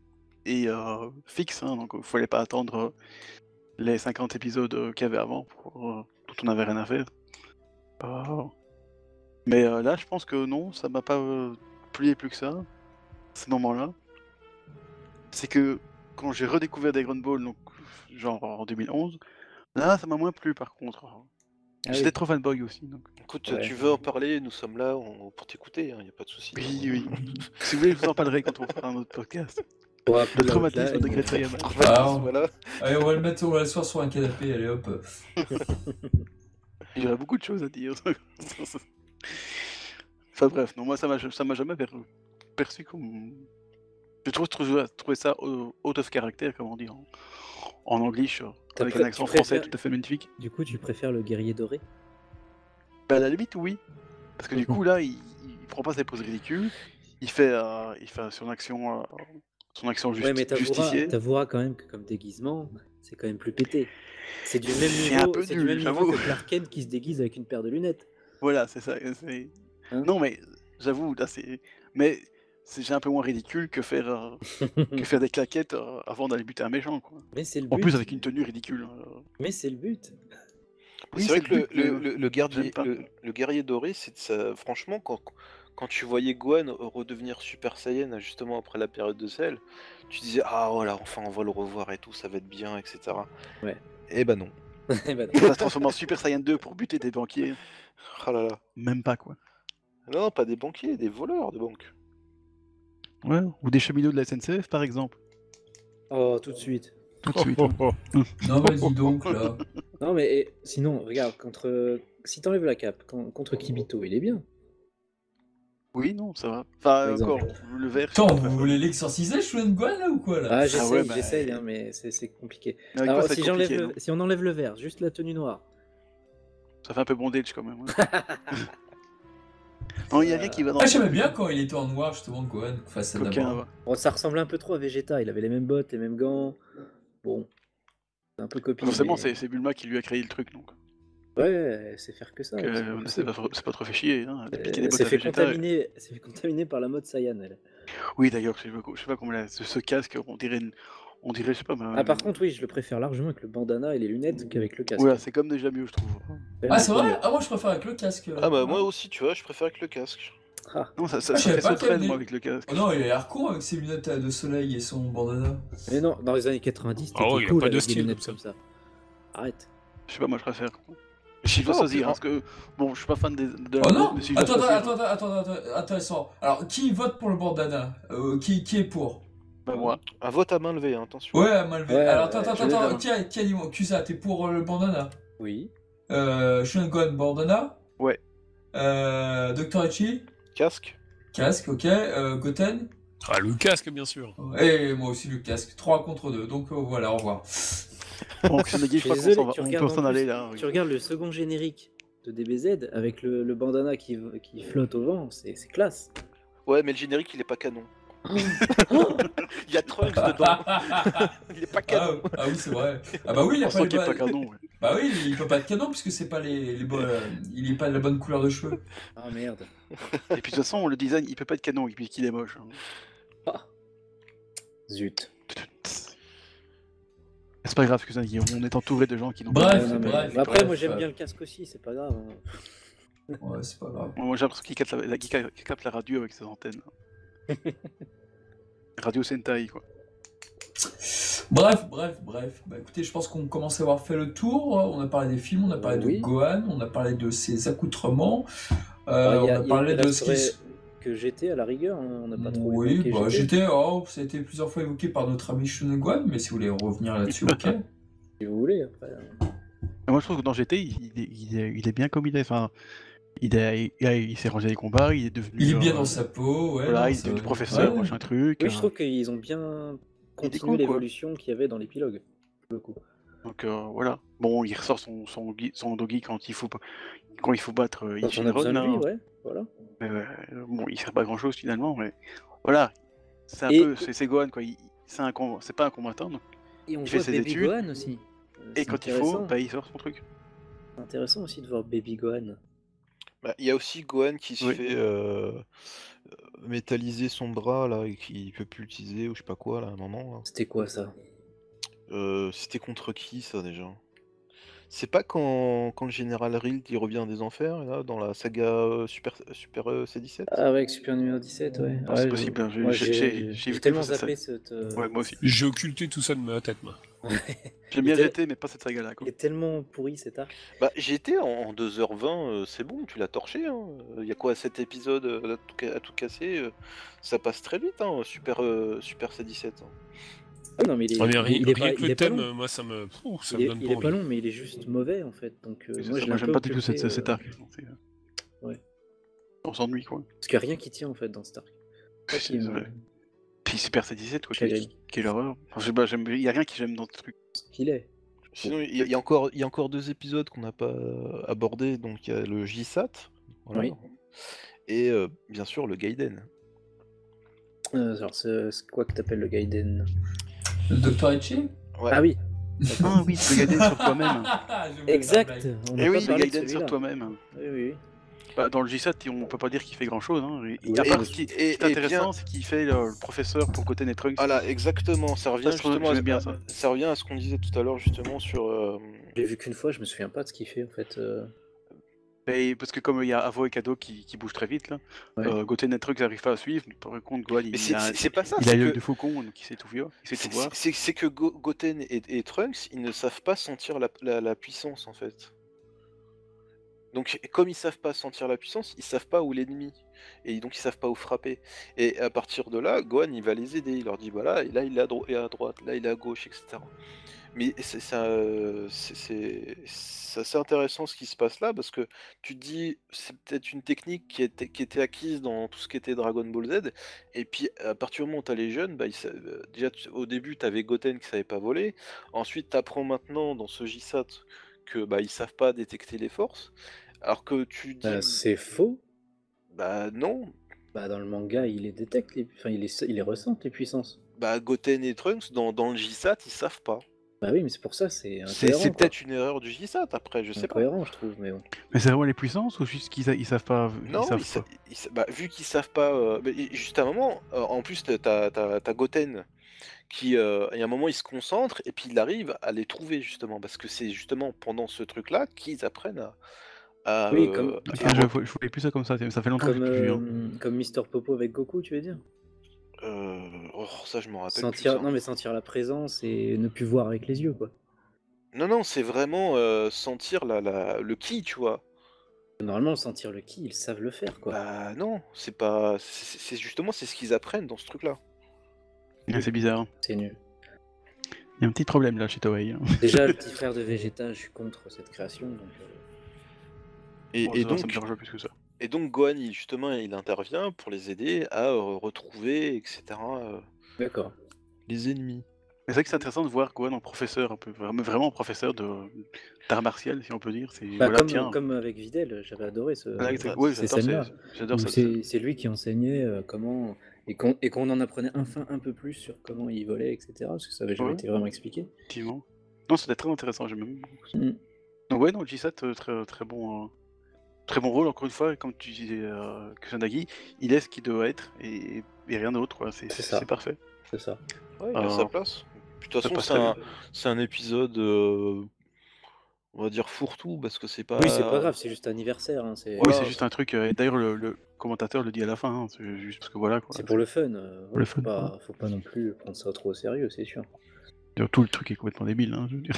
[SPEAKER 4] et euh, fixe, hein, donc il fallait pas attendre euh, les 50 épisodes euh, qu'il y avait avant, pour, euh, dont on n'avait rien à faire. Euh, Mais euh, là, je pense que non, ça m'a pas euh, plu plus que ça, à ce moment-là. C'est que quand j'ai redécouvert Dragon Ball, donc genre en 2011, là, ça m'a moins plu par contre.
[SPEAKER 1] Ah
[SPEAKER 4] J'étais
[SPEAKER 1] oui.
[SPEAKER 4] trop fanboy aussi, donc.
[SPEAKER 6] Écoute,
[SPEAKER 1] Ouais.
[SPEAKER 6] tu veux en parler, nous sommes là on- pour t'écouter, il n'y a pas de souci.
[SPEAKER 4] Oui, oui. si vous voulez, je vous en parlerai quand on fera un autre podcast.
[SPEAKER 1] Pour
[SPEAKER 4] Le
[SPEAKER 1] appeler la
[SPEAKER 4] traumatisme
[SPEAKER 1] hotline.
[SPEAKER 4] de Great Saiyaman.
[SPEAKER 5] Ah, on-
[SPEAKER 6] Voilà.
[SPEAKER 5] Allez, on va le mettre, on va l'asseoir sur un canapé, allez hop.
[SPEAKER 4] J'aurais beaucoup de choses à dire. enfin bref, non, moi ça m'a ça m'a jamais per- perçu comme. J'ai toujours trouvé, trouvé ça euh, out of character, comment on dit en, en anglais, euh,
[SPEAKER 1] T'as
[SPEAKER 4] avec
[SPEAKER 1] pré-
[SPEAKER 4] un accent
[SPEAKER 1] tu préfères-
[SPEAKER 4] français tout à fait magnifique.
[SPEAKER 1] Du coup, tu préfères le guerrier doré
[SPEAKER 4] Bah à la limite, oui. Parce que
[SPEAKER 1] Mhm.
[SPEAKER 4] du coup, là, il, il prend pas ses poses ridicules. Il fait, euh, il fait son action, euh, son action justi-
[SPEAKER 1] Ouais, mais t'avoueras,
[SPEAKER 4] justifiée.
[SPEAKER 1] t'avoueras quand même que comme déguisement, c'est quand même plus pété. C'est du même
[SPEAKER 4] C'est un
[SPEAKER 1] niveau,
[SPEAKER 4] peu
[SPEAKER 1] c'est du
[SPEAKER 4] nul,
[SPEAKER 1] même niveau
[SPEAKER 4] j'avoue.
[SPEAKER 1] que Clark Kent qui se déguise avec une paire de lunettes.
[SPEAKER 4] Voilà, c'est ça. euh, c'est-
[SPEAKER 1] Hein
[SPEAKER 4] non, mais j'avoue, là, c'est. Mais c'est j'ai un peu moins ridicule que faire, euh, que
[SPEAKER 2] Hum.
[SPEAKER 4] faire des claquettes euh, avant d'aller buter un méchant, quoi.
[SPEAKER 1] Mais c'est le but.
[SPEAKER 4] En plus, avec une tenue ridicule.
[SPEAKER 2] hein.
[SPEAKER 4] euh.
[SPEAKER 1] Mais c'est le but.
[SPEAKER 4] Oui,
[SPEAKER 6] c'est hein. vrai que le,
[SPEAKER 4] but, mais,
[SPEAKER 6] le- le- le guerrier,
[SPEAKER 4] j'aime pas.
[SPEAKER 6] le, le guerrier doré, c'est de ça- franchement, quand, quand tu voyais Gohan redevenir Super Saiyan justement après la période de sel, tu disais ah voilà enfin on va le revoir et tout, ça va être bien, etc.
[SPEAKER 1] Ouais.
[SPEAKER 6] Et bah non.
[SPEAKER 1] Eh ben,
[SPEAKER 4] On va se transformer en Super Saiyan 2 pour buter des banquiers.
[SPEAKER 6] Ah là là.
[SPEAKER 2] Même pas, quoi.
[SPEAKER 6] Non, non, pas des banquiers, des voleurs de banque.
[SPEAKER 2] Ouais, ou des cheminots de la SNCF, par exemple.
[SPEAKER 1] Oh, tout de suite.
[SPEAKER 2] Tout de suite. hein.
[SPEAKER 3] Oh, oh,
[SPEAKER 5] Non, mais dis donc, là.
[SPEAKER 1] Non, mais eh, sinon, regarde, contre. Si t'enlèves la cape, con- contre Kibito, il est bien.
[SPEAKER 4] Oui, non, ça va. Enfin,
[SPEAKER 1] Par exemple.
[SPEAKER 4] encore, le verre.
[SPEAKER 5] Attends,
[SPEAKER 4] je sais pas.
[SPEAKER 5] vous voulez l'exorciser, Shuangwan, là, ou quoi, là
[SPEAKER 1] Ah, j'essaye,
[SPEAKER 4] ouais, bah,
[SPEAKER 1] j'essaye, hein, mais c'est c'est compliqué.
[SPEAKER 4] Mais avec
[SPEAKER 2] Ah,
[SPEAKER 1] Alors,
[SPEAKER 4] toi, ça va
[SPEAKER 1] si,
[SPEAKER 4] être
[SPEAKER 1] j'enlève
[SPEAKER 4] compliqué,
[SPEAKER 1] le-
[SPEAKER 4] non
[SPEAKER 1] si on enlève le vert, juste la tenue noire.
[SPEAKER 4] Ça fait un peu bondage quand même. hein. non, il y a rien qui va dans
[SPEAKER 5] Ah,
[SPEAKER 4] le
[SPEAKER 5] j'aimais bien quand il était en noir, justement, Gohan, face à
[SPEAKER 4] coquin.
[SPEAKER 5] Dabra.
[SPEAKER 4] là-bas.
[SPEAKER 1] Bon, ça ressemblait un peu trop à Vegeta, il avait les mêmes bottes, les mêmes gants. Bon, c'est un peu copié.
[SPEAKER 4] Forcément,
[SPEAKER 1] mais-
[SPEAKER 4] c'est c'est Bulma qui lui a créé le truc, donc.
[SPEAKER 1] Ouais, c'est faire que ça.
[SPEAKER 4] Donc,
[SPEAKER 1] c'est
[SPEAKER 4] euh,
[SPEAKER 1] pas
[SPEAKER 4] c'est
[SPEAKER 1] possible.
[SPEAKER 4] pas, trop- c'est pas trop fait chier. Hein, de
[SPEAKER 1] Euh,
[SPEAKER 4] piquer des bottes
[SPEAKER 1] s'est
[SPEAKER 4] à
[SPEAKER 1] fait,
[SPEAKER 4] Vegeta.
[SPEAKER 1] contaminer- s'est fait contaminer par la mode Saiyan, elle.
[SPEAKER 4] Oui, d'ailleurs, je sais pas je sais pas comment la- ce, ce casque, on dirait, une- on dirait, je sais pas. mais-
[SPEAKER 1] Ah, par contre, oui, je le préfère largement avec le bandana et les lunettes qu'avec le casque.
[SPEAKER 4] Voilà, c'est comme déjà mieux, je trouve.
[SPEAKER 5] Ah, c'est vrai Ah, moi, je préfère avec le casque.
[SPEAKER 4] Euh,
[SPEAKER 6] Ah bah moi aussi, tu vois, je préfère avec le casque.
[SPEAKER 1] Ah,
[SPEAKER 4] Non, ça,
[SPEAKER 5] Ah,
[SPEAKER 4] ça,
[SPEAKER 5] je
[SPEAKER 4] ça
[SPEAKER 5] savais
[SPEAKER 4] fait
[SPEAKER 5] pas
[SPEAKER 4] sauterelle,
[SPEAKER 5] qu'il y
[SPEAKER 4] moi,
[SPEAKER 5] avait-
[SPEAKER 4] avec le casque.
[SPEAKER 5] Oh non, il a l'air con avec ses lunettes euh, de soleil et son bandana.
[SPEAKER 1] mais non, dans les années 90, c'était
[SPEAKER 3] Ah ouais, y a
[SPEAKER 1] cool
[SPEAKER 3] pas
[SPEAKER 1] avec
[SPEAKER 3] de
[SPEAKER 1] des
[SPEAKER 3] style
[SPEAKER 1] lunettes comme
[SPEAKER 3] comme
[SPEAKER 1] ça. Arrête.
[SPEAKER 4] Je sais pas, moi, je préfère. Je
[SPEAKER 6] pas,
[SPEAKER 4] dois
[SPEAKER 6] en plus,
[SPEAKER 4] choisir,
[SPEAKER 6] en-
[SPEAKER 4] parce que. Bon, je suis pas fan des, de la
[SPEAKER 5] Oh non
[SPEAKER 4] mais si je dois
[SPEAKER 5] attends
[SPEAKER 4] choisir-
[SPEAKER 5] attends, attends, attends, attends, intéressant. Alors, qui vote pour le bandana Euh, qui, qui est pour
[SPEAKER 4] Bah, moi.
[SPEAKER 6] Un vote à main levée, hein, attention.
[SPEAKER 5] Ouais, mal levé.
[SPEAKER 1] Ouais,
[SPEAKER 5] Alors, attends,
[SPEAKER 1] ouais,
[SPEAKER 5] attends,
[SPEAKER 4] je vais
[SPEAKER 5] attends,
[SPEAKER 4] là.
[SPEAKER 5] tiens, tiens, dis-moi, Cusa, t'es pour euh, le bandana
[SPEAKER 1] Oui.
[SPEAKER 5] Euh, Shungon, bandana
[SPEAKER 4] Ouais.
[SPEAKER 5] Euh, Dr. Hachi
[SPEAKER 6] Casque
[SPEAKER 5] Casque, ok. Euh, Goten
[SPEAKER 3] Ah, le casque, bien sûr.
[SPEAKER 5] Et moi aussi le casque. 3 contre 2. Donc euh, voilà, au revoir.
[SPEAKER 4] Donc, c'est
[SPEAKER 1] Je suis
[SPEAKER 4] négatif, je crois qu'on
[SPEAKER 1] désolé,
[SPEAKER 4] s'en va-
[SPEAKER 1] tu
[SPEAKER 4] on
[SPEAKER 1] regardes
[SPEAKER 4] peut
[SPEAKER 1] en
[SPEAKER 4] s'en
[SPEAKER 1] plus,
[SPEAKER 4] aller là. oui.
[SPEAKER 1] Tu regardes le second générique de DBZ avec le, le bandana qui, qui flotte au vent, c'est c'est classe.
[SPEAKER 6] Ouais, mais le générique, il est pas canon. Il y a Trunks dedans,
[SPEAKER 5] ah,
[SPEAKER 6] il est pas
[SPEAKER 5] ah
[SPEAKER 6] canon.
[SPEAKER 5] oui, c'est vrai. Ah bah oui, il a
[SPEAKER 4] On
[SPEAKER 5] pas,
[SPEAKER 4] sent qu'il
[SPEAKER 5] les
[SPEAKER 4] n'y a pas
[SPEAKER 5] bonnes-
[SPEAKER 4] canon. ouais.
[SPEAKER 5] Bah oui, il peut pas être canon puisque c'est pas les, les bonnes- euh, il est pas de la bonne couleur de cheveux.
[SPEAKER 1] Ah merde.
[SPEAKER 4] Et puis de toute façon, le design, il peut pas être canon, et puis qu'il est moche. hein.
[SPEAKER 1] Ah. Zut.
[SPEAKER 2] C'est pas grave, excusez moi on est entouré de gens qui n'ont pas.
[SPEAKER 5] Bref,
[SPEAKER 1] Ouais, non, mais-
[SPEAKER 5] bref,
[SPEAKER 1] Après,
[SPEAKER 5] bref,
[SPEAKER 1] moi j'aime
[SPEAKER 5] euh,
[SPEAKER 1] bien le casque aussi, c'est pas grave. hein.
[SPEAKER 5] Ouais, c'est pas grave.
[SPEAKER 4] Moi, j'ai l'impression qu'il capte, la... qu'il capte- qu'il capte la radio avec ses antennes. radio Sentai, quoi.
[SPEAKER 5] Bref, bref, bref. Bah écoutez, je pense qu'on commence à avoir fait le tour. On a parlé des films, on a parlé
[SPEAKER 1] Oui.
[SPEAKER 5] de Gohan, on a parlé de ses accoutrements,
[SPEAKER 1] Bah,
[SPEAKER 5] euh,
[SPEAKER 1] il y a- il y
[SPEAKER 5] on a
[SPEAKER 1] a
[SPEAKER 5] parlé
[SPEAKER 1] une
[SPEAKER 5] de ce qui
[SPEAKER 1] restauration-
[SPEAKER 5] se-
[SPEAKER 1] Que j'étais à la rigueur, hein, on n'a pas trop
[SPEAKER 5] Oui,
[SPEAKER 1] évoqué
[SPEAKER 5] bah,
[SPEAKER 1] GT,
[SPEAKER 5] j'étais. Oh, ça a été plusieurs fois évoqué par notre ami Shunoguan, mais si vous voulez revenir là-dessus, ok.
[SPEAKER 1] si vous voulez. après.
[SPEAKER 2] Mais Moi, je trouve que dans GT, il il est, il est- il est bien comme il est. Enfin, il, est- il a- il s'est rangé les combats, il est devenu.
[SPEAKER 5] Il est
[SPEAKER 2] euh,
[SPEAKER 5] bien dans sa peau, ouais.
[SPEAKER 2] Voilà,
[SPEAKER 5] non,
[SPEAKER 2] il est
[SPEAKER 5] ça-
[SPEAKER 2] devenu professeur,
[SPEAKER 5] ouais.
[SPEAKER 2] machin truc.
[SPEAKER 1] Oui, je
[SPEAKER 2] euh,
[SPEAKER 1] trouve qu'ils ont bien
[SPEAKER 4] con, quoi.
[SPEAKER 1] continué l'évolution qu'il y avait dans l'épilogue. pour le coup.
[SPEAKER 4] Donc euh, voilà. Bon, il ressort son, son, gui- son doggy quand il faut, pas- quand il faut battre euh,
[SPEAKER 1] Quand on a
[SPEAKER 4] Ichiron.
[SPEAKER 1] besoin de lui,
[SPEAKER 4] hein.
[SPEAKER 1] ouais, voilà.
[SPEAKER 4] Mais, euh, bon, il sert pas à grand chose finalement, mais voilà. C'est un
[SPEAKER 1] Et-
[SPEAKER 4] peu. C'est c'est Gohan, quoi. Il- C'est un com- c'est pas un combattant. donc-
[SPEAKER 1] Et on
[SPEAKER 4] Il fait
[SPEAKER 1] voit
[SPEAKER 4] ses
[SPEAKER 1] Baby
[SPEAKER 4] études.
[SPEAKER 1] Gohan aussi. Euh,
[SPEAKER 4] Et
[SPEAKER 1] c'est
[SPEAKER 4] quand il faut,
[SPEAKER 1] intéressant.
[SPEAKER 4] bah, il sort son truc.
[SPEAKER 1] C'est intéressant aussi de voir Baby Gohan.
[SPEAKER 6] Bah, Il y a aussi Gohan qui se
[SPEAKER 4] Oui.
[SPEAKER 6] fait euh, euh, métalliser son bras là et qui peut plus l'utiliser ou je sais pas quoi là à un moment. là.
[SPEAKER 1] C'était quoi ça
[SPEAKER 6] Euh, C'était contre qui ça déjà C'est pas quand, quand le général Rild il revient des enfers là dans la saga euh, Super, Super euh, C17
[SPEAKER 1] Ah, avec Super numéro 17, ouais.
[SPEAKER 4] Non,
[SPEAKER 1] Ouais,
[SPEAKER 4] c'est
[SPEAKER 1] je-
[SPEAKER 4] possible, hein, j'ai-
[SPEAKER 1] moi,
[SPEAKER 4] j'ai- j'ai- j'ai
[SPEAKER 1] J'ai
[SPEAKER 4] vu
[SPEAKER 1] j'ai
[SPEAKER 4] que
[SPEAKER 1] tellement
[SPEAKER 4] ça- ça-
[SPEAKER 1] zappé cette. euh,
[SPEAKER 4] Ouais, moi aussi.
[SPEAKER 3] J'ai occulté tout ça de ma tête, moi.
[SPEAKER 1] Il
[SPEAKER 4] J'aime bien
[SPEAKER 1] était-
[SPEAKER 4] GT, mais pas cette saga-là, quoi.
[SPEAKER 1] Il est tellement pourri cet arc.
[SPEAKER 6] Bah j'étais en, en 2h20, euh, c'est bon, tu l'as torché. hein. Il y a quoi cet épisode euh, à tout, ca- à tout casser euh, Ça passe très vite, hein, Super, euh, Super C17. hein.
[SPEAKER 1] Ah, non, mais il est,
[SPEAKER 3] Ouais, mais
[SPEAKER 1] il-
[SPEAKER 3] rien,
[SPEAKER 1] il est
[SPEAKER 3] rien
[SPEAKER 1] pas,
[SPEAKER 3] que
[SPEAKER 1] il est
[SPEAKER 3] le
[SPEAKER 1] pas
[SPEAKER 3] thème,
[SPEAKER 1] long.
[SPEAKER 3] euh, moi, ça me, Pouh, ça
[SPEAKER 1] Il
[SPEAKER 3] me
[SPEAKER 1] est,
[SPEAKER 3] donne
[SPEAKER 1] il
[SPEAKER 3] pas
[SPEAKER 1] est
[SPEAKER 3] envie.
[SPEAKER 1] pas long, mais il est juste mauvais en fait. Donc, euh,
[SPEAKER 4] C'est
[SPEAKER 1] moi,
[SPEAKER 4] ça,
[SPEAKER 1] je l'ai
[SPEAKER 4] Moi,
[SPEAKER 1] un
[SPEAKER 4] j'aime
[SPEAKER 1] peu
[SPEAKER 4] pas du tout cette-
[SPEAKER 1] occulté,
[SPEAKER 4] cet
[SPEAKER 1] euh,
[SPEAKER 4] arc. C'est-
[SPEAKER 1] ouais.
[SPEAKER 4] On s'ennuie, quoi.
[SPEAKER 1] Parce qu'il n'y a rien qui tient en fait dans cet arc. Ça qui
[SPEAKER 4] C'est
[SPEAKER 1] me-
[SPEAKER 4] vrai. Puis Super C17, quoi.
[SPEAKER 1] Chagrin.
[SPEAKER 4] Quelle, quelle horreur. Enfin, je sais pas, j'aime- il y a rien qui j'aime dans ce truc.
[SPEAKER 1] qu'il est.
[SPEAKER 6] Sinon, il y, a- il y a encore- il y a encore deux épisodes qu'on n'a pas euh, abordés. Donc, il y a le JSAT. voilà.
[SPEAKER 1] Oui.
[SPEAKER 6] Et euh, bien sûr, le Gaiden.
[SPEAKER 1] Euh, alors, c'est c'est quoi que t'appelles le Gaiden
[SPEAKER 5] Le Dr. Echi
[SPEAKER 6] Ouais.
[SPEAKER 1] Ah oui,
[SPEAKER 4] Ah oui, le Gaiden sur toi-même.
[SPEAKER 1] exact. On
[SPEAKER 4] Eh
[SPEAKER 1] n'a
[SPEAKER 4] oui,
[SPEAKER 1] pas
[SPEAKER 4] le
[SPEAKER 1] parlé de
[SPEAKER 4] Gaiden sur
[SPEAKER 1] celui-là.
[SPEAKER 4] toi-même.
[SPEAKER 1] Oui, oui, oui.
[SPEAKER 4] Bah, dans le J7, on peut pas dire qu'il fait grand chose. Hein. Il- il- à
[SPEAKER 1] Ouais,
[SPEAKER 4] part
[SPEAKER 1] mais-
[SPEAKER 4] ce qui ce qui
[SPEAKER 6] et-
[SPEAKER 4] est
[SPEAKER 6] et
[SPEAKER 4] intéressant,
[SPEAKER 6] bien- Ah,
[SPEAKER 4] c'est qu'il fait le, le professeur pour Goten et Trunks.
[SPEAKER 6] Voilà, exactement. Ça revient
[SPEAKER 4] Ça, je trouve-
[SPEAKER 6] justement à ce,
[SPEAKER 4] j'aimais bien ça.
[SPEAKER 6] ça revient à ce qu'on disait tout à l'heure, justement, sur. euh,
[SPEAKER 1] Je l'ai vu qu'une fois, je me souviens pas de ce qu'il fait en fait. euh.
[SPEAKER 4] Et parce que comme il y a Avo et Kado qui, qui bougent très vite, là,
[SPEAKER 2] Ouais.
[SPEAKER 4] euh, Goten et Trunks n'arrivent pas à suivre, mais par contre, Gohan,
[SPEAKER 6] Mais
[SPEAKER 4] il,
[SPEAKER 6] c'est-
[SPEAKER 4] a,
[SPEAKER 6] c'est c'est pas ça.
[SPEAKER 4] il a
[SPEAKER 6] c'est
[SPEAKER 4] l'œil
[SPEAKER 6] que-
[SPEAKER 4] de faucon, donc il sait tout voir. Il sait
[SPEAKER 6] c'est-
[SPEAKER 4] tout voir.
[SPEAKER 6] c'est- c'est que Go- Goten et, et Trunks, ils ne savent pas sentir la, la- la puissance en fait. Donc, comme ils savent pas sentir la puissance, ils savent pas où est l'ennemi. Et donc, ils savent pas où frapper. Et à partir de là, Gohan, il va les aider. Il leur dit voilà, et là, il est à, dro- et à droite, là, il est à gauche, etc. Mais c'est c'est un- c'est- c'est- c'est assez intéressant ce qui se passe là parce que tu te dis c'est peut-être une technique qui était, qui était acquise dans tout ce qui était Dragon Ball Z et puis à partir du moment où t'as les jeunes bah, ils sa- euh, déjà tu- au début t'avais Goten qui savait pas voler ensuite t'apprends maintenant dans ce JSAT que bah ils savent pas détecter les forces alors que tu dis
[SPEAKER 1] Bah, c'est faux.
[SPEAKER 6] bah non
[SPEAKER 1] Bah, dans le manga, il les détecte, les... enfin, il les... il les ressent, les puissances.
[SPEAKER 6] bah Goten et Trunks dans, dans le JSAT ils savent pas
[SPEAKER 1] Bah oui, mais c'est pour ça, c'est
[SPEAKER 6] c'est
[SPEAKER 1] incohérent.
[SPEAKER 6] c'est
[SPEAKER 1] quoi.
[SPEAKER 6] peut-être une erreur du JSAT après je
[SPEAKER 1] C'est
[SPEAKER 6] sais pas
[SPEAKER 1] incohérent, je trouve, mais bon.
[SPEAKER 2] Mais c'est vraiment les puissances ou juste qu'ils sa- ils savent pas ils
[SPEAKER 6] Non,
[SPEAKER 2] savent
[SPEAKER 6] ils sa-
[SPEAKER 2] pas
[SPEAKER 6] ils sa- bah, vu qu'ils savent pas. euh, mais i- juste à un moment, euh, en plus, t'as- t'as t'as- t'as Goten qui, euh, il y a un moment, il se concentre et puis il arrive à les trouver justement parce que c'est justement pendant ce truc-là qu'ils apprennent à. à,
[SPEAKER 1] Oui,
[SPEAKER 6] euh,
[SPEAKER 1] comme-
[SPEAKER 6] à-
[SPEAKER 2] Enfin, je, je voulais plus ça comme ça, ça fait longtemps
[SPEAKER 1] Comme,
[SPEAKER 2] que je l'ai plus vu. hein.
[SPEAKER 1] euh, comme Mister Popo avec Goku, tu veux dire
[SPEAKER 6] euh, oh, ça, je m'en rappelle.
[SPEAKER 1] sentir...
[SPEAKER 6] plus, hein.
[SPEAKER 1] Non, mais sentir la présence et ne plus voir avec les yeux, quoi.
[SPEAKER 6] Non, non, c'est vraiment euh, sentir la, la- le qui, tu vois.
[SPEAKER 1] Normalement, sentir le ki, ils savent le faire, quoi.
[SPEAKER 6] Bah non, c'est pas. C'est c'est justement c'est ce qu'ils apprennent dans ce truc-là.
[SPEAKER 4] euh,
[SPEAKER 2] Ouais, hein. c'est bizarre.
[SPEAKER 1] C'est nul.
[SPEAKER 2] Il y a un petit problème là chez Toei. hein.
[SPEAKER 1] Déjà, le petit frère de Vegeta, je suis contre cette création, donc... euh,
[SPEAKER 6] Et,
[SPEAKER 4] Bon, ça,
[SPEAKER 6] et
[SPEAKER 4] ça
[SPEAKER 6] donc,
[SPEAKER 4] me dérange pas plus que ça.
[SPEAKER 6] Et donc Gohan, il, justement, il intervient pour les aider à euh, retrouver, etc., euh,
[SPEAKER 1] D'accord.
[SPEAKER 6] les ennemis.
[SPEAKER 4] Mais c'est vrai que c'est intéressant de voir Gohan en professeur, un peu, vraiment vraiment en professeur de- d'art martial, si on peut dire. C'est
[SPEAKER 1] Bah,
[SPEAKER 4] voilà,
[SPEAKER 1] comme, euh,
[SPEAKER 4] tiens.
[SPEAKER 1] comme avec Videl, j'avais adoré ce...
[SPEAKER 4] voilà, exact-
[SPEAKER 1] ces
[SPEAKER 4] ouais, j'adore
[SPEAKER 1] scènes-là.
[SPEAKER 4] ça- j'adore
[SPEAKER 1] Où
[SPEAKER 4] ça.
[SPEAKER 1] C'est c'est lui qui enseignait euh, comment. Et qu'on et qu'on en apprenait enfin un peu plus sur comment il volait, etc. Parce que ça n'avait jamais
[SPEAKER 4] Ouais.
[SPEAKER 1] été vraiment expliqué.
[SPEAKER 4] Effectivement. Non, c'était très intéressant, j'aime même beaucoup. ça.
[SPEAKER 1] Mm.
[SPEAKER 4] Donc ouais, non, G7, euh, très, très bon, euh, très bon rôle, encore une fois, comme tu disais, euh, Kusanagi, il est ce qu'il doit être, et, et rien d'autre, quoi, c'est
[SPEAKER 1] C'est
[SPEAKER 4] c'est-
[SPEAKER 1] ça.
[SPEAKER 4] c'est parfait.
[SPEAKER 1] C'est ça.
[SPEAKER 6] Ouais, il a
[SPEAKER 4] Euh,
[SPEAKER 6] sa place. Puis, De toute
[SPEAKER 4] Ça
[SPEAKER 6] façon,
[SPEAKER 4] passe
[SPEAKER 6] c'est
[SPEAKER 4] très
[SPEAKER 6] un,
[SPEAKER 4] bien.
[SPEAKER 6] c'est un épisode, euh, on va dire, fourre-tout, parce que c'est pas...
[SPEAKER 1] Oui, c'est pas grave, c'est juste anniversaire. hein, c'est
[SPEAKER 4] Ah Oui,
[SPEAKER 6] Voilà.
[SPEAKER 4] c'est juste un truc, euh, et d'ailleurs, le, le commentateur le dit à la fin, hein, c'est juste parce que voilà, quoi.
[SPEAKER 1] c'est pour le fun. euh,
[SPEAKER 2] Pour le
[SPEAKER 1] faut
[SPEAKER 2] fun,
[SPEAKER 1] pas- faut pas non plus prendre ça trop au sérieux, c'est sûr.
[SPEAKER 2] D'ailleurs, Tout le truc est complètement débile. hein, je veux dire.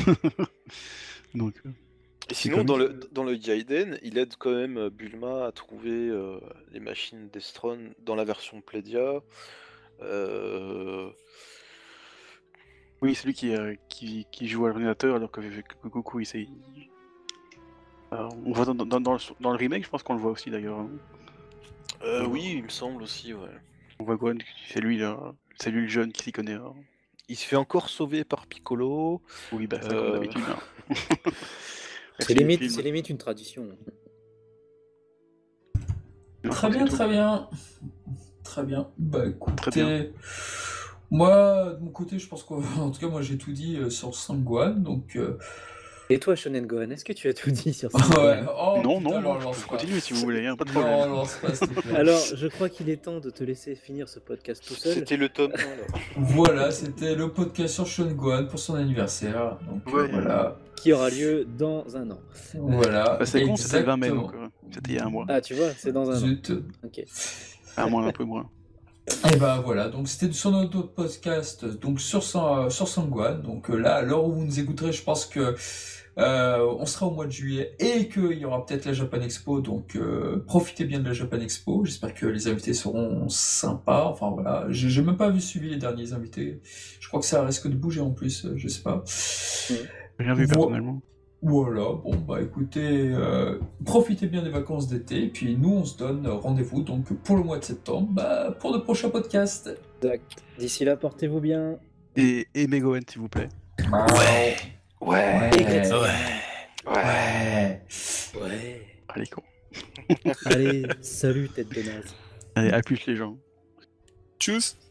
[SPEAKER 2] Donc, euh,
[SPEAKER 6] Et
[SPEAKER 2] c'est
[SPEAKER 6] sinon,
[SPEAKER 2] comique.
[SPEAKER 6] dans le, dans le Gaiden, il aide quand même euh, Bulma à trouver euh, les machines d'Estron dans la version Pledia. Euh,
[SPEAKER 4] Oui, celui qui, euh, qui, qui joue à l'ordinateur, alors que, que Goku, il sait... il- Euh, on voit dans, dans- dans le, dans le remake, je pense qu'on le voit aussi d'ailleurs. hein.
[SPEAKER 6] euh,
[SPEAKER 4] Ouais.
[SPEAKER 6] oui, il me semble aussi, ouais.
[SPEAKER 4] On voit Gohan, c'est lui, là, c'est lui le jeune qui s'y connaît. hein.
[SPEAKER 6] Il se fait encore sauver par Piccolo.
[SPEAKER 4] Oui, bah, c'est comme
[SPEAKER 6] Euh,
[SPEAKER 4] d'habitude. hein.
[SPEAKER 1] C'est
[SPEAKER 4] Merci,
[SPEAKER 1] limite,
[SPEAKER 4] film.
[SPEAKER 1] c'est limite une tradition.
[SPEAKER 4] Non,
[SPEAKER 5] Très
[SPEAKER 4] c'est
[SPEAKER 5] bien,
[SPEAKER 4] tout.
[SPEAKER 5] très bien. Très bien. Bah écoutez,
[SPEAKER 4] Très bien.
[SPEAKER 5] moi, de mon côté, je pense que, en tout cas, moi, j'ai tout dit euh, sur Sangwan, donc... euh,
[SPEAKER 1] Et toi, Shonen Gohan, est-ce que tu as tout dit sur ça
[SPEAKER 5] ouais. Oh,
[SPEAKER 4] Ah non,
[SPEAKER 5] putain,
[SPEAKER 4] non,
[SPEAKER 5] alors,
[SPEAKER 4] je
[SPEAKER 5] lance
[SPEAKER 4] peux
[SPEAKER 5] pas.
[SPEAKER 4] continuer si vous voulez, hein, pas de problème.
[SPEAKER 5] Non, lance pas, s'il te plaît.
[SPEAKER 1] Alors, je crois qu'il est temps de te laisser finir ce podcast tout seul.
[SPEAKER 6] C'était le tome 1, là.
[SPEAKER 5] Voilà, c'était le podcast sur Sean Gohan pour son anniversaire. Donc euh,
[SPEAKER 4] Ouais.
[SPEAKER 5] voilà.
[SPEAKER 1] Qui aura lieu dans un an.
[SPEAKER 5] Voilà.
[SPEAKER 4] Bah, c'est con, c'était le 20 mai,
[SPEAKER 5] exactement.
[SPEAKER 4] donc euh, c'était il y a un mois.
[SPEAKER 1] Ah, tu vois, c'est dans un an.
[SPEAKER 5] Zut.
[SPEAKER 1] Ok.
[SPEAKER 4] Un mois, un peu moins.
[SPEAKER 5] Et bah voilà, donc c'était sur notre podcast donc sur, San- euh, sur Sangwan. Donc euh, là, à l'heure où vous nous écouterez, je pense que euh, on sera au mois de juillet et qu'il y aura peut-être la Japan Expo. Donc euh, profitez bien de la Japan Expo. J'espère que les invités seront sympas. Enfin voilà, j'ai j'ai même pas vu suivi les derniers invités. Je crois que ça risque de bouger en plus, euh, je sais pas.
[SPEAKER 2] rien vu
[SPEAKER 5] Moi-
[SPEAKER 2] personnellement.
[SPEAKER 5] Voilà, bon bah écoutez, euh, profitez bien des vacances d'été, et puis nous on se donne rendez-vous donc pour le mois de septembre bah, pour de prochains podcasts.
[SPEAKER 1] Exact. D'ici là, portez-vous bien.
[SPEAKER 2] Et, et Megoen, s'il vous plaît.
[SPEAKER 5] Ouais, 哎
[SPEAKER 6] Ouais.
[SPEAKER 1] Éclatez.
[SPEAKER 3] Ah
[SPEAKER 6] Ouais.
[SPEAKER 5] ouais.
[SPEAKER 1] Ouais.
[SPEAKER 2] Allez, con.
[SPEAKER 1] Allez, salut tête de naze.
[SPEAKER 2] Allez, à plus les gens.
[SPEAKER 3] Tchuss
[SPEAKER 7] 「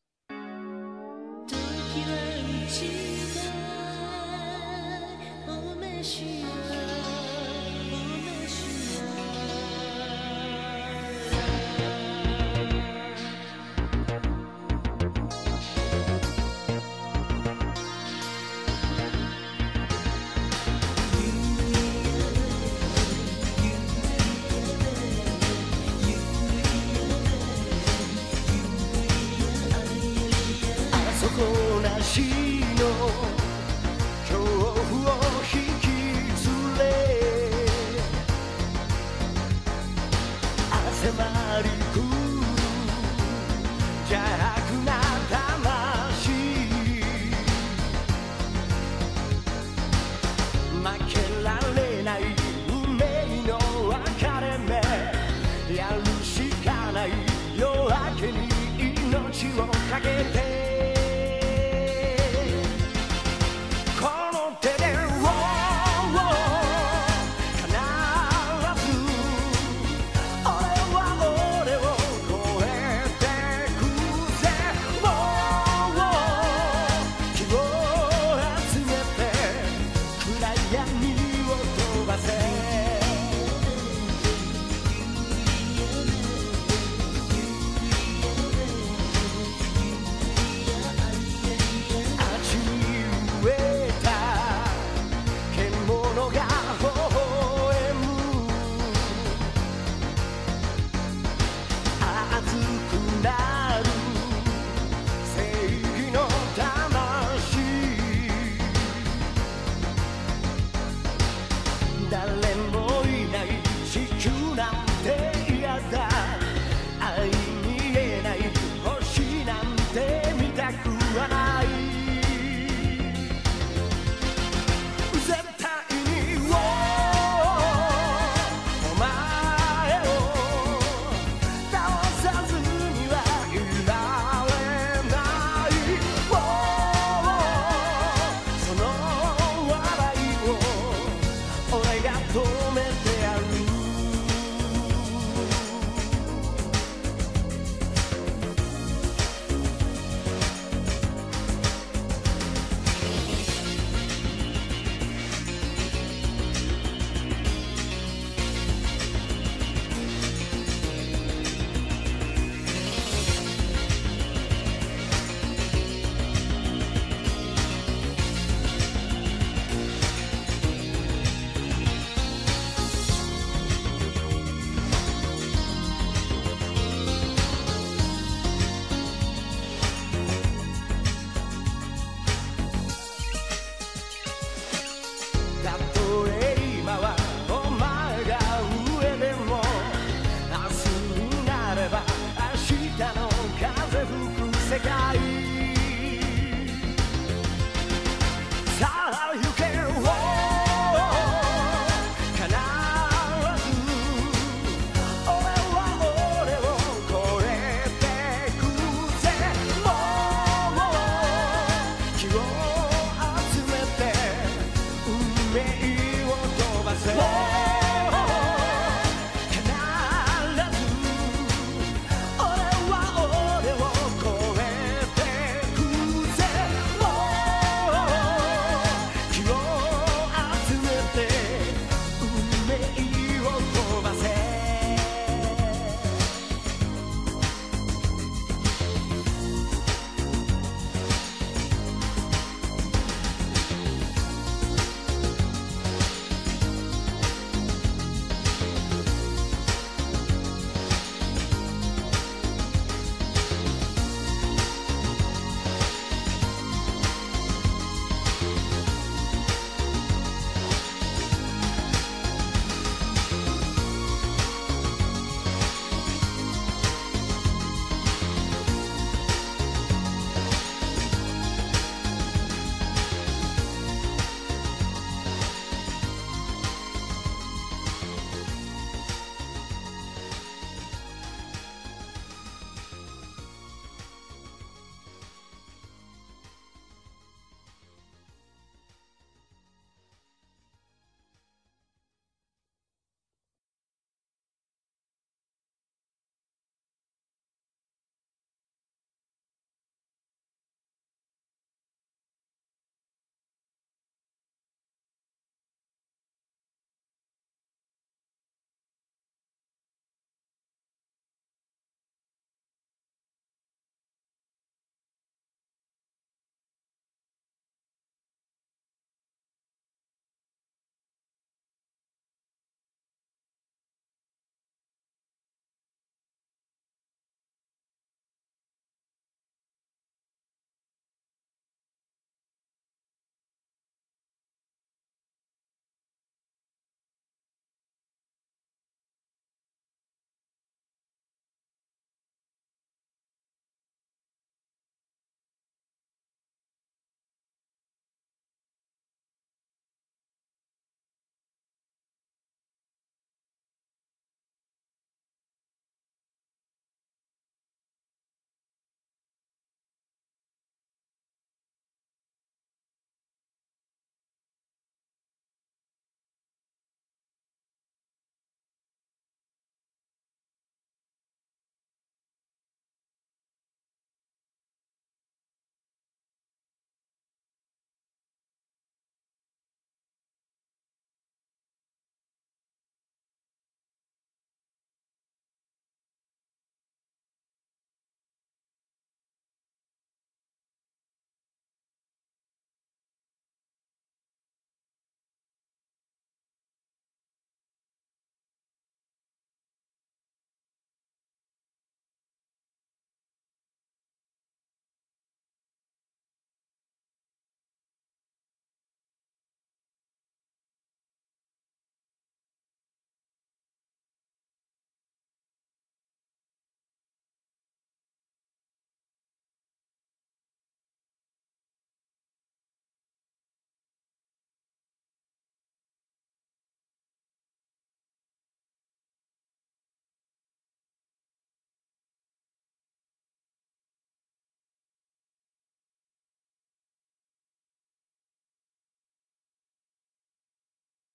[SPEAKER 7] 時はうちだおめしやおめしや」「夢私の恐怖を引きずれ汗まりくる邪悪な魂負けられない運命の分かれ目やるしかない夜明けに命をかけて